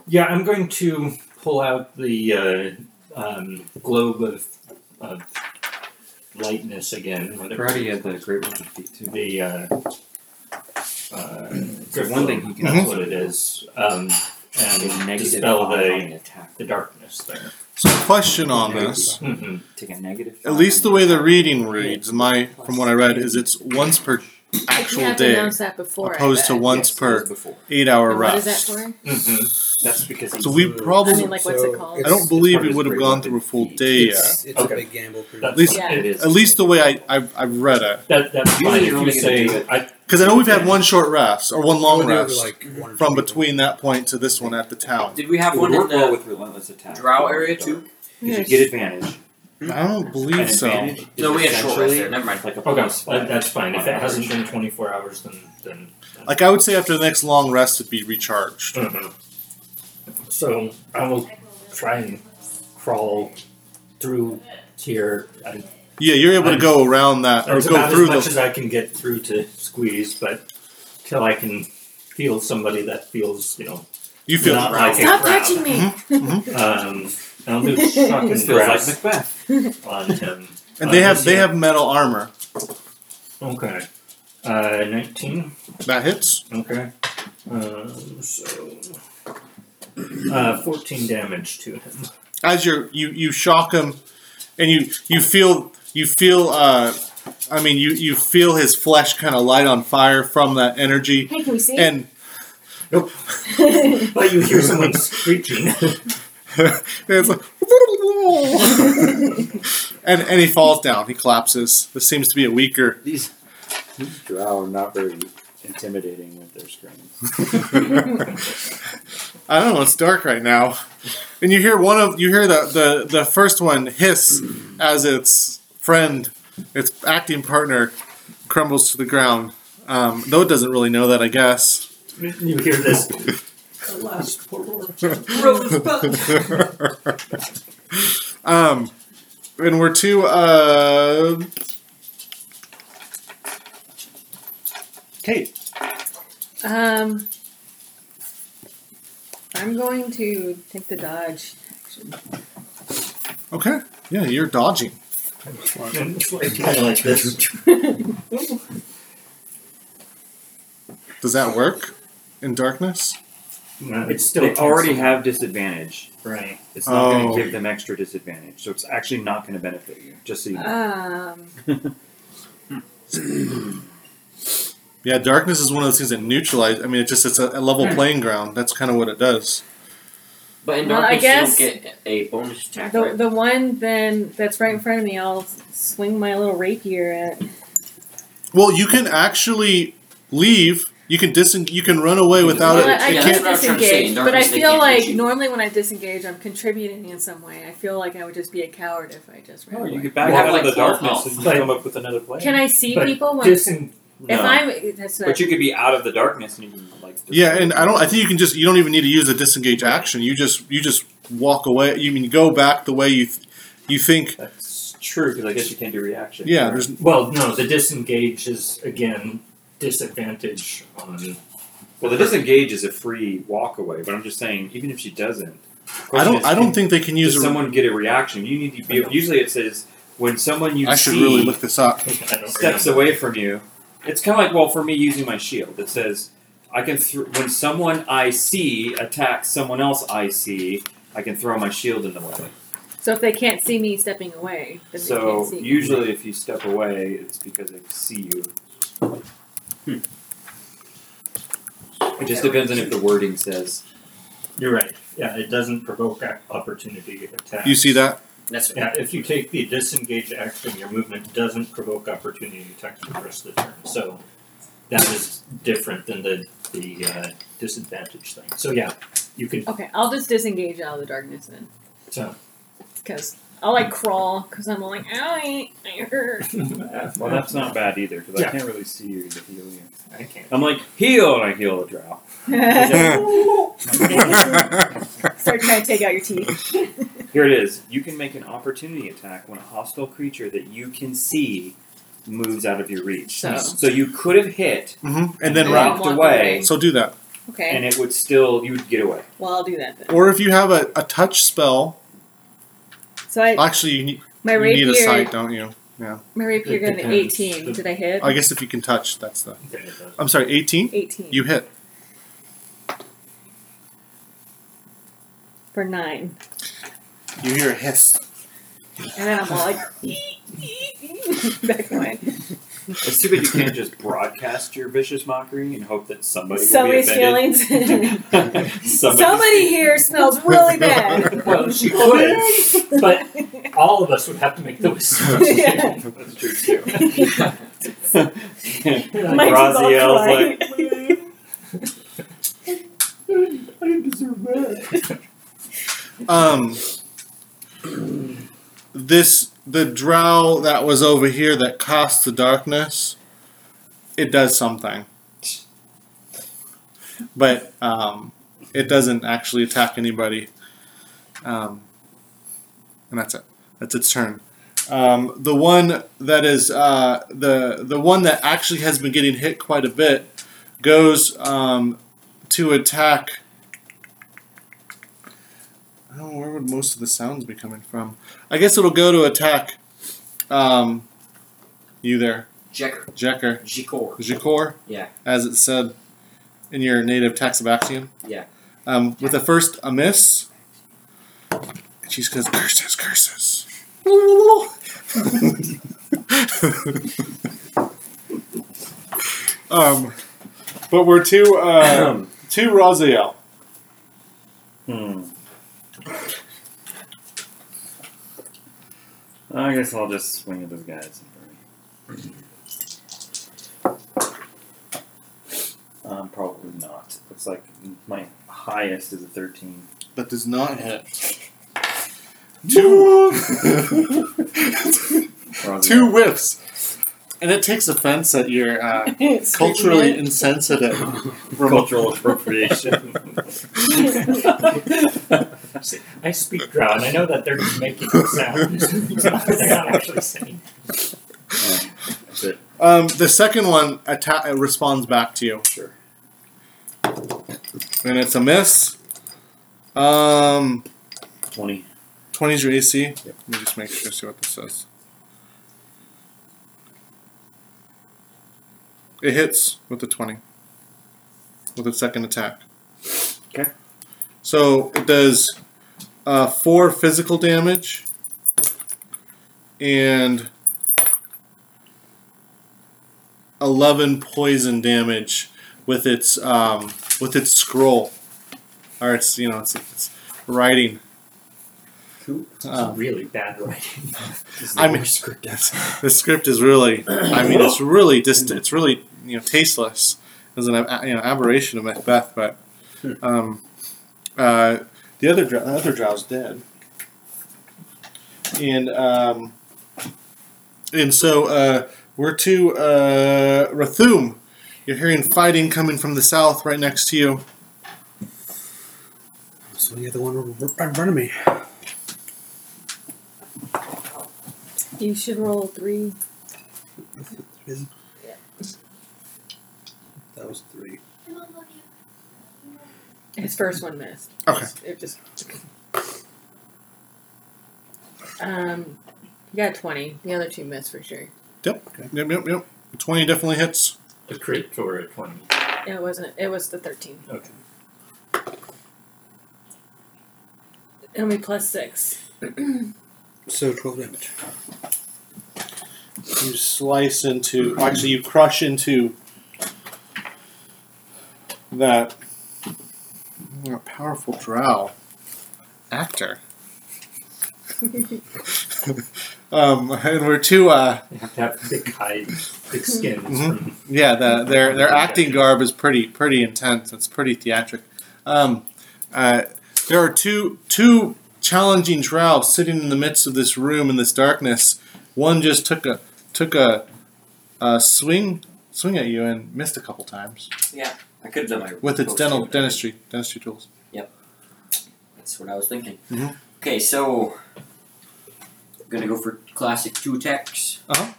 E: Yeah, I'm going to pull out the uh, um, globe of, of lightness again. Whatever
C: Karate had the great one feet too.
E: the uh, uh, Mhm.
C: The one thing he can
E: that's
C: also
E: what it
C: do.
E: is, um,
C: The
E: and
C: negative
E: dispel
C: online
E: the,
C: attack.
E: the darkness there.
A: So, question on this.
E: Mm-hmm.
C: Take a negative.
A: At least the way the reading reads, my from what I read, is it's once per
B: you
A: actual
B: have
A: day,
B: announced that before. I
A: opposed to
B: bet.
A: once
C: Yes,
A: per
C: as before.
A: eight-hour
B: And What is that
A: rest.
B: for?
E: Mm-hmm.
C: That's because
A: So we probably.
B: I mean, like, what's it called?
A: I don't believe
C: part
A: it
C: is
A: would have
C: great
A: gone
C: weapon
A: through a full
C: feat.
A: day.
F: It's,
A: yet.
F: it's
E: Okay.
F: a big gamble. For
E: That's,
A: least-
B: Yeah.
E: it is.
A: At least the way I I've, I've read it,
E: that, that's
C: Usually
E: fine.
C: you're
E: If you
C: only gonna do
E: say
C: it-
E: I,
A: because I know we've had one short rest or one long
F: We'll do it
A: rest
F: like one or two
A: from
F: people.
A: between that point to this one at the town.
D: Did we have
C: It would
D: one in
C: work well
D: the
C: with relentless attack.
D: drow area too?
C: Because you
B: Yes.
C: get advantage.
A: I don't
C: An
A: believe so.
C: advantage
D: No,
C: is
D: we had short rest there.
C: essentially
D: Never mind.
C: Like a
E: okay,
C: plus
E: that,
C: five
E: that's fine. If
C: on
E: it hasn't
C: average.
E: been 24 hours, then then. then-
A: Like I would say, after the next long rest, it'd be recharged.
E: Mhm. So I will try and crawl through here. I
A: Yeah, you're able to
E: I'm-
A: go around that or
E: That's
A: go
E: about
A: through
E: as much
A: the.
E: as I can get through to squeeze, but till I can feel somebody that feels, you know,
A: You feel
E: not like
B: Stop
E: a crab.
B: touching me!
E: Um, I'll do shock
C: This
E: and
C: feels like
E: grasp
C: Macbeth.
E: on him.
A: And they
E: Uh,
A: have
E: this
A: they
E: year.
A: have metal armor
E: Okay. Uh, nineteen.
A: that hits.
E: Okay. Um, so uh, fourteen damage to him.
A: As you're you you shock him, and you you feel you feel. uh I mean, you you feel his flesh kind of light on fire from that energy,
B: Hey, can we see?
A: and
E: But you hear someone screeching.
A: it's like, and and he falls down. He collapses. This seems to be a weaker.
H: These these drow are not very intimidating with their screams.
A: I don't know. It's dark right now, and you hear one of you hear the the the first one hiss as its friend, its acting partner, crumbles to the ground. Um, though it doesn't really know that, I guess.
E: you hear this.
A: um, and we're to uh, Kate.
B: Um,
G: I'm going to take the dodge action.
A: Okay. Yeah, you're dodging.
E: And it's like, kind of like this.
A: Does that work in darkness?
E: No,
C: It's still they already have disadvantage.
E: right.
C: It's not
A: Oh.
C: going to give them extra disadvantage, so it's actually not going to benefit you. Just so you know.
B: Uh,
G: Um,
A: Yeah, darkness is one of those things that neutralize. I mean, it just it's a, a level playing ground. That's kind of what it does.
D: But in
B: Well, I
D: darkness,
B: guess-
D: you don't get a bonus attack.
B: the,
D: right?
B: the one then that's right in front of me, I'll swing my little rapier at.
A: Well, you can actually leave. You can disen. You can run away without
B: Well,
A: it.
B: I
A: it
D: yeah,
A: can't-
B: can
D: that's what I was trying to say.
B: disengage,
D: In
B: but I
D: darkness, they
B: feel
D: can't reach
B: like
D: you.
B: normally when I disengage, I'm contributing in some way. I feel like I would just be a coward if I just ran
C: Oh, you
B: away.
C: get back
D: You have,
C: out of
D: like,
C: the
D: twelve
C: darkness
D: health.
C: and you
E: But-
C: come up with another plan.
B: Can I see
E: But
B: people when
E: Disen-
B: if
C: No.
B: I'm? That's what
C: But you could be out of the darkness and you can like. just-
A: Yeah, and I don't. I think you can just. You don't even need to use a disengage action. You just. You just walk away. You mean go back the way you. Th- you think.
C: That's true because I guess you can't do reaction.
A: Yeah. There's.
E: Well, no, the disengage is again disadvantage on.
C: Well, the disengage is a free walk away, but I'm just saying, even if she doesn't,
A: I
C: question
A: don't.
C: is,
A: I don't
C: can-
A: think they can use.
C: does
A: a,
C: someone get a reaction? You need to be. Usually, it says when someone you
A: I
C: see
A: should really look this up.
E: I don't
C: steps
E: remember.
C: away from you. It's kind of like well, for me using my shield, it says I can thr when someone I see attacks someone else I see. I can throw my shield in the way.
B: So if they can't see me stepping away, then they can't
C: So
B: see. me.
C: usually, if you step away, it's because they see you. Hmm. It just depends on if the wording says.
E: You're right. Yeah, it doesn't provoke a- opportunity attack.
A: You see that?
D: That's right.
E: Yeah, if you take the disengage action, your movement doesn't provoke opportunity attacks for the rest of the turn. So that is different than the the uh, disadvantage thing. So yeah, you can.
B: Okay, I'll just disengage out of the darkness then,
E: So,
B: because I'll like crawl, because I'm all like, owie, I hurt.
C: Well, that's not bad either because
E: Yeah.
C: I can't really see you to heal you.
E: I can't.
C: I'm like heal, and I heal the drow.
A: Mm-hmm.
B: Start trying to take out your teeth.
C: Here it is. You can make an opportunity attack when a hostile creature that you can see moves out of your reach.
B: So.
C: you could have hit
A: hmm And then
B: I
A: run.
B: walk
C: walked away.
B: away.
A: So do that.
G: Okay.
C: and it would still you would get away.
G: well, I'll do that then.
A: Or if you have a, a touch spell,
G: So I
A: actually you need,
G: my
A: you need a sight,
G: rapier
A: don't you?
G: my rapier
E: It
G: got an
E: depends.
G: eighteen. Did I hit?
A: I guess if you can touch, that's the. I'm sorry, 18.
G: Eighteen
A: You hit.
G: for nine,
A: You hear a hiss.
G: and then I'm all like back away.
C: It's too bad you can't just broadcast your vicious mockery and hope that somebody
G: Somebody's
C: will
G: feelings.
C: be offended. Somebody's-
G: Somebody here smells really bad.
E: Well, she could, but all of us would have to make those.
G: Yeah.
C: That's true too. uh,
G: Mike's all
C: Raziel's like,
E: I didn't deserve that.
A: Um, this the drow that was over here that cast the darkness. It does something, but um, it doesn't actually attack anybody. Um, and that's it. That's its turn. Um, the one that is uh, the the one that actually has been getting hit quite a bit goes um, to attack. I don't know where would most of the sounds be coming from. I guess it'll go to attack um, you there,
D: Jekker.
A: Jekker.
D: Jikor.
A: Jakor.
D: Yeah.
A: As it said in your native Taxabaxian.
D: Yeah.
A: Um, with the first a miss. And she just goes, curses, curses. um, but we're two uh, two Raziel.
C: Hmm. I guess I'll just swing at those guys. Um, probably not. Looks like my highest is a 13.
A: That does not hit. Two
C: Probably
A: two whiffs. And it takes offense at your uh, culturally insensitive remark.
C: cultural appropriation.
E: I speak drown. I know that they're just making sounds. They're not actually saying.
A: Um, the second one atta- uh, responds back to you.
C: Sure.
A: And it's a miss. Um,
C: 20.
A: 20 is your AC. Let me just make sure see what this says. It hits with the 20. With its second attack.
C: Okay.
A: So it does uh, 4 physical damage and 11 poison damage with its um, with its scroll. Or it's, you know, it's, it's writing.
E: Cool.
A: Um,
E: really bad writing.
A: I mean, the script is really, I mean, it's really just, it's really, you know, tasteless. It's an ab- you know, aberration of Macbeth, but um, uh, the other drow, the other drow's dead, and um, and so uh, we're to uh, Rathum. You're hearing fighting coming from the south, right next to you.
F: So you're the one right in front of me.
G: You should roll three.
F: That was three.
G: His first one missed.
A: Okay.
G: It just. Um, you got twenty. The other two missed for sure.
A: Yep, yep, yep. Twenty definitely hits.
E: A crit or a 20.
G: It wasn't. It was the thirteen.
E: Okay.
G: It'll be plus six.
F: So 12 damage.
A: You slice into, actually, you crush into that a powerful drow actor. um, and we're two. Uh,
E: You have to have thick hides, thick skins.
A: Mhm. yeah, the, their their acting garb is pretty pretty intense. It's pretty theatric. Um, uh, there are two two challenging drow sitting in the midst of this room in this darkness. One just took a took a, a swing swing at you and missed a couple times
D: I could have done my
A: with its
D: post
A: dental
D: with it.
A: dentistry dentistry tools.
D: That's what I was thinking.
A: Mhm.
D: Okay, so I'm gonna go for classic two attacks.
A: Uh-huh.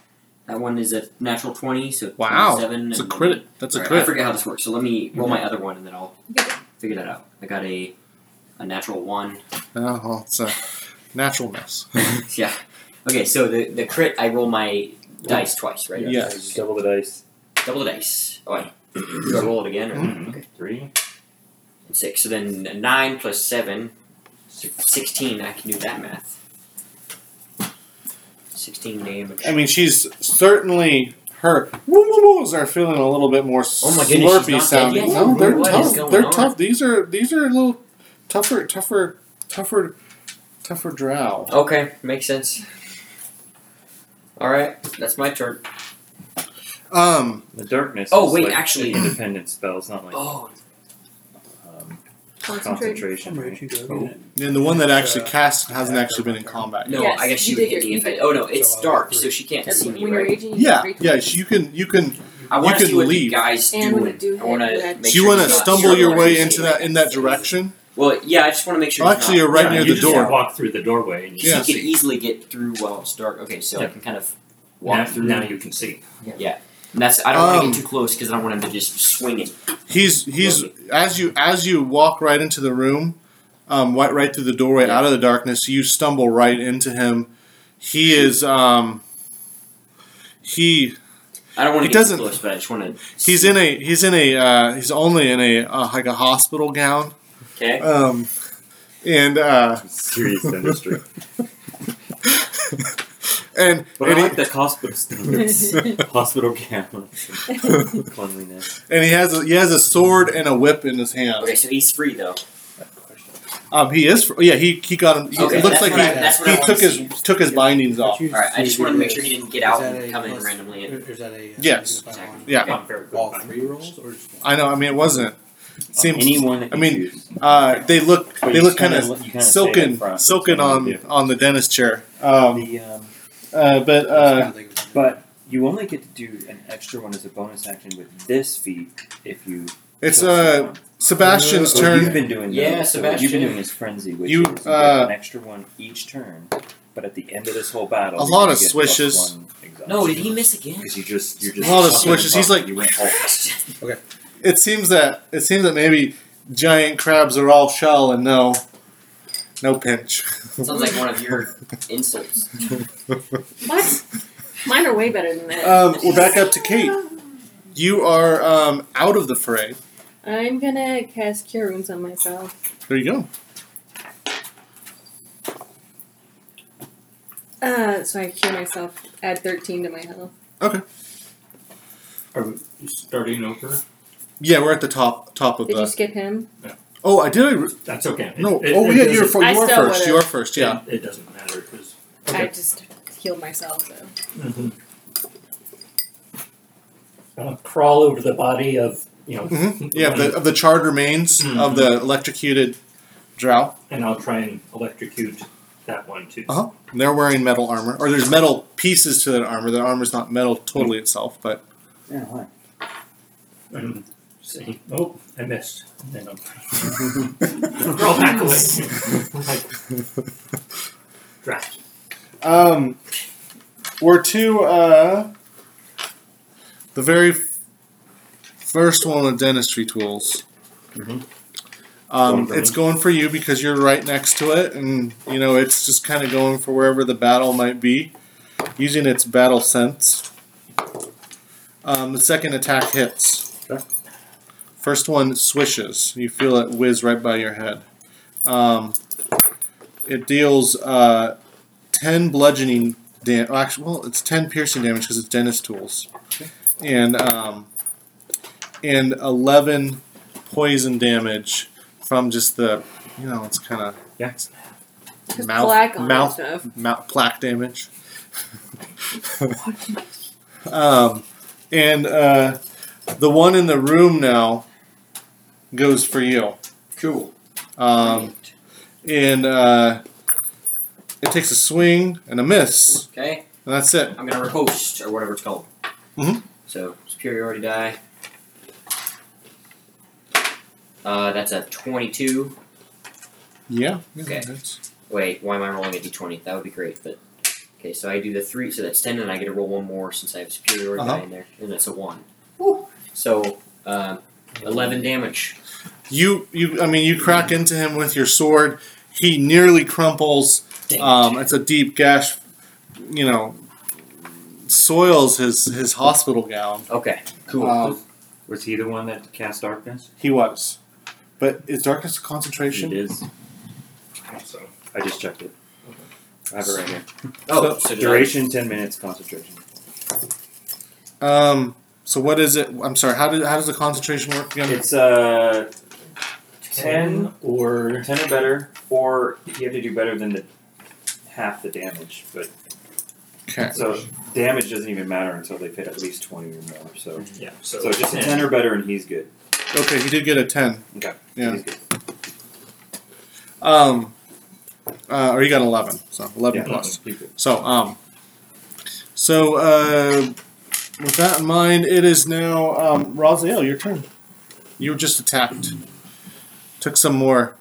D: That one is a natural 20, so
A: Wow,
D: 27
A: It's a
D: and-
A: crit. That's a
D: Alright,
A: crit.
D: Mm-hmm. I forget how this works, so let me roll my other one and then I'll figure that out. I got a a natural one.
A: Oh, well, it's a natural mess.
D: yeah. Okay, so the, the crit, I roll my dice twice, right?
A: Yeah.
C: Just double the dice.
D: Double the dice. Oh, I, do I roll it again? Or?
A: Mm-hmm.
C: Three.
D: Six. So then a nine plus seven, so sixteen. I can do that math. Sixteen damage.
A: I mean, she's certainly her woo woo woos are feeling a little bit more
D: Oh my goodness, she's
A: slurpy
D: not dead
A: sounding.
D: yet?
A: No, they're
D: What is
A: tough.
D: going
A: They're
D: on?
A: tough. These are these are a little tougher, tougher, tougher, tougher drow.
D: okay, makes sense. All right, that's my turn.
A: Um,
C: The darkness.
D: Oh,
C: is
D: wait,
C: like
D: actually-
C: independent spells, not like
D: Oh,
C: um,
B: Concentrate.
C: concentration. right? Oh,
F: you go.
C: Cool.
A: and the one that actually
F: Uh,
A: cast hasn't actually been in combat.
D: no!
B: Yes,
D: I guess she
B: you
D: would
B: did
D: get
B: your-
D: the
B: you
D: effect.
B: did-
D: Oh no, it's
A: uh,
F: So,
D: dark,
F: three.
D: so she can't
B: That's
D: see
B: when
D: me.
B: you're
D: Right?
B: raging. you
A: Yeah,
B: get three
A: yeah.
B: twenties.
A: You can you can.
D: I want
A: You
D: to
A: can
D: see what
A: leave.
D: the guys
B: And when
D: doing.
B: you do
D: I want
B: hit, you
D: to.
B: have-
D: Make
A: Do you
D: sure
A: want to
D: she's not
A: stumble your
D: struggling
A: way
D: to
A: into
D: see
A: that
D: me.
A: in that direction?
D: Well, yeah, I just want to make sure.
A: Well,
D: she's
A: actually,
D: not-
A: you're right
C: Yeah,
A: near
C: you
A: the
C: just
A: door.
C: Walk through the doorway and you
A: Yeah.
C: can
D: She
C: see.
D: could easily get through while it's dark. Okay, so I
C: Yeah.
D: can kind of walk
C: Now,
D: through.
C: now you can see.
D: And that's I don't want
A: Um,
D: to get too close because I don't want him to just swing it.
A: He's he's as you as you walk right into the room, um, right right through the doorway
D: Yeah.
A: out of the darkness. You stumble right into him. He is um, he
D: I don't want
A: He
D: to get
A: doesn't-
D: too close, but I just want to.
A: he's in a he's in a uh, he's only in a uh, like a hospital gown.
D: Okay.
A: Um, and uh,
C: Serious industry.
A: and
C: But
A: and
C: I
A: he,
C: like the hospital standards. hospital gown. Cleanliness.
A: and he has a, he has a sword and a whip in his hand.
D: Okay, so he's free though.
A: Um, he is fr- yeah he he got him. He,
D: Okay,
A: it looks
D: that's
A: like
D: what
A: he,
D: I- that's what I
A: he
D: wanna
A: took his
D: see.
A: took his bindings off.
F: All
D: All right, I just wanted to make sure he didn't get out and come in randomly. And,
F: Is that a uh,
A: Yes.
F: is it a-
A: Yeah.
C: Not very good.
F: All three rolls or just one?
A: I know. I mean, it wasn't. Seems
C: Anyone. that
A: I
C: you
A: mean,
C: choose.
A: Uh, they look
C: But
A: they
C: you
A: look kind
C: kinda
A: of
C: look- you kinda stay up
A: silken
C: front.
A: silken
C: That's what
A: on
C: you
A: on the dentist chair.
C: do.
A: Um,
C: The, um,
A: uh, but uh,
C: but you only get to do an extra one as a bonus action with this feat if you.
A: it's
C: kill
A: uh
C: someone.
A: Sebastian's
C: So You've
A: turn.
C: been doing
D: Yeah,
C: those, so what You've
D: Sebastian.
C: been doing his frenzy, which
A: You,
C: is you get
A: uh,
C: an extra one each turn. But at the end of this whole battle,
A: A
C: you
A: lot
C: only
A: of
C: get plus
A: swishes.
C: one exhaustion.
D: no, did he miss again?
C: Because you just you're just
A: A lot of
C: fucking
A: swishes. He's
C: fucking-
A: like-
C: you went Hulk.
A: It seems that it seems that maybe giant crabs are all shell and no no pinch.
D: Sounds like one of your insults.
B: What? Mine are way better than that.
A: Um, we're back up to Kate. You are um, out of the fray.
G: I'm gonna cast Cure Wounds on myself.
A: There you go.
G: Uh, so I cure myself. Add 13 to my health.
E: Are we starting over?
A: Yeah, we're at the top top of
G: Did you
A: the.
G: skip him?
A: Oh, I did. I re-
E: That's okay. It-
A: no.
E: it-
A: oh,
E: it
A: yeah. You're
E: doesn't-
A: fir-
G: I
A: you are
G: still
A: first. You are
G: would've-
A: first. Yeah.
E: It, it doesn't matter because.
G: I
E: Okay. Mm-hmm.
G: just healed myself. So.
E: I'll crawl over the body of you know.
A: hmm Yeah. Mm-hmm. Of the, of the charred remains of the electrocuted drow.
E: and I'll try and electrocute that one too.
A: Uh-huh. They're wearing metal armor, or there's metal pieces to their armor. Their armor's not metal totally itself, but
C: Yeah, why?
E: And Mm-hmm. see, oh, I missed. And then I'll roll back away. Draft.
A: um, we're to uh, the very f- first one of dentistry tools.
E: Mhm.
A: Um,
E: Going for
A: it's
E: me.
A: going for you because you're right next to it, and you know it's just kind of going for wherever the battle might be, using its battle sense. Um, the second attack hits.
E: Okay.
A: First one swishes. You feel it whiz right by your head. Um, it deals uh, ten bludgeoning damage. Well, actually, well, it's ten piercing damage because it's dentist tools, and um, and eleven poison damage from just the you know it's kind of
E: Yeah.
G: Just
A: Mouth-
G: plaque on
A: mouth-
G: and stuff.
A: mount plaque damage. um, and uh, the one in the room now goes for you.
D: Cool.
A: Um, and uh, it takes a swing and a miss,
D: Okay,
A: and that's it.
D: I'm gonna repost or whatever it's called.
A: Mhm.
D: So superiority die. Uh, that's a twenty-two.
A: Yeah. yeah,
D: Okay.
A: that's-
D: Wait, why am I rolling a d20? That would be great, but Okay, so I do the three, so that's ten, and I get to roll one more since I have superiority
A: Uh-huh.
D: die in there, and that's a one. So um, eleven damage.
A: You you I mean you crack into him with your sword. He nearly crumples.
D: Dang.
A: Um, it's a deep gash. You know, soils his his hospital gown.
D: okay, Oh, cool.
A: Um,
C: Was he the one that cast darkness?
A: he was, but is darkness a concentration?
C: It is.
E: So
C: I just checked it. I have it right here.
D: oh,
A: Uh, so
D: so, did I-
C: Duration ten minutes. Concentration.
A: Um. So what is it? I'm sorry. How did how does the concentration work again?
C: It's uh ten
E: or
C: ten or better, or you have to do better than the half the damage. But
A: okay.
C: so damage doesn't even matter until they hit at least twenty or more. So
E: yeah. So,
C: so just a ten or better, and he's good.
A: Okay. He did get a ten.
C: Okay.
A: Yeah.
C: He's good.
A: Um. Uh, or you got eleven. So eleven
C: Yeah,
A: plus.
C: he's good.
A: So um. So uh, with that in mind, it is now um, Raziel, your turn. You were just attacked. Took some more,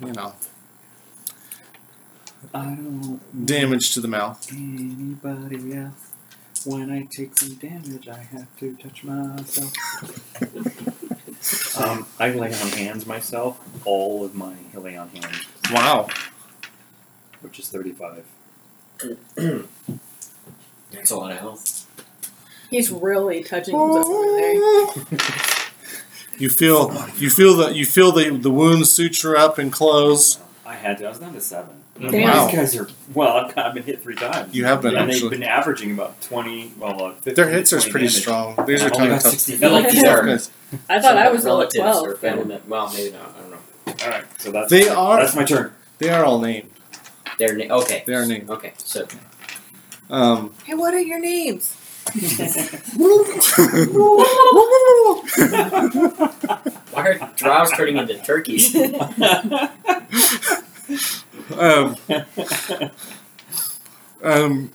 A: you know,
C: I don't
A: damage to the mouth.
C: anybody else. When I take some damage, I have to touch myself. um, I lay on hands myself. All of my lay on hands,
A: Wow.
C: which is thirty-five.
D: That's a lot of health.
G: He's really touching
A: Oh.
G: himself over there.
A: You feel you feel the you feel the the wounds suture up and close.
C: I had to. I was down to seven.
G: Damn.
A: Wow.
C: These guys are well. I've been hit three times.
A: You have been
C: and
A: actually.
C: they've been averaging about twenty. Well, uh, 15,
A: Their hits are
C: 20
A: pretty
C: damage.
A: strong. These are
C: Only
A: kind of
C: got
A: tough.
C: 60.
D: I like these
A: tough
D: are-
A: guys.
G: I thought I was all
D: relatives
G: twelve.
D: or family mem- Well, maybe not. I don't know.
C: All right, so that's
A: They are-
C: That's my turn.
A: They are all named.
D: They're na- okay.
A: They are named.
D: Okay, so
A: Um,
G: Hey, what are your names?
D: why are drows turning into turkeys?
A: um, um,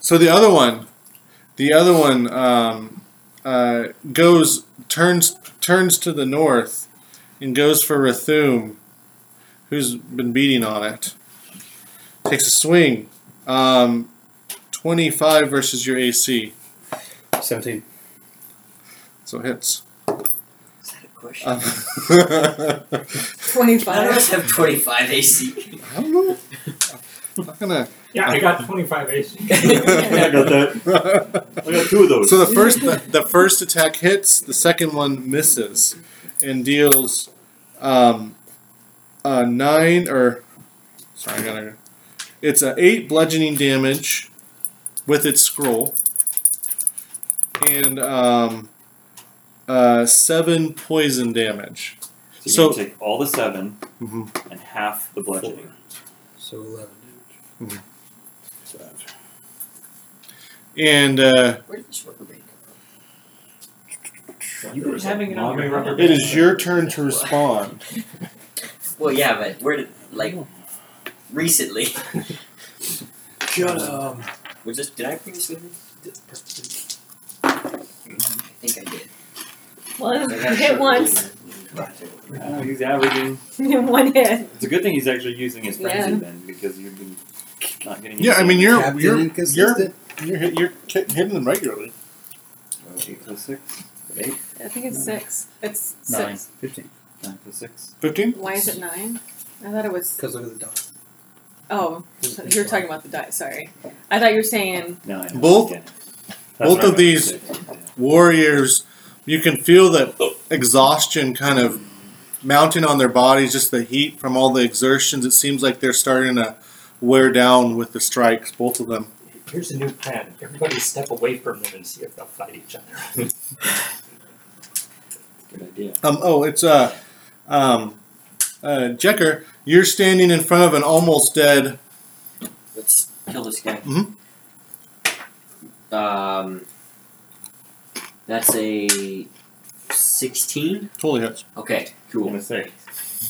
A: so the other one, the other one um, uh, goes turns turns to the north and goes for Rathum, who's been beating on it. Takes a swing, um, twenty five versus your AC,
F: 17.
A: so it hits.
D: Is that a question?
A: Um,
D: I
G: Twenty-five.
D: always have twenty-five AC.
A: I don't know. I'm not gonna.
E: yeah, I got twenty five AC.
C: I got that. I got two of those.
A: So the first the, the first attack hits, the second one misses, and deals um, a nine or sorry, I gotta. It's a eight bludgeoning damage with its scroll, and um, uh, seven poison damage.
C: So, you
A: so-
C: take all the 7
A: Mhm.
C: and half the bludgeoning.
F: So 11 damage.
H: So after-
A: And uh,
D: Where did this worker band come
C: You've been having it on your rubber
A: it is your turn to respond.
D: from? Well, yeah, but where did like recently?
F: Shut up.
D: Was this? Did I bring this with me? I think I did.
B: Well,
D: I got
B: hit
D: shirt
B: once,
C: Oh, he's averaging.
B: one hit.
C: It's a good thing he's actually using his frenzy
B: Yeah.
C: then, because you've been not getting.
A: Yeah, I mean you're
F: Captain
A: you're you're
F: inconsistent.
A: you're, hit, you're ki- hitting them regularly.
C: Eight plus six,
B: I think it's six. It's
C: Nine.
B: six.
F: 15.
C: nine plus six.
A: Fifteen.
B: Why is it nine? I thought it was.
F: Because look at the dot.
B: Oh, you're talking about the die. Sorry, I thought you were saying
C: No, I know,
A: Both-
C: yeah. That's
A: both
C: what I
A: of
C: meant,
A: these-
C: six, yeah.
A: warriors, you can feel that exhaustion kind of mounting on their bodies, just the heat from all the exertions. It seems like they're starting to wear down with the strikes, both of them.
E: Here's a new plan. Everybody step away from them and see if they'll fight each other.
C: Good idea.
A: Um, oh, it's uh, um, uh, Jekker, you're standing in front of an almost dead.
D: Let's kill this guy.
A: Mhm.
D: Um, that's a sixteen.
A: Totally hits.
D: Okay,
C: I'm
D: cool.
C: gonna say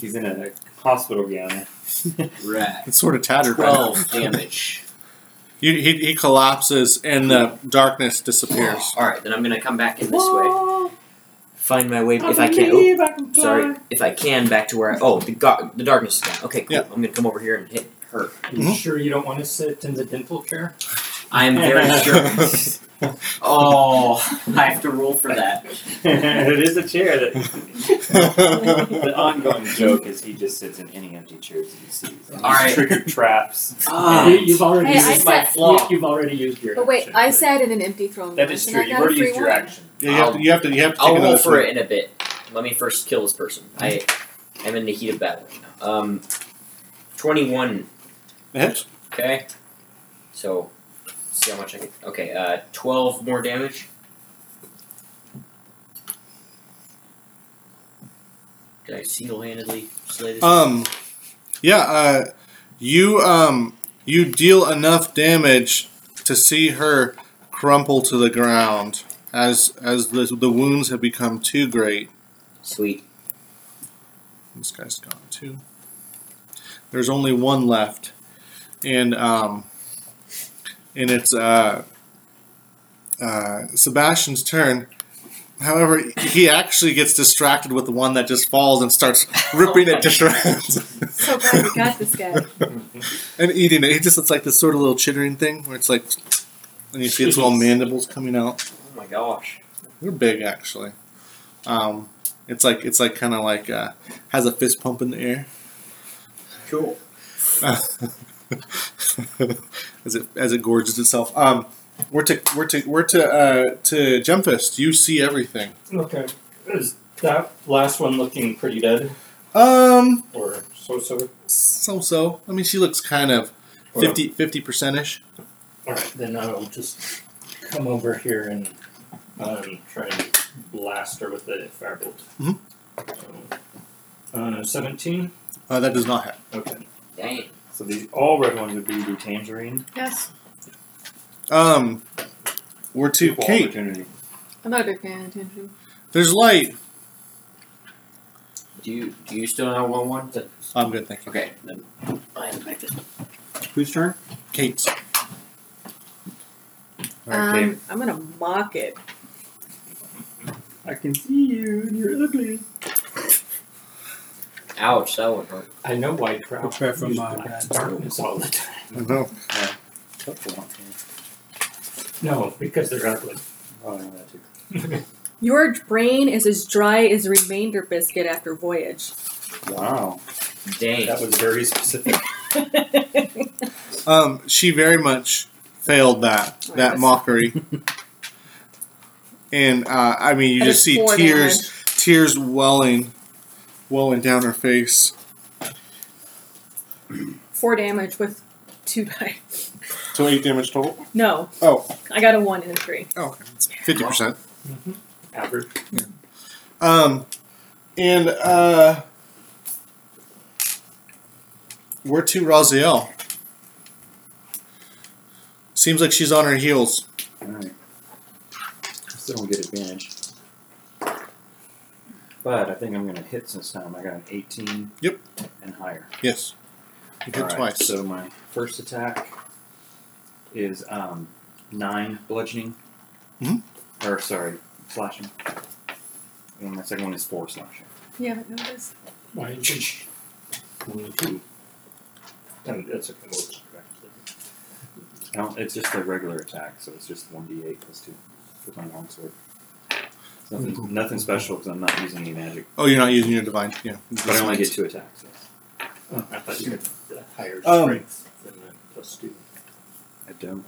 C: he's in a hospital gown.
D: Right.
A: It's sort of tattered. right now.
D: Twelve damage.
A: You, he, he collapses and the darkness disappears.
C: Oh.
D: All right, then I'm gonna come back in this way. find my way if I can. Oh, sorry, if I can back to where I. Oh, the gar- the darkness is down. Okay, cool.
A: Yeah.
D: I'm gonna come over here and hit her.
E: You
A: Mhm.
E: sure you don't want to sit in the dental chair?
D: I am very sure. Oh, I have to roll for that.
C: it is a chair that the ongoing joke is he just sits in any empty chairs he sees.
D: All right.
C: Trigger traps.
D: Ah.
E: you, you've already
G: Hey,
E: used
G: I
E: my
G: sat-
E: flaw. You, have already used your.
B: Oh,
G: But wait,
E: action.
G: I sat in an empty throne.
C: That
G: once
C: is
G: and
C: true.
G: I
C: You've
G: got a
C: already
G: free
C: used your
G: one.
C: action.
A: Yeah, you have to. You have to. You have to take
D: I'll roll
A: another
D: for
A: swing.
D: it in a bit. Let me first kill this person. I am in the heat of battle. Um, twenty-one.
A: Hit.
D: Okay. So, see how much I can. Okay, uh, twelve more damage. Did I single-handedly slay this?
A: Um, yeah. Uh, you um, you deal enough damage to see her crumple to the ground as as the the wounds have become too great.
D: Sweet.
A: This guy's gone too. There's only one left, and um, and it's uh, uh, Sebastian's turn. However, he actually gets distracted with the one that just falls and starts ripping it to shreds
G: So glad we got this guy.
A: and eating it. He just looks like this sort of little chittering thing where it's like, and you see its little mandibles coming out.
D: Oh my gosh.
A: They're big, actually. Um, it's like it's like kind of like uh, has a fist pump in the air.
D: Cool.
A: as it as it gorges itself. Um, we're to we're to we're to uh, to Gemfist. You see everything.
E: Okay. Is that last one looking pretty dead,
A: Um,
E: or so so?
A: so so. I mean, she looks kind of 50 50 percentish.
E: All right, then I'll just come over here and um, try and blast her with the firebolt.
A: Mhm.
E: Uh, Seventeen.
A: Uh, that does not hit.
E: Okay.
D: Dang.
C: So the all red ones would be the tangerine.
G: yes,
A: Um, we're to
C: Equal
A: Kate.
C: opportunity.
G: I'm not a big fan of Tintin.
A: There's light.
D: Do you do you still have one one? The-
A: I'm good, thank you.
D: Okay. Then I am back to-
F: Whose turn?
A: Kate's.
C: Alright,
G: Um, I'm gonna mock it.
C: I can see you and you're ugly.
D: Ouch, that would hurt.
E: I know why Trout
F: Prepare for
E: use
F: my
E: black
F: bad.
E: darkness all the time.
A: No.
H: Tough one.
E: No, because they're ugly.
H: Oh, no, that too.
G: Your brain is as dry as a remainder biscuit after voyage.
H: Wow.
D: Dang.
H: That was very specific.
A: Um, she very much failed that
G: Oh,
A: that
G: yes.
A: mockery. and uh, I mean, you
G: That
A: just
G: is
A: see
G: four
A: tears tears welling welling down her face.
G: Four damage with two die.
A: So eight damage total.
G: No,
A: Oh,
G: I got a one and a three.
A: oh okay, fifty percent.
E: Average.
A: Um, and uh, we're to Raziel. Seems like she's on her heels.
H: Alright. Still don't get advantage.
C: But I think I'm gonna hit since time. I got an 18.
A: Yep.
C: And higher.
A: Yes, you hit
C: All right,
A: twice.
C: So my first attack is um, nine bludgeoning.
A: Mhm.
C: Or sorry, slashing. And my second one is four slashing.
G: Yeah, I noticed.
E: Why did you? Only two. Um, that's okay. We'll just correct it.
C: No, it's just a regular attack, so it's just one d8 plus two with my long sword. It's Nothing,
A: Mm-hmm.
C: nothing special because I'm not using any magic,
A: Oh, you're not using your divine. Yeah,
C: but I only get two attacks. so
E: Oh, I thought you had the higher
A: Um,
E: strength than the plus two.
C: I don't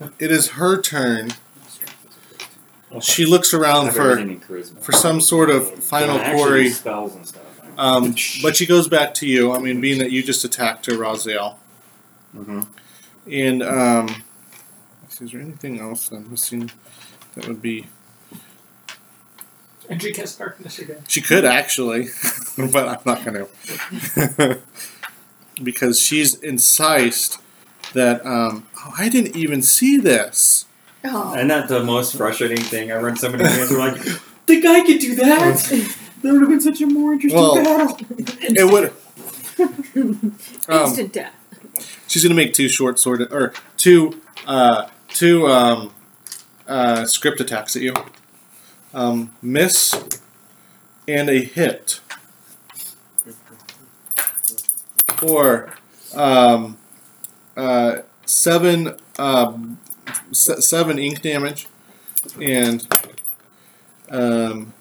C: actually.
A: It is her turn.
C: Strength is a plus two.
A: She looks
C: I
A: around
C: have
A: Um, for
C: everything in charisma.
A: for some sort of final
C: And I actually
A: quarry.
C: use spells and stuff.
A: Um, but she goes back to you. I mean, being that you just attacked her, Raziel.
C: Mm-hmm.
A: And um, let's see, is there anything else that I'm missing? That would be.
E: And she cast darkness again.
A: She could actually, but I'm not going to, because she's incised that. Um, oh, I didn't even see this.
G: Oh,
C: And that's the most frustrating thing. I run so many games. I'm like, the guy could do that. That would have been such a more interesting
A: Well,
C: battle.
A: It would. Um,
G: instant death.
A: She's gonna make two short sword or two uh two um uh script attacks at you. um, miss and a hit.
E: Oh.
A: Or um, uh, seven um, se- seven ink damage and um,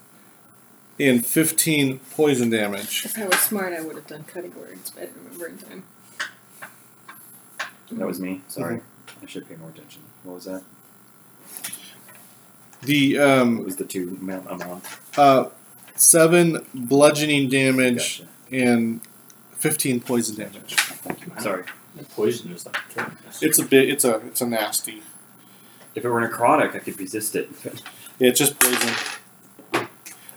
A: and fifteen poison damage.
G: If I was smart, I would have done cutting words, but I didn't remember in time.
C: That was me. Sorry. I should pay more attention. What was that?
A: The um,
C: It was the two amount I'm on.
A: Uh, seven bludgeoning damage
C: Gotcha.
A: and fifteen poison damage.
C: Sorry.
E: Poison is not killing us.
A: It's a bit. It's a. It's a nasty.
C: If it were necrotic, I could resist it.
A: Yeah, it's just poison.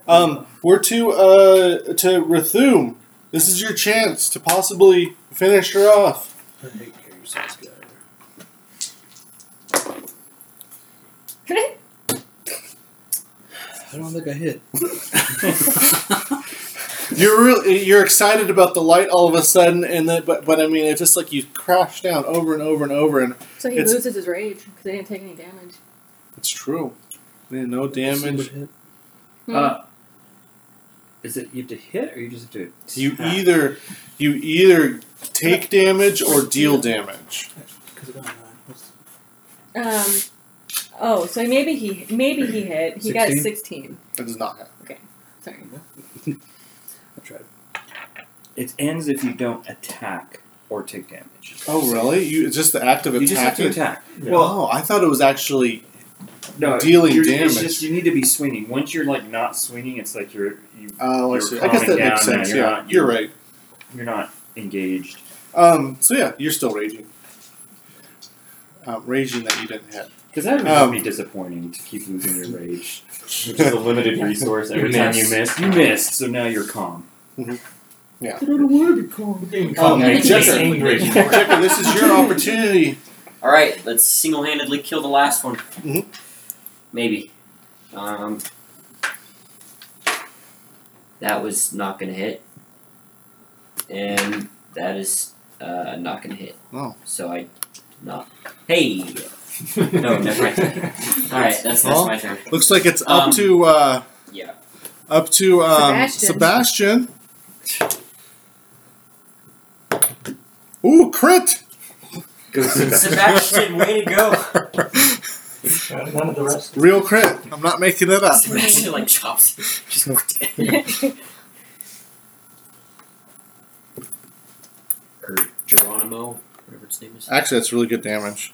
A: Um, we're to uh to Rathum. This is your chance to possibly finish her off.
F: I hate Gary Sinise guy. I don't think I hit.
A: You're really you're excited about the light all of a sudden, and then but but I mean it's just like you crash down over and over and over, and
G: So he
A: It's-
G: loses his rage because he didn't take any damage.
A: it's true. Man, no
F: Single
A: damage.
F: hit.
B: Hmm.
G: Hmm.
C: Uh, is it you have to hit or you just have to?
A: You
C: attack?
A: either you either take damage or deal damage.
F: 'Cause I got a nine. What's-
G: Um. Oh, so maybe he maybe he hit. He got
F: 16?
G: sixteen.
A: That does not happen.
G: Sorry.
F: I tried.
C: It ends if you don't attack or take damage.
A: Oh, really? You it's just the act of
C: You
A: attacking?
C: just have to attack. Well,
A: Well, oh, I thought it was actually.
C: no,
A: dealing
C: you're- It's
A: damage.
C: just you need to be swinging. Once you're like not swinging, it's like you're you
A: Oh, I
C: You're
A: see. I guess that
C: calming
A: makes
C: down now,
A: sense.
C: you're
A: yeah,
C: not-
A: you're right.
C: you're not engaged.
A: Um, so yeah, you're still raging. Uh, raging that you didn't hit.
C: Because that would just
A: Um,
C: be disappointing to keep losing your rage, which is a limited resource. Every time you
D: miss.
C: miss, you missed, so now you're calm.
A: Mm-hmm. Yeah.
C: don't want to be calm.
A: Um,
D: now you're
A: Checker,
D: just angry.
A: Checker, this is your opportunity.
D: All right, let's single-handedly kill the last one.
A: Mhm.
D: Maybe. Um, that was not gonna hit, and that is uh, not gonna hit.
A: Oh.
D: So I, did not. Hey. No, never mind. All right, that's that's
A: Well,
D: my turn.
A: Looks like it's up
D: Um,
A: to uh,
D: Yeah.
A: up to um, Sebastian.
G: Sebastian.
A: Ooh, crit!
D: Sebastian, way to go!
E: None of the rest.
A: Real crit. I'm not making it up.
D: Sebastian like chops. Just or Geronimo, whatever its name is.
A: Actually, that's really good damage.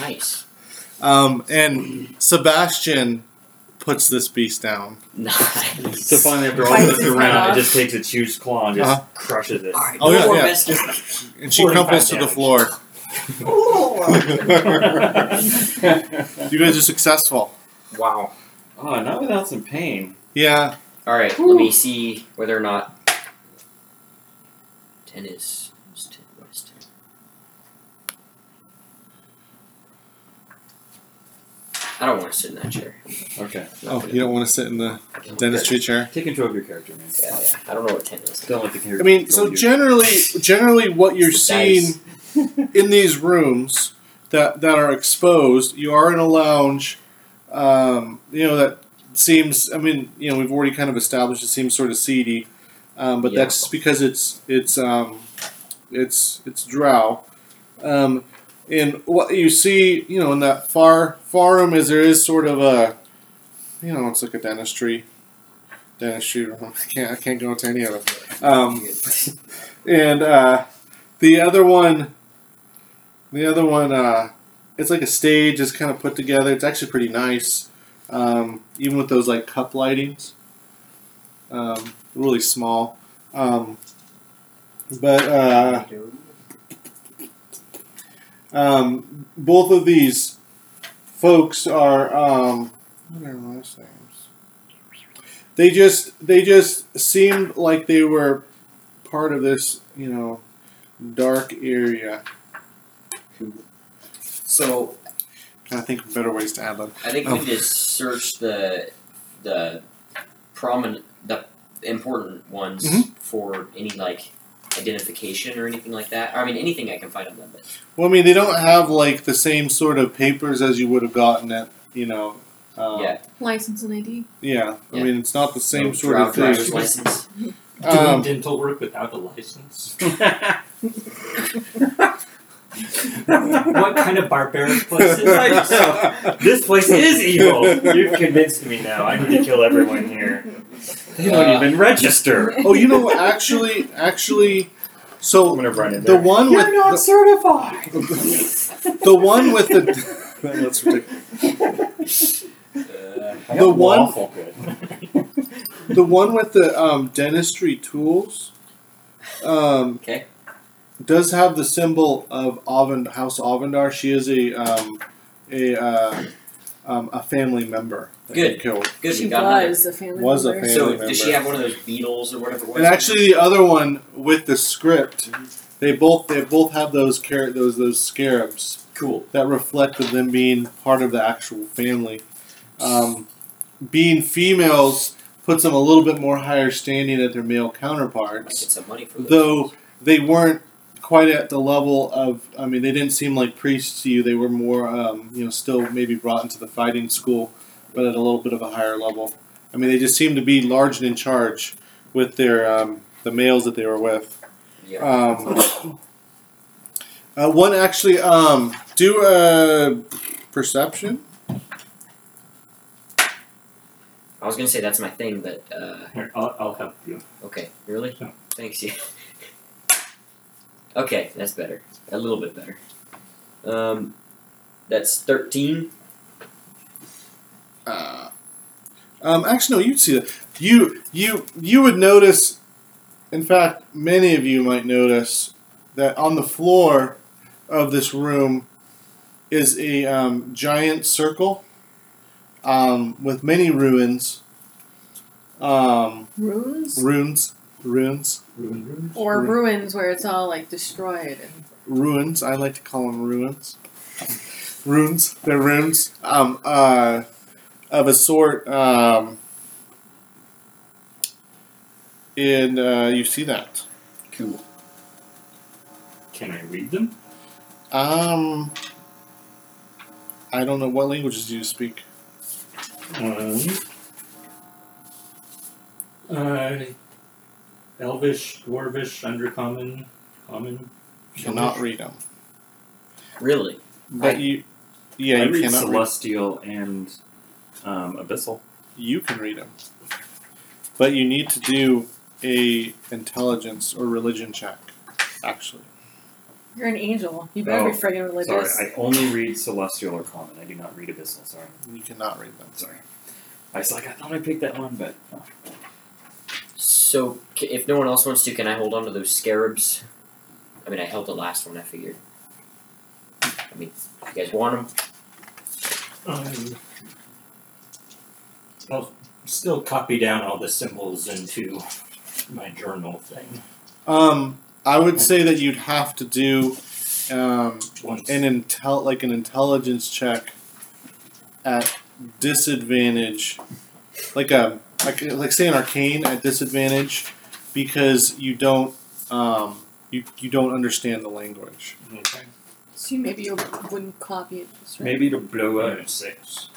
D: Nice.
A: Um, and Sebastian puts this beast down.
D: Nice.
C: So finally, after all
G: Bites
C: this
G: his head
C: around,
G: off.
C: it just takes its huge claw and just
A: Uh-huh.
C: crushes it.
D: Alright,
A: Oh,
D: no
A: yeah,
D: more
A: yeah.
D: business.
A: And she
C: 45
A: crumbles to the
C: damage.
A: floor.
C: oh,
A: You guys are successful.
D: Wow.
C: Ah, not without some pain.
A: Yeah.
D: Alright, let me see whether or not. 10 is. is 10, what is 10? I don't want to sit in that chair.
C: Okay.
D: Not
A: Oh,
D: gonna-
A: you don't want to sit in the dentistry chair.
C: Take control of your character, man.
D: Yeah, yeah. I don't know what 10 is.
C: Don't let the character
A: I mean,
C: control
A: so
C: you.
A: generally, generally, what you're
D: It's the dice.
A: seeing in these rooms that that are exposed, you are in a lounge. Um, you know that seems. I mean, you know, we've already kind of established it seems sort of seedy, um, but
D: Yeah.
A: that's because it's it's um, it's it's drow. Um, and what you see, you know, in that far far room is there is sort of a, you know, it's like a dentistry, dentistry room. I can't I can't go into any of it. Um, and uh, the other one, the other one, uh, it's like a stage. It's kind of put together. It's actually pretty nice, um, even with those like cup lightings. Um, really small, um, but uh, um, both of these folks are um, what are their last names? They just they just seemed like they were part of this, you know, dark area.
D: So,
A: Trying to think of better ways to add them.
D: I think
A: Oh.
D: we need to search the the prominent the important ones
A: Mhm.
D: for any like identification or anything like that. I mean anything I can find on them, but
A: Well, I mean, they don't have like the same sort of papers as you would have gotten at, you know, Uh,
D: Yeah.
B: License and ID.
A: Yeah. I
D: Yeah.
A: mean, it's not the same
D: No,
A: sort of
D: driver's
A: thing.
D: license.
A: Um,
E: Doing dental work without a license? what kind of barbaric place is
C: like
E: this?
C: so. This place is evil. You've convinced me now. I need to kill everyone here. They don't
A: Uh,
C: even register.
A: oh, you know, actually, actually,
C: I'm
A: so
C: gonna run in
A: the
C: there.
A: one with the,
C: certified.
A: the one with the that's ridiculous.
D: Uh,
C: I
A: The
C: got
A: one-
C: waffle good.
A: the one with the um, dentistry tools um,
D: Okay.
A: does have the symbol of Avend, House Avendar. She is a um, a uh, um, a family member. that they
D: Good.
A: Killed.
D: Good,
G: she
D: we got another.
G: was a family
A: Was a
G: member.
A: family-
D: So, does she
A: member.
D: have one of those beetles or whatever? it was?
A: And actually, uh, the other one with the script, they both they both have those car- those those scarabs
D: cool.
A: that reflect of them being part of the actual family. Um, being females puts them a little bit more higher standing than their male
D: Might
A: counterparts.
D: get some money for
A: though they weren't quite at the level of i mean they didn't seem like priests to you they were more um, you know still maybe brought into the fighting school but at a little bit of a higher level i mean they just seemed to be large and in charge with their um, the males that they were with
D: Yeah.
A: um, uh, one actually um, do a perception
D: I was gonna say that's my thing, but uh,
E: Here, I'll, I'll help you.
D: okay, really?
E: No.
D: Thanks, yeah. okay, that's better. A little bit better. Um, that's thirteen.
A: Uh, um, actually, no. You'd see that. You you you would notice. In fact, many of you might notice that on the floor of this room is a um, giant circle um, with many ruins. Um,
G: Ruins?
A: runes, ruins,
E: Room, room.
G: Or ruins where it's all like destroyed and
A: ruins. I like to call them ruins. runes. They're runes. Um, uh, of a sort. Um, and uh, you see that.
E: Cool. Can I read them?
A: Um, I don't know what languages do you speak.
E: Um, uh, Elvish, Dwarvish, Undercommon, Common.
A: Cannot read them,
D: Really?
A: but
D: I-
A: you, yeah,
C: I
A: you
C: read
A: cannot. Read,
C: celestial and um, abyssal.
A: you can read them, but you need to do a intelligence or religion check. Actually,
G: you're an angel. You better
C: Oh,
G: be friggin'
C: Sorry,
G: religious.
C: I only read celestial or common. I do not read abyssal. Sorry,
A: you cannot read them.
C: sorry. I was like, I thought I picked that one, but oh.
D: So, c- if no one else wants to, can I hold on to those scarabs? I mean, I held the last one. I figured. I mean, if you guys want them?
E: Um, I'll still copy down all the symbols into my journal thing.
A: Um, I would say that you'd have to do um,
E: Once.
A: an intel like an intelligence check at disadvantage, like a like like say an arcane at disadvantage because you don't um, you you don't understand the language.
E: Okay.
G: So you maybe you wouldn't copy it just right.
C: maybe to blow up.
E: Six.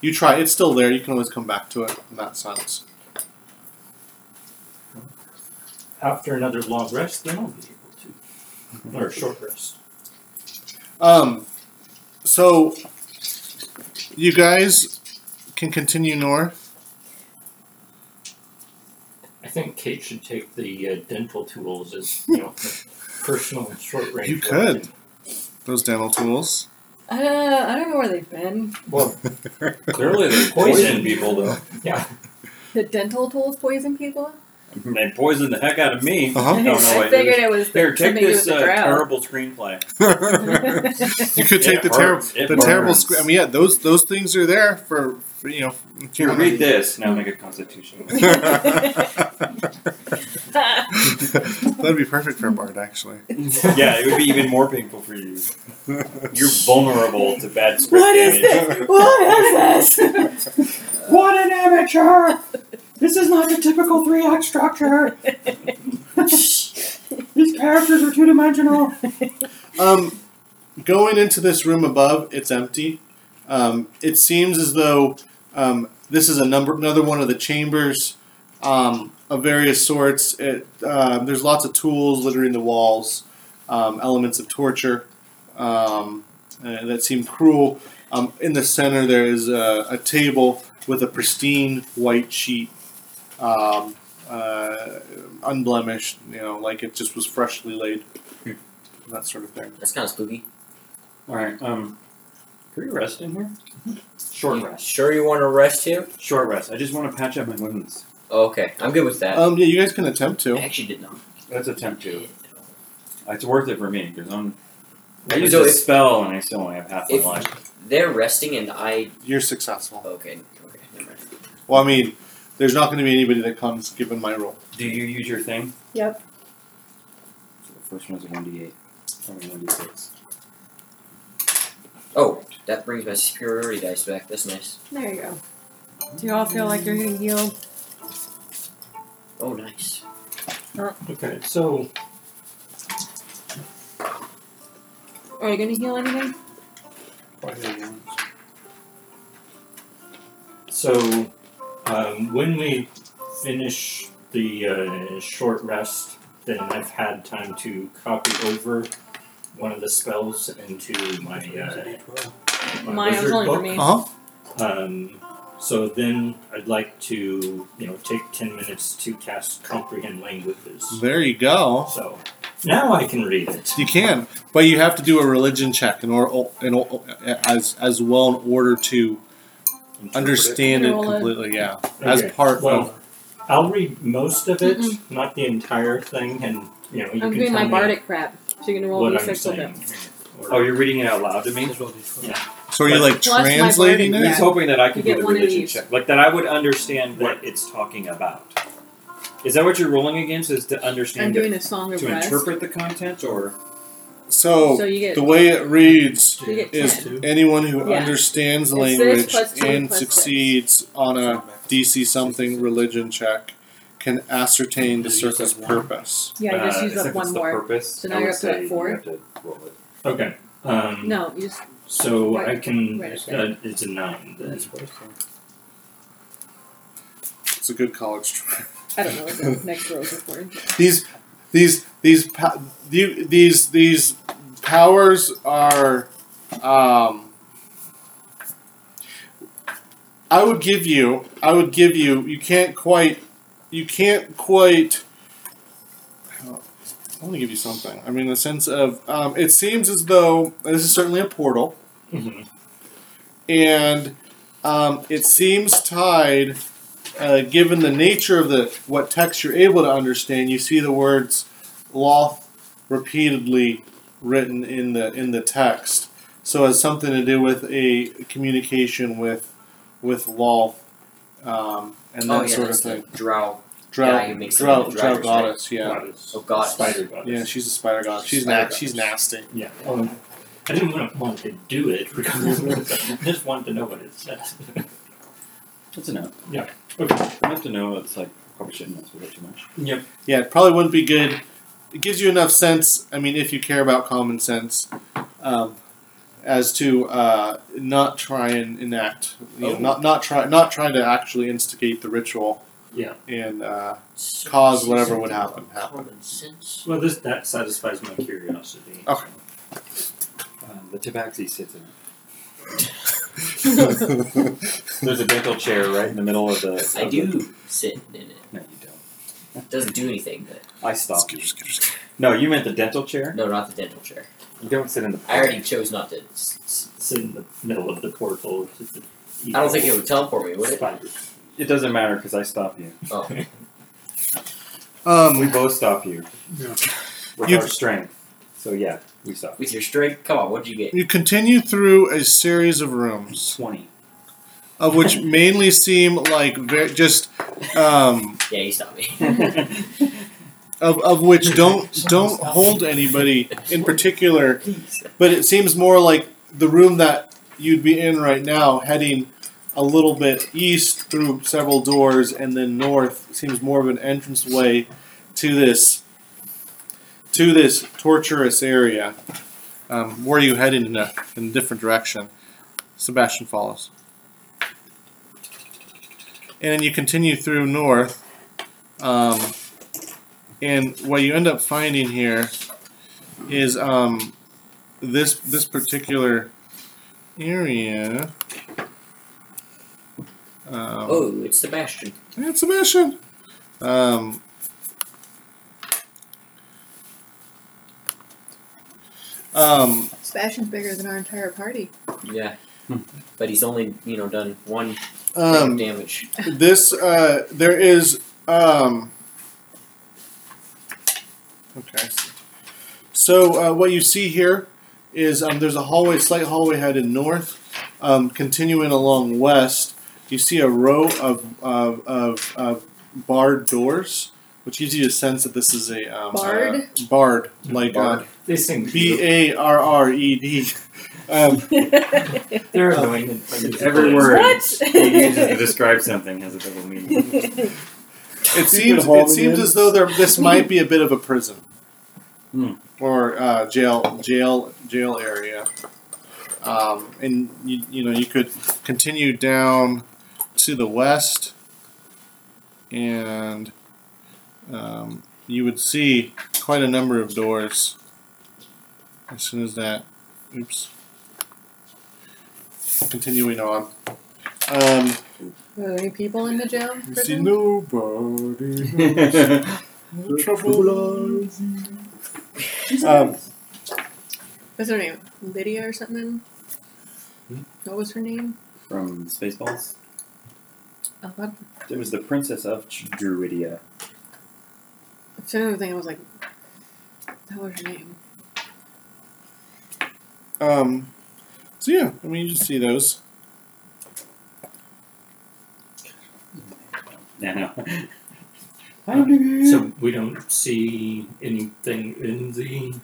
A: You try; it's still there. You can always come back to it in that sense.
E: After another long rest, then I'll be able to. Or a short rest.
A: Um, so you guys can continue north.
E: I think Kate should take the uh, dental tools as you know, personal and short range.
A: You
E: weapon.
A: Those dental tools.
G: Uh, I don't know where they've been.
E: Well,
C: Clearly, they
E: Poison.
C: poison people though.
E: yeah.
G: The dental tools poison people?
C: They poisoned the heck out of me.
A: Uh-huh.
C: I don't know
G: I
C: what it
G: figured
C: is.
G: it was
C: Here, take
G: something to do with
C: this
G: the
C: uh,
G: drought.
C: terrible screenplay.
A: You could
C: It
A: take the terrible,
C: hurts.
A: the
C: It
A: terrible.
C: burns.
A: Sc- I mean, yeah, those those things are there for, for you know. if you
C: Here,
A: wanna-
C: read this. Now make a constitution.
A: That'd be perfect for a bard, actually.
C: yeah, it would be even more painful for you. You're vulnerable to bad script
G: What is
C: damage.
G: this? What is this?
C: What an amateur! This is not your typical three act structure. These characters are two dimensional.
A: Um, going into this room above, it's empty. Um, it seems as though um, this is a number, another one of the chambers um, of various sorts. It, uh, there's lots of tools littering the walls, um, elements of torture um, uh, that seem cruel. Um, in the center, there is a, a table with a pristine white sheet, um, uh, unblemished, you know, like it just was freshly laid, that sort of thing.
D: That's kind of spooky.
C: All right. Um, can we rest in here? Short
D: You
C: rest.
D: Sure, you want to rest here?
C: Short rest. I just want to patch up my wounds.
D: Okay, I'm good with that.
A: Um, yeah, you guys can attempt
D: I
A: to.
D: actually did not.
C: That's a temp two. It's worth it for me because I'm.
D: I
C: I use
D: so
C: a
D: if-
C: spell and I still only have half my
D: if-
C: life.
D: They're resting, and I.
A: You're successful.
D: Okay, okay, never mind.
A: Well, I mean, there's not going to be anybody that comes given my roll.
C: Do you use your thing?
G: Yep.
C: So the first one's a one d eight. One d six.
D: Oh, that brings my superiority dice back. That's nice.
G: There you go.
B: Do you all feel like you're getting healed?
D: Oh, nice.
E: Okay, so
B: Are you going to heal anything?
E: so um, when we finish the uh, short rest, then I've had time to copy over one of the spells into my uh, my
B: Mine was
E: wizard
B: only
E: book.
B: for me.
A: Uh huh.
E: Um, so then I'd like to, you know, take 10 minutes to cast Comprehend Languages.
A: There you go.
E: So now I can read it.
A: You can, but you have to do a religion check in or in, or- as as well in order to understand it
B: Roll it.
A: completely. Yeah, as
E: Okay.
A: part
E: Well,
A: of
E: I'll read most of it, not the entire thing, and, you know, you
B: I'm
E: can
B: doing
E: tell
B: my
E: me
B: bardic crap. So you're going to roll
E: what
B: a
E: I'm
B: d6 with
E: saying.
B: it.
E: Or-
C: Oh, you're reading it out loud to me.
A: So are you like
B: Plus my burden,
A: translating
C: I
A: it?
C: was
B: yeah.
C: hoping that I could
B: You get
C: do the
B: one of
C: religion
B: these.
C: check, like that I would understand what it's talking about. Is that what you're rolling against? Is to
B: I'm
C: understand
B: doing
C: it,
B: a song of
C: to
B: rest.
C: interpret the content, or uh,
G: Oh,
B: So
A: So
B: you get
A: the way it reads
B: you get
A: is
B: 10.
A: anyone who
B: Yeah.
A: understands the
B: It's this
A: language
B: plus two
A: and
B: plus six.
A: succeeds on a DC something religion check can ascertain the
F: Did you use
A: circle's
F: that one?
A: purpose.
B: Yeah, I just
C: uh,
B: used
C: if
B: up
C: it's
B: one
C: the
B: more.
C: Purpose,
B: So now
C: I
B: you're
C: would
B: up to that
C: say you
B: four.
C: have to roll it.
E: Okay. Um,
B: No, you just
E: So
B: Right.
E: I can.
B: Right,
E: Uh, it's a nine. Then.
A: It's a good college try.
B: I don't know what the next row is recording.
A: These, these, these, po- the- these, these powers are. Um, I would give you. I would give you. You can't quite. You can't quite. I want to give you something. I mean, the sense of um, it seems as though this is certainly a portal,
D: Mm-hmm.
E: Mhm.
A: and um, it seems tied. Uh, given the nature of the what text you're able to understand, you see the words "loth" repeatedly written in the in the text. So it has something to do with a communication with with loth um, and that
D: oh, yeah,
A: sort
D: that's
A: of thing.
D: The drow.
A: Drow,
D: guy who makes
A: drow,
D: the
A: drow
D: drivers, right?
A: goddess, yeah.
E: Goddess.
D: Oh, goddess.
E: Spider goddess.
A: Yeah, she's a spider god. She's
D: Spider
A: na- she's nasty.
E: Yeah. Um, I didn't want to, want to do it. I just wanted to know what it says.
C: That's enough.
E: Okay.
C: Enough to know it's like probably shouldn't mess with it too much.
E: Yep.
A: Yeah, it probably wouldn't be good. It gives you enough sense. I mean, if you care about common sense, um, as to uh, not try and enact, you know,
D: Oh.
A: not not try not try to actually instigate the ritual.
E: Yeah.
A: And uh,
D: So
A: Cause
D: she's
A: whatever
D: a
A: would happen, happen.
D: Common sense.
E: Well, this that satisfies my curiosity.
A: Okay.
C: Um, the tabaxi sits in. There's a dental chair right in the middle of the.
D: I
C: of The,
D: do sit in it.
C: no, you don't.
D: It doesn't do anything, but
C: I stopped. you. No, you meant the dental chair.
D: no, not the dental chair.
C: You don't sit in the.
D: I already chose not to.
E: S- It's in the middle of the portal. It's the
D: I don't think it would teleport me, would it?
E: Spider.
C: It doesn't matter because I stop you.
D: Oh,
C: We
A: um,
C: both stop you.
F: Yeah.
C: With
A: You-
C: our strength. So yeah, we stop.
D: with your strength? Come on, what'd you get?
A: you continue through a series of rooms,
C: Twenty.
A: of which mainly seem like ver- just. Um,
D: Yeah, you stopped me.
A: of, of which don't don't hold anybody in particular. But it seems more like the room that you'd be in right now, heading a little bit east through several doors and then north, seems more of an entrance way to this to this torturous area. Um, where are you heading in a, in a different direction? Sebastian follows. And then you continue through north. Um, and what you end up finding here is um, this this particular area. Um,
D: Oh, it's Sebastian.
A: and Sebastian. Um, um,
G: Sebastian's bigger than our entire party.
D: Yeah. But he's only, you know, done one thing of
A: um,
D: damage.
A: this uh, there is um, okay. So uh, what you see here is um, there's a hallway, slight hallway headed north, um, continuing along west. You see a row of of, of, of barred doors, which gives you a sense that this is a um, uh,
G: Barred?
A: barred like uh,
E: These things
A: B A R R E D. Um,
E: They're
A: Um,
E: annoying.
C: Every word
B: What?
C: he uses to describe something has a double meaning.
A: it seems it
H: hold
A: seems
H: it.
A: as though there this might be a bit of a prison
C: Hmm.
A: or uh, jail jail jail area, um, and you you know you could continue down to the west, and um, you would see quite a number of doors. As soon as that, oops. Continuing on. Um,
G: Are there any people in the jail?
A: you see
G: prison?
A: nobody. No trouble lies in- Um,
G: What's her name? Lydia or something?
A: Hmm?
G: What was her name?
C: From Spaceballs,
G: Oh, what?
C: it was the Princess of Druidia.
G: It's another thing I was like, that was her name.
A: um, so yeah, I mean, you just see those.
C: No, no.
E: So we don't see anything in the.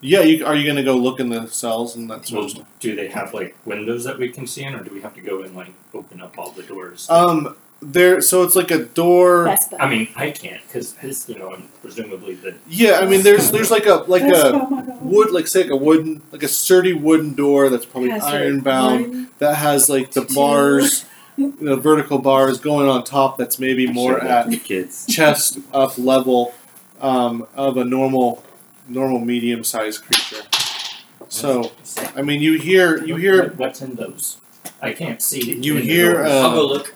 A: Yeah, you, are you gonna go look in the cells and that sort of stuff?
E: Well, do they have like windows that we can see in, or do we have to go and like open up all the doors?
A: Um, there. So it's like a door.
B: Best
E: I mean, I can't because this, you know, I'm presumably the
A: Yeah, I mean, there's there's like a like a wood, like say like a wooden, like a sturdy wooden door that's probably
B: Has her
A: iron bound
B: one-
A: that has like the
B: two.
A: bars, the vertical bars going on top. That's maybe more
C: Show that
A: at
C: to the kids.
A: chest up level um, of a normal normal medium sized creature. So I mean you hear you hear
E: What- what's in those. I can't see. it
A: You
E: in the
A: hear,
E: doors.
A: uh,
D: I'll go look.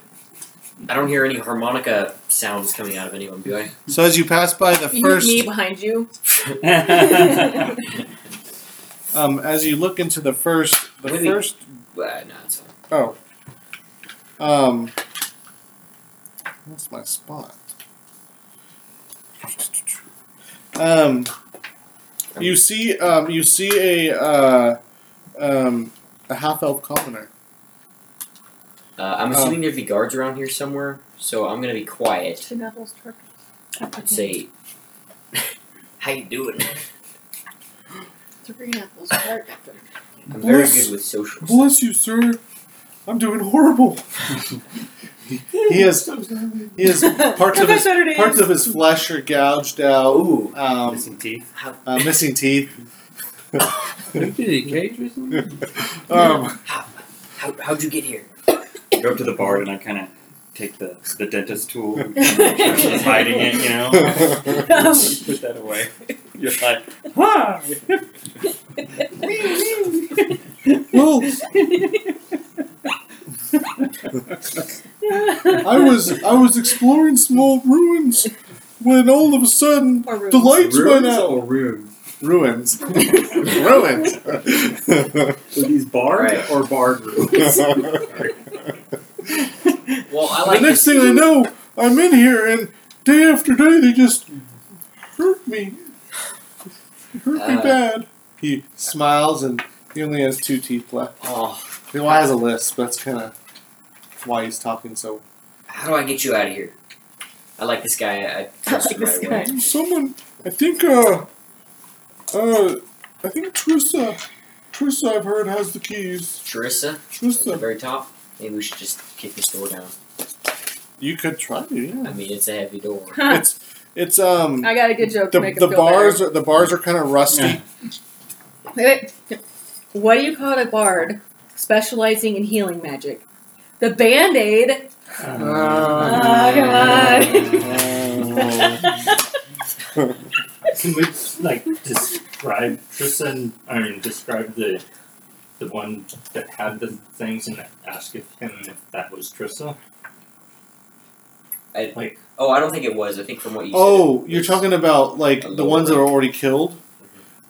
D: I don't hear any harmonica sounds coming out of anyone, do I?
A: so as you pass by the
G: You
A: first
G: me behind you.
A: um, as you look into the first the
D: Wait, wait.
A: first
D: Uh, no, it's fine.
A: oh um what's my spot um you see um you see a uh um a half elf commoner
D: Uh, I'm
A: Um,
D: assuming there'd be guards around here somewhere, so I'm gonna be quiet
B: Two metals per-
D: and say, "How you doing?"
G: Three apples. Hard apple.
D: I'm very
A: Bless-
D: good with socials.
A: Bless you, sir. I'm doing horrible. he has he has parts of his
G: Saturday.
A: parts of his flesh are gouged out,
D: Ooh,
A: um,
C: Missing teeth.
D: how,
A: uh, missing teeth.
F: Did you get cage recently?
A: Um,
D: how, how, how'd you get here?
C: I go up to the bar and I kind of take the, the dentist tool. and kinda make sure She's hiding it, you know. Put that away. You're like, huh?
A: well, I was I was exploring small ruins when all of a sudden
G: Or
A: the lights went
C: Ruins
A: out.
C: or room?
A: Ruins, ruins.
C: Were these barred
D: Right.
C: or barred rooms?
D: Well,
A: the
D: I like
A: next
D: this.
A: thing I know, I'm in here, and day after day, they just hurt me. Hurt me
D: Uh.
A: bad. He smiles, and he only has two teeth left.
D: Oh,
A: He has a lisp. That's kind of why he's talking so.
D: how do I get you out of here? I like this guy. I trust him
B: This
D: right
B: guy.
D: away.
A: Someone, I think, uh, uh, I think Trissa, Trissa, I've heard has the keys.
D: Charissa, at the
A: Trissa,
D: very top. Maybe we should just kick this door down.
A: you could try to.
D: I
A: Yeah,
D: mean, it's a heavy door.
A: it's it's um
G: I got a good joke
A: the,
G: to make
A: the
G: him feel better.
A: bars are, the bars are kind of rusty.
G: Wait, wait. What do you call a bard? specializing in healing magic. The Band Aid.
A: uh, Oh.
E: Can we like describe Tristan? I mean, describe the the one that had the things and ask if him if that was Trissa.
D: I-
E: like
D: Oh, I don't think it was. I think from what you
A: Oh,
D: said. it
A: you're
D: was-
A: talking about like the
D: A lower Mm-hmm.
A: ones that are
D: rank.
A: already killed.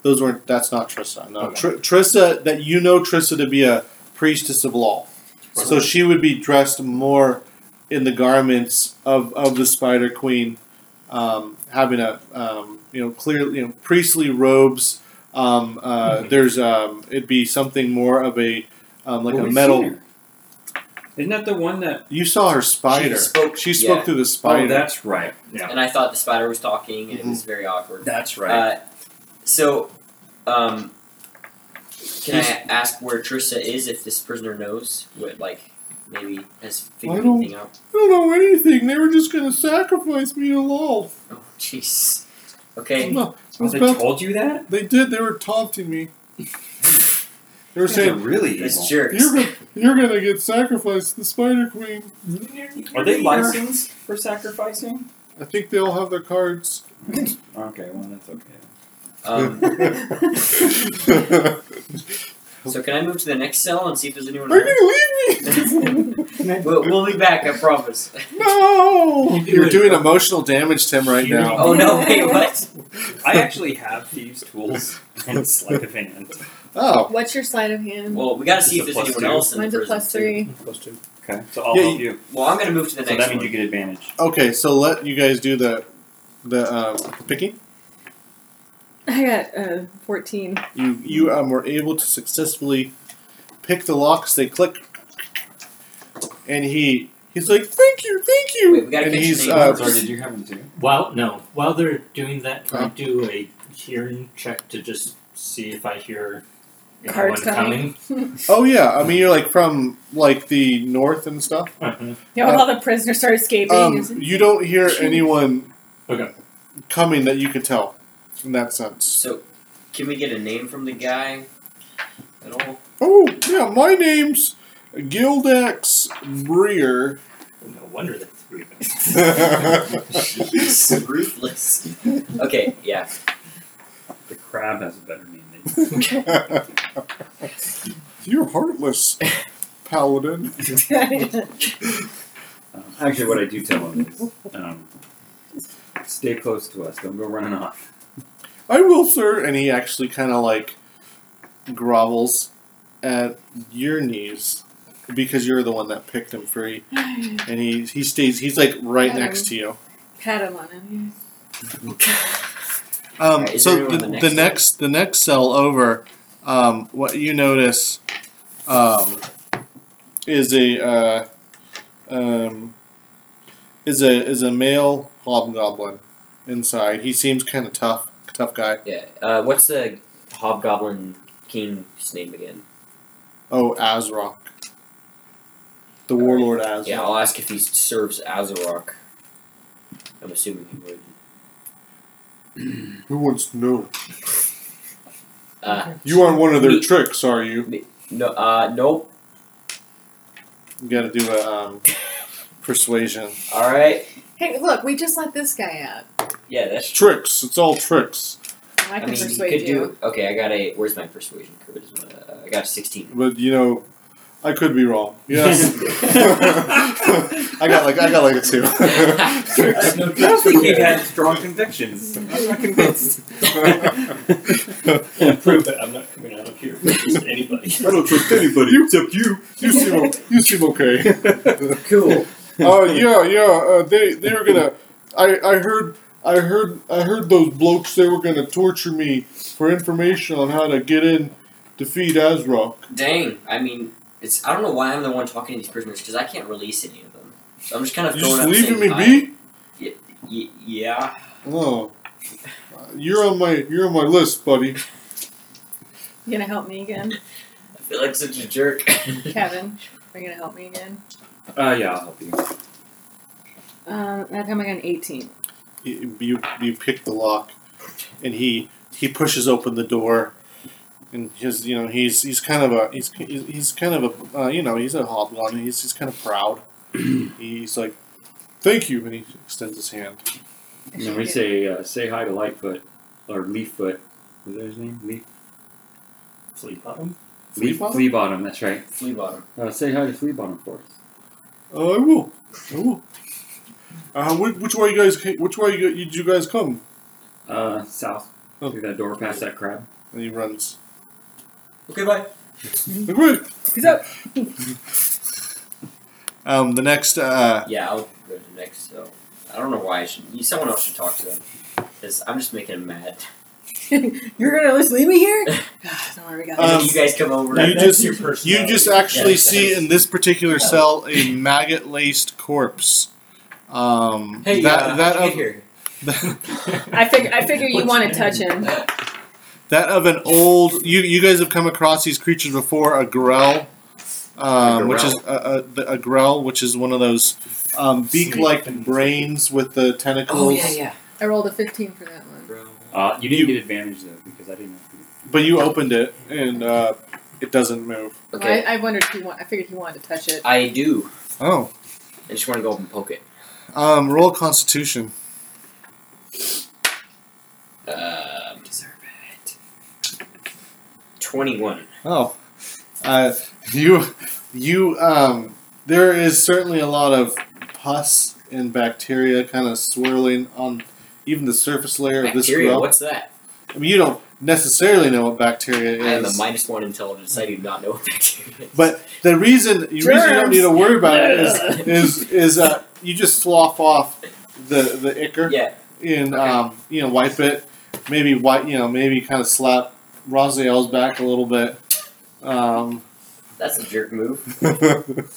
A: Those weren't. That's not Trista. No,
E: Okay.
A: Tr- Trista that you know Trista to be a priestess of law, so she would be dressed more in the garments of, of the Spider Queen, um, having a um, you know clear you know priestly robes. Um, uh,
D: Mm-hmm.
E: Mhm.
A: There's um, it'd be something more of a um, like
C: Well,
A: a
C: we've
A: metal.
C: seen her. Isn't that the one that?
A: You saw her spider.
D: spoke-
A: She spoke
D: yeah.
A: through the
C: Oh,
A: spider.
C: that's right.
E: yeah.
D: And I thought the spider was talking, and
A: Mm-hmm.
D: it was very awkward.
C: That's
D: Uh, so, um, can I ask where Trissa is if this prisoner knows what, like, maybe has
A: I
D: figured
A: don't-
D: anything out?
A: I don't know anything. They were just gonna sacrifice me to law.
D: Oh, jeez. Okay.
A: No,
C: Oh,
A: it's
C: they
A: about-
C: told you that?
A: they did. They were taunting me. They were
C: These are
A: saying,
C: really
D: These
C: evil.
D: jerks.
A: "You're gonna, you're gonna get sacrificed, to the Spider Queen."
C: Are they licensed for sacrificing?
A: I think they all have their cards.
C: Okay, well that's okay.
D: Um,
A: Are
D: so can I move to the next cell and see if there's anyone? around?
A: you gonna leave me?
D: we'll, we'll be back, I promise.
A: no!
E: You're doing
A: emotional damage to him
E: right now.
D: Oh no! Wait, what?
C: oh, I actually have thieves' tools and sleight of hand.
A: Oh,
G: What's your sleight of hand?
D: Well, we gotta see if
C: It's a plus
D: there's anyone
C: two.
D: else in
G: Mine's
D: the
G: a
D: prison.
G: plus three.
F: Plus two.
C: Okay, so I'll
A: Yeah,
C: help you.
D: Well, I'm gonna move to the
C: So
D: next
C: that means
D: one.
C: you get advantage.
A: okay. So let you guys do the the um, picking.
B: I got uh, 14.
A: You you um, were able to successfully pick the locks. They click, and he he's like, "Thank you, thank you."
D: Wait, we gotta
A: and
D: catch
A: he's
D: the
A: uh,
D: names.
C: Or did you have them too?
E: While no, while they're doing that, can I
A: Uh-huh.
E: do a hearing check to just see if I hear anyone
G: Cards coming.
E: coming?
A: Oh yeah, I mean you're like from like the north and stuff.
E: Uh-huh.
B: Yeah,
A: Uh,
B: all the prisoners start escaping.
A: Um, you don't hear anyone
E: Okay.
A: coming that you could tell in that sense.
D: So, can we get a name from the guy at all?
A: Oh yeah, my name's Gildax Breer.
E: No wonder that three of them.
D: He's ruthless. Okay, yeah.
C: The crab has a better name than you.
A: you're heartless, paladin.
C: Um, actually, what I do tell him is, um, stay close to us. Don't go running off.
A: I will, sir. And he actually kind of like grovels at your knees because you're the one that picked him free, and he he stays. He's like right
G: Yeah.
A: next to you.
G: Pat him on him.
A: Um,
D: Alright, is
A: so
D: there
A: the,
D: anyone
A: the,
D: on the
A: next
D: next
A: the next cell over, um, what you notice um, is a uh, um, is a is a male hobgoblin inside. He seems kind of tough, tough guy.
D: Yeah. Uh, what's the hobgoblin king's name again?
A: Oh, Azrock, the warlord Azrock.
D: Yeah, I'll ask if he serves Azarok. I'm assuming he would.
A: Who wants to know?
D: Uh,
A: You aren't one of their
D: Me.
A: tricks, are you?
D: no, uh, nope.
A: You got to do a um, persuasion.
D: All right.
G: Hey, look, we just let this guy out.
D: Yeah,
A: It's
D: that's.
A: tricks. It's all tricks.
G: I
D: I
G: can
D: mean, you
G: persuade
D: could do. Okay, I got a. Where's my persuasion charisma? Uh, I got a sixteen.
A: But you know, I could be wrong. Yes. I got like I got like a two.
C: I don't think he had strong convictions. I'm not convinced.
E: Yeah, prove that I'm not coming out of here for just anybody.
A: I don't trust anybody except you. You seem o- you seem okay.
D: Cool.
A: Uh, yeah, yeah. Uh, they they were gonna. I I heard I heard I heard those blokes. They were gonna torture me for information on how to get in, defeat Azrock.
D: Dang. I mean, it's. I don't know why I'm the one talking to these prisoners because I can't release any of them. So I'm just kind of
A: You
D: throwing
A: just
D: out
A: leaving me
D: saying
A: be?
D: hi. Y- yeah.
A: No. Uh, You're on my you're on my list, buddy.
G: You gonna help me again,
D: I feel like such a jerk.
G: Kevin? Are you gonna help me again?
C: Uh, yeah, I'll help you.
G: Um, that time I got an eighteen.
A: you you pick the lock, and he he pushes open the door, and his you know he's he's kind of a he's he's he's kind of a uh, you know he's a hobgoblin. He's he's kind of proud. he's like, thank you, and he extends his hand.
G: I
F: And we
G: shake it.
F: say, uh, say hi to Lightfoot or Leaffoot. Was that his name? Leaf,
E: Sleep on.
A: Flea Bottom?
F: Flea Bottom. That's right.
D: Flea bottom.
F: Uh, say hi to Flea Bottom for us.
A: Uh, I will. I will. Uh, which, which way you guys? ca- Which way you, you, you guys come?
F: Uh, south
A: Oh.
F: through that door, past that crab.
A: And he runs.
D: Okay, bye.
A: Like, wait.
B: He's up.
A: Um, the next. Uh,
D: Yeah, I'll go to next. So I don't know why I should. You, someone else should talk to them. Cause I'm just making him mad.
B: You're gonna just leave me here? Ah, Don't worry,
D: And
B: guys.
D: then
A: Um,
D: you guys come over.
A: you
E: That-
D: and-
A: just-
E: that's your personality.
A: you just actually
D: Yeah.
A: see in this particular cell a maggot-laced corpse. Um,
D: hey,
A: that
D: uh,
A: that
D: how'd you
A: of
D: get here.
B: I figure I figure you
E: What's
B: want to
E: your
B: touch
E: name?
A: Oh.
B: him.
A: that of an old. You you guys have come across these creatures before. A grell, um, which is a, a, the- a grell, which is one of those um, beak-like
E: Snake.
A: brains with the tentacles.
D: Oh yeah, yeah.
G: I rolled a 15 for that one.
D: Bro.
F: Uh, you didn't
A: You-
F: get advantage though because I didn't. Have to.
A: But you opened it and uh, it doesn't move.
G: Well,
D: Okay.
G: I, I wondered if he want. I figured he wanted to touch it.
D: I do.
A: Oh.
D: I just want to go up and poke it.
A: Um, roll Constitution.
D: Um, deserve it. Twenty-one.
A: Oh. Uh, you, you, um, there is certainly a lot of pus and bacteria kind of swirling on even the surface layer of this
D: Bacteria.
A: grill.
D: What's that?
A: I mean, you don't necessarily know what bacteria
D: I have a
A: is.
D: minus one intelligence. I do not know what bacteria. is.
A: But the reason, the reason you don't
B: Germs.
A: need to worry about it is, is, is uh, you just slough off the, the ichor.
D: yeah.
A: and
D: Okay.
A: um, you know wipe it. Maybe wipe, you know, maybe kind of slap Rosiel's back a little bit. Um,
D: That's a jerk move.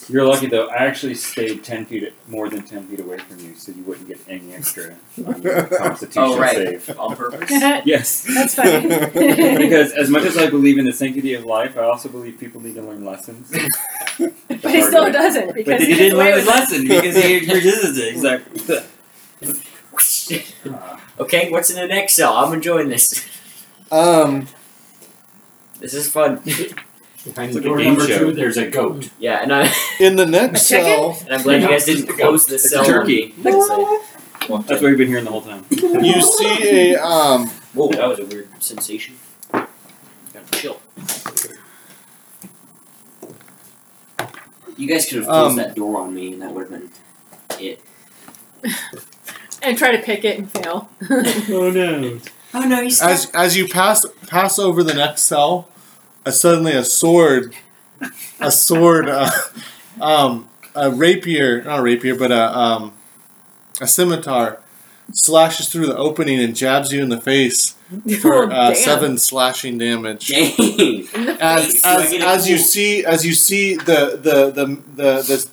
F: You're lucky though. I actually stayed ten feet, more than ten feet away from you, so you wouldn't get any extra on your Constitution
D: Oh, right.
F: save.
D: On purpose.
F: Yes.
B: That's fine.
F: because as much as I believe in the sanctity of life, I also believe people need to learn lessons. The
B: but he
F: hard
B: still
F: way.
B: doesn't
F: But
B: because
F: he
B: he
F: didn't
B: away with
F: learn his lesson because he resisted it. Exactly.
D: okay. What's in the next cell? I'm enjoying this.
A: um,
D: This is fun.
E: Behind
F: It's like a
E: door
F: game
E: number
F: show.
E: two, there's a goat.
D: Yeah, and I.
A: in the next
B: Chicken?
A: cell,
D: And I'm glad you guys didn't close this
F: It's
D: cell.
F: jerky.
D: Like I said.
F: That's what we've been hearing the whole time.
A: you see a um,
D: Whoa, that was a weird sensation. Gotta chill. You guys could have closed
A: Um,
D: that door on me, and that would have been it.
B: and try to pick it and fail.
F: Oh no!
D: Oh no, he's
A: as as you pass pass over the next cell, uh, suddenly a sword, a sword, uh, um, a rapier, not a rapier, but a um, a scimitar slashes through the opening and jabs you in the face for
B: Oh,
A: uh,
B: damn.
A: seven slashing damage.
D: Dang.
B: In the
A: as,
D: Please,
A: as,
D: do I get a
A: as you
D: cool?
A: see as you see the the the the the,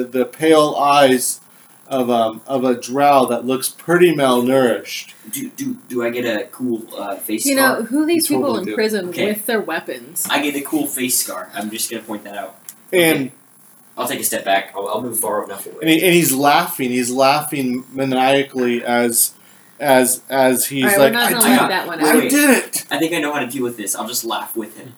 A: the, the pale eyes of um, of a drow that looks pretty malnourished.
D: Do, do, do I get a cool uh, face
B: You
D: scar?
B: know who leaves
A: You
B: people
A: totally
B: in
A: do.
B: prison
D: Okay.
B: with their weapons?
D: I get a cool face scar. I'm just gonna point that out.
A: And
D: I'll take a step back. I'll, I'll move far enough away.
A: and, he, and he's laughing. He's laughing maniacally as as as he's
B: All right,
A: like
B: we're not
A: I,
B: gonna
D: did
B: leave
D: not-
B: that one
A: did, I
D: wait.
B: out.
A: did it.
D: I think I know how to deal with this. I'll just laugh with him.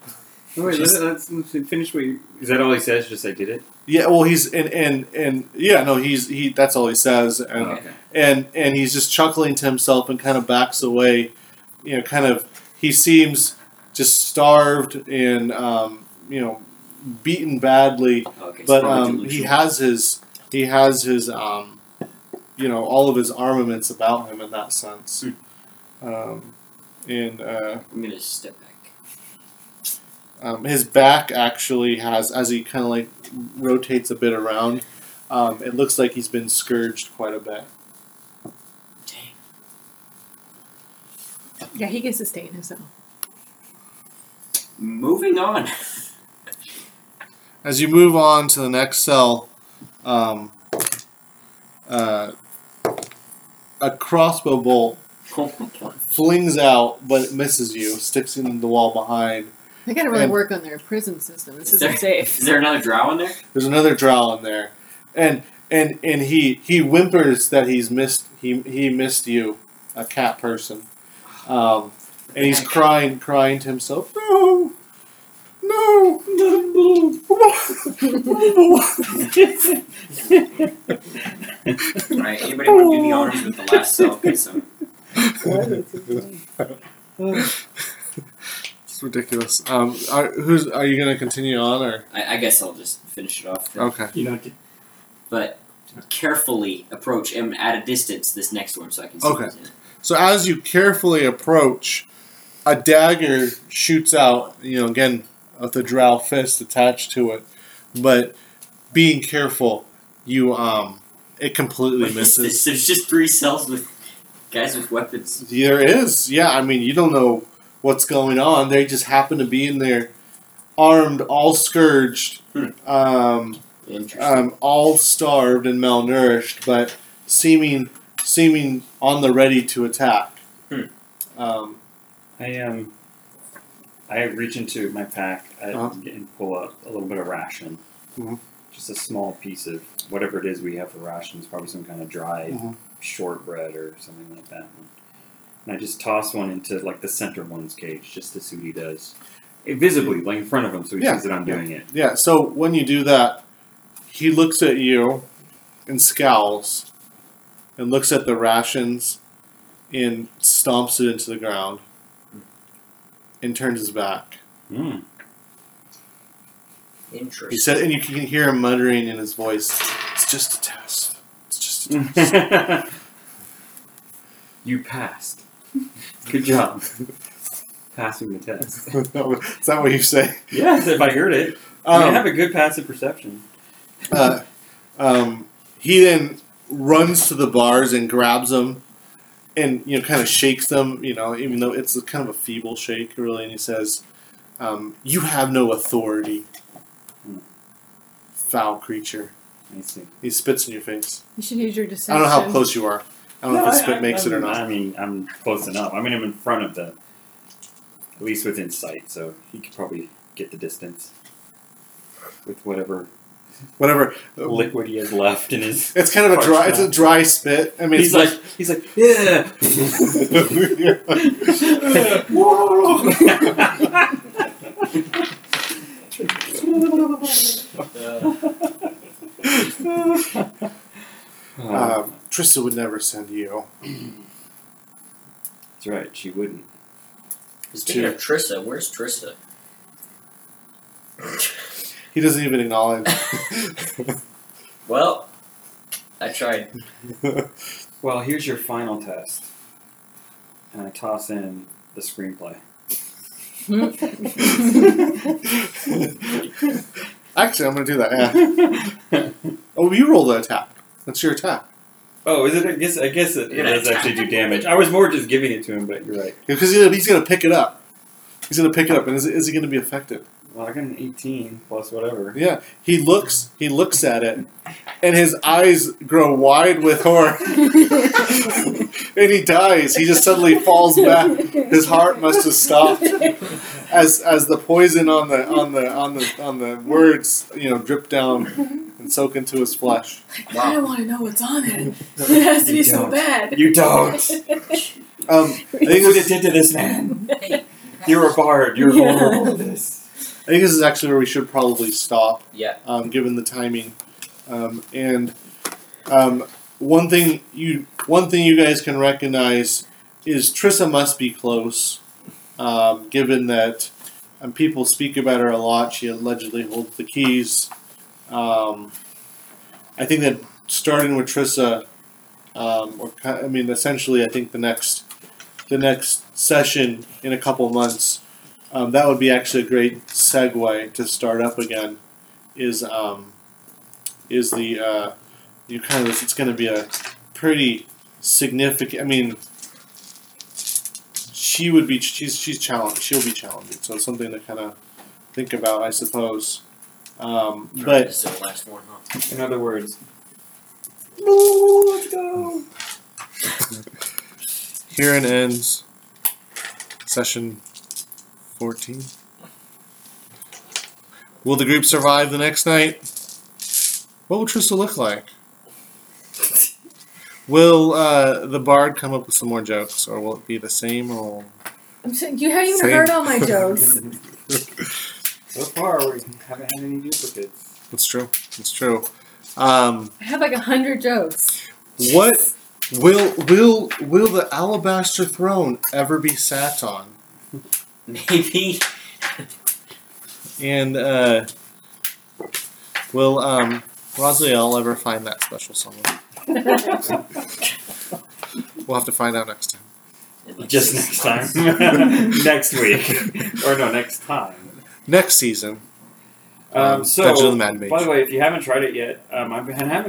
F: Wait, let's, let's finish what you. Is that all he says? Just I did it.
A: Yeah, well he's and and and yeah, no, he's he that's all he says and
D: Okay.
A: and and he's just chuckling to himself and kind of backs away. You know, kind of he seems just starved and um, you know beaten badly,
D: Okay.
A: but
D: so probably
A: um, he
D: delusional.
A: has his he has his um, you know all of his armaments about him in that sense. Um, and uh,
D: I'm gonna step back.
A: um, his back actually has as he kind of like rotates a bit around. Um, it looks like he's been scourged quite a bit.
D: Dang.
B: Yeah, he can sustain himself.
D: Moving on.
A: As you move on to the next cell, um, uh, a crossbow bolt
D: Oh my god.
A: flings out, but it misses you, sticks in the wall behind.
B: They gotta really
A: And-
B: work on their prison system. This
D: Is
B: isn't safe.
D: Is there another drow in there?
A: There's another drow in there, and and and he he whimpers that he's missed he he missed you, a cat person, um, and he's crying, crying to himself. No, no.
D: Alright, anybody want to do the honors with the last selfie? So,
A: it's ridiculous. Um, are, who's are you gonna continue on or
D: I, I guess I'll just finish it off. Then.
A: okay?
E: You know, did,
D: But carefully approach him at a distance. This next one, so I can see.
A: Okay.
D: who's in it.
A: So as you carefully approach, a dagger shoots out. You know, again with the drow fist attached to it, but being careful, you um, it completely
D: What is this?
A: misses.
D: There's just three cells with guys with weapons.
A: There is, yeah. I mean, you don't know what's going on. They just happen to be in there, armed, all scourged,
D: Hmm.
A: um,
D: Interesting.
A: um, all starved and malnourished, but seeming seeming on the ready to attack.
D: Hmm.
A: Um,
C: I um, I reach into my pack I,
A: Uh-huh.
C: and pull out a little bit of ration,
F: Mm-hmm.
A: Mhm.
C: just a small piece of whatever it is we have for rations, probably some kind of dried
F: Mm-hmm.
A: Mhm.
C: shortbread or something like that. And I just toss one into like the center one's cage, just to see what he does, Eh, visibly, like in front of him, so he
A: Yeah.
C: sees that I'm doing it.
A: Yeah, so when you do that, he looks at you and scowls and looks at the rations and stomps it into the ground and turns his back.
C: Mm.
I: Interesting.
A: He said, and you can hear him muttering in his voice, It's just a test. It's just a test.
C: you passed. Good job. Passing the test.
A: Is that what you say? Um,
C: Yes, if I heard it. I, mean, I have a good passive perception.
A: uh, um, he then runs to the bars and grabs them and you know kind of shakes them you know even though it's a kind of a feeble shake really and he says um, you have no authority foul creature
C: I see.
A: he spits in your face
J: You should use your
A: i
J: deception.
A: don't know how close you are i don't know
C: No,
A: if the spit makes
C: I'm-
A: it or not
C: I mean, I'm close enough. I mean, I'm in front of the, at least within sight, so he could probably get the distance with whatever
A: whatever
C: liquid he has left in his.
A: it's kind of a dry it's a dry spit i mean
C: He's
A: it's
C: like, he's like, yeah. Uh, Uh,
A: um, trista would never send you
C: that's right. She wouldn't.
I: Speaking of Trissa, where's Trissa?
A: he doesn't even acknowledge
I: Well, I tried.
C: Well, here's your final test, and I toss in the screenplay.
A: Actually, I'm gonna do that. Yeah. Oh, you roll the attack. That's your attack
C: Oh, is it? I guess I guess it,
I: You're gonna
C: does actually do damage. I was more just giving it to him, but you're right.
A: because he's gonna, he's gonna pick it up. He's gonna pick it up, and is, is he gonna be affected?
C: Well, I got an 18 plus whatever.
A: Yeah. He looks. He looks at it, and his eyes grow wide with horror. and he dies. He just suddenly falls back. His heart must have stopped as as the poison on the on the on the on the words you know drip down and soak into his flesh.
B: I don't want to know what's on it. It has to be so
C: don't.
B: bad.
C: You don't.
A: Um, I think
C: Look what
A: this
C: it
A: is,
C: did to this man. You're a bard. You're
J: Yeah.
C: vulnerable to this.
A: I think this is actually where we should probably stop.
I: Yeah.
A: Um, given the timing, um, and um, one thing you one thing you guys can recognize is Trissa must be close, um, given that um, people speak about her a lot. She allegedly holds the keys. Um, I think that starting with Trissa, um, or ki- I mean, essentially, I think the next the next session in a couple months um, that would be actually a great segue to start up again. Is um, is the uh, you kind of it's going to be a pretty significant. I mean, she would be she's she's challenged. She'll be challenging. So it's something to kind of think about, I suppose. Um, but
I: This is the last one, huh?
C: In other words,
A: here it ends session fourteen. Will the group survive the next night? What will Trista look like? Will uh, the bard come up with some more jokes, or will it be the same? Or
B: I'm saying you haven't even
A: Same.
B: heard all my jokes.
C: So far, we haven't had any duplicates.
A: It's true. It's true. Um,
B: I have like a hundred jokes.
A: what will will will the alabaster throne ever be sat on?
D: Maybe.
A: And uh, will um, Rosliel ever find that special someone? We'll have to find out next time.
E: in, like,
C: Just
E: six
C: next
E: months.
C: time. next week. or no, next time.
A: Next season. um,
C: Um, so, Um,
A: Dungeon of the Mad Mage.
C: by the way, if you haven't tried it yet, um, I've been having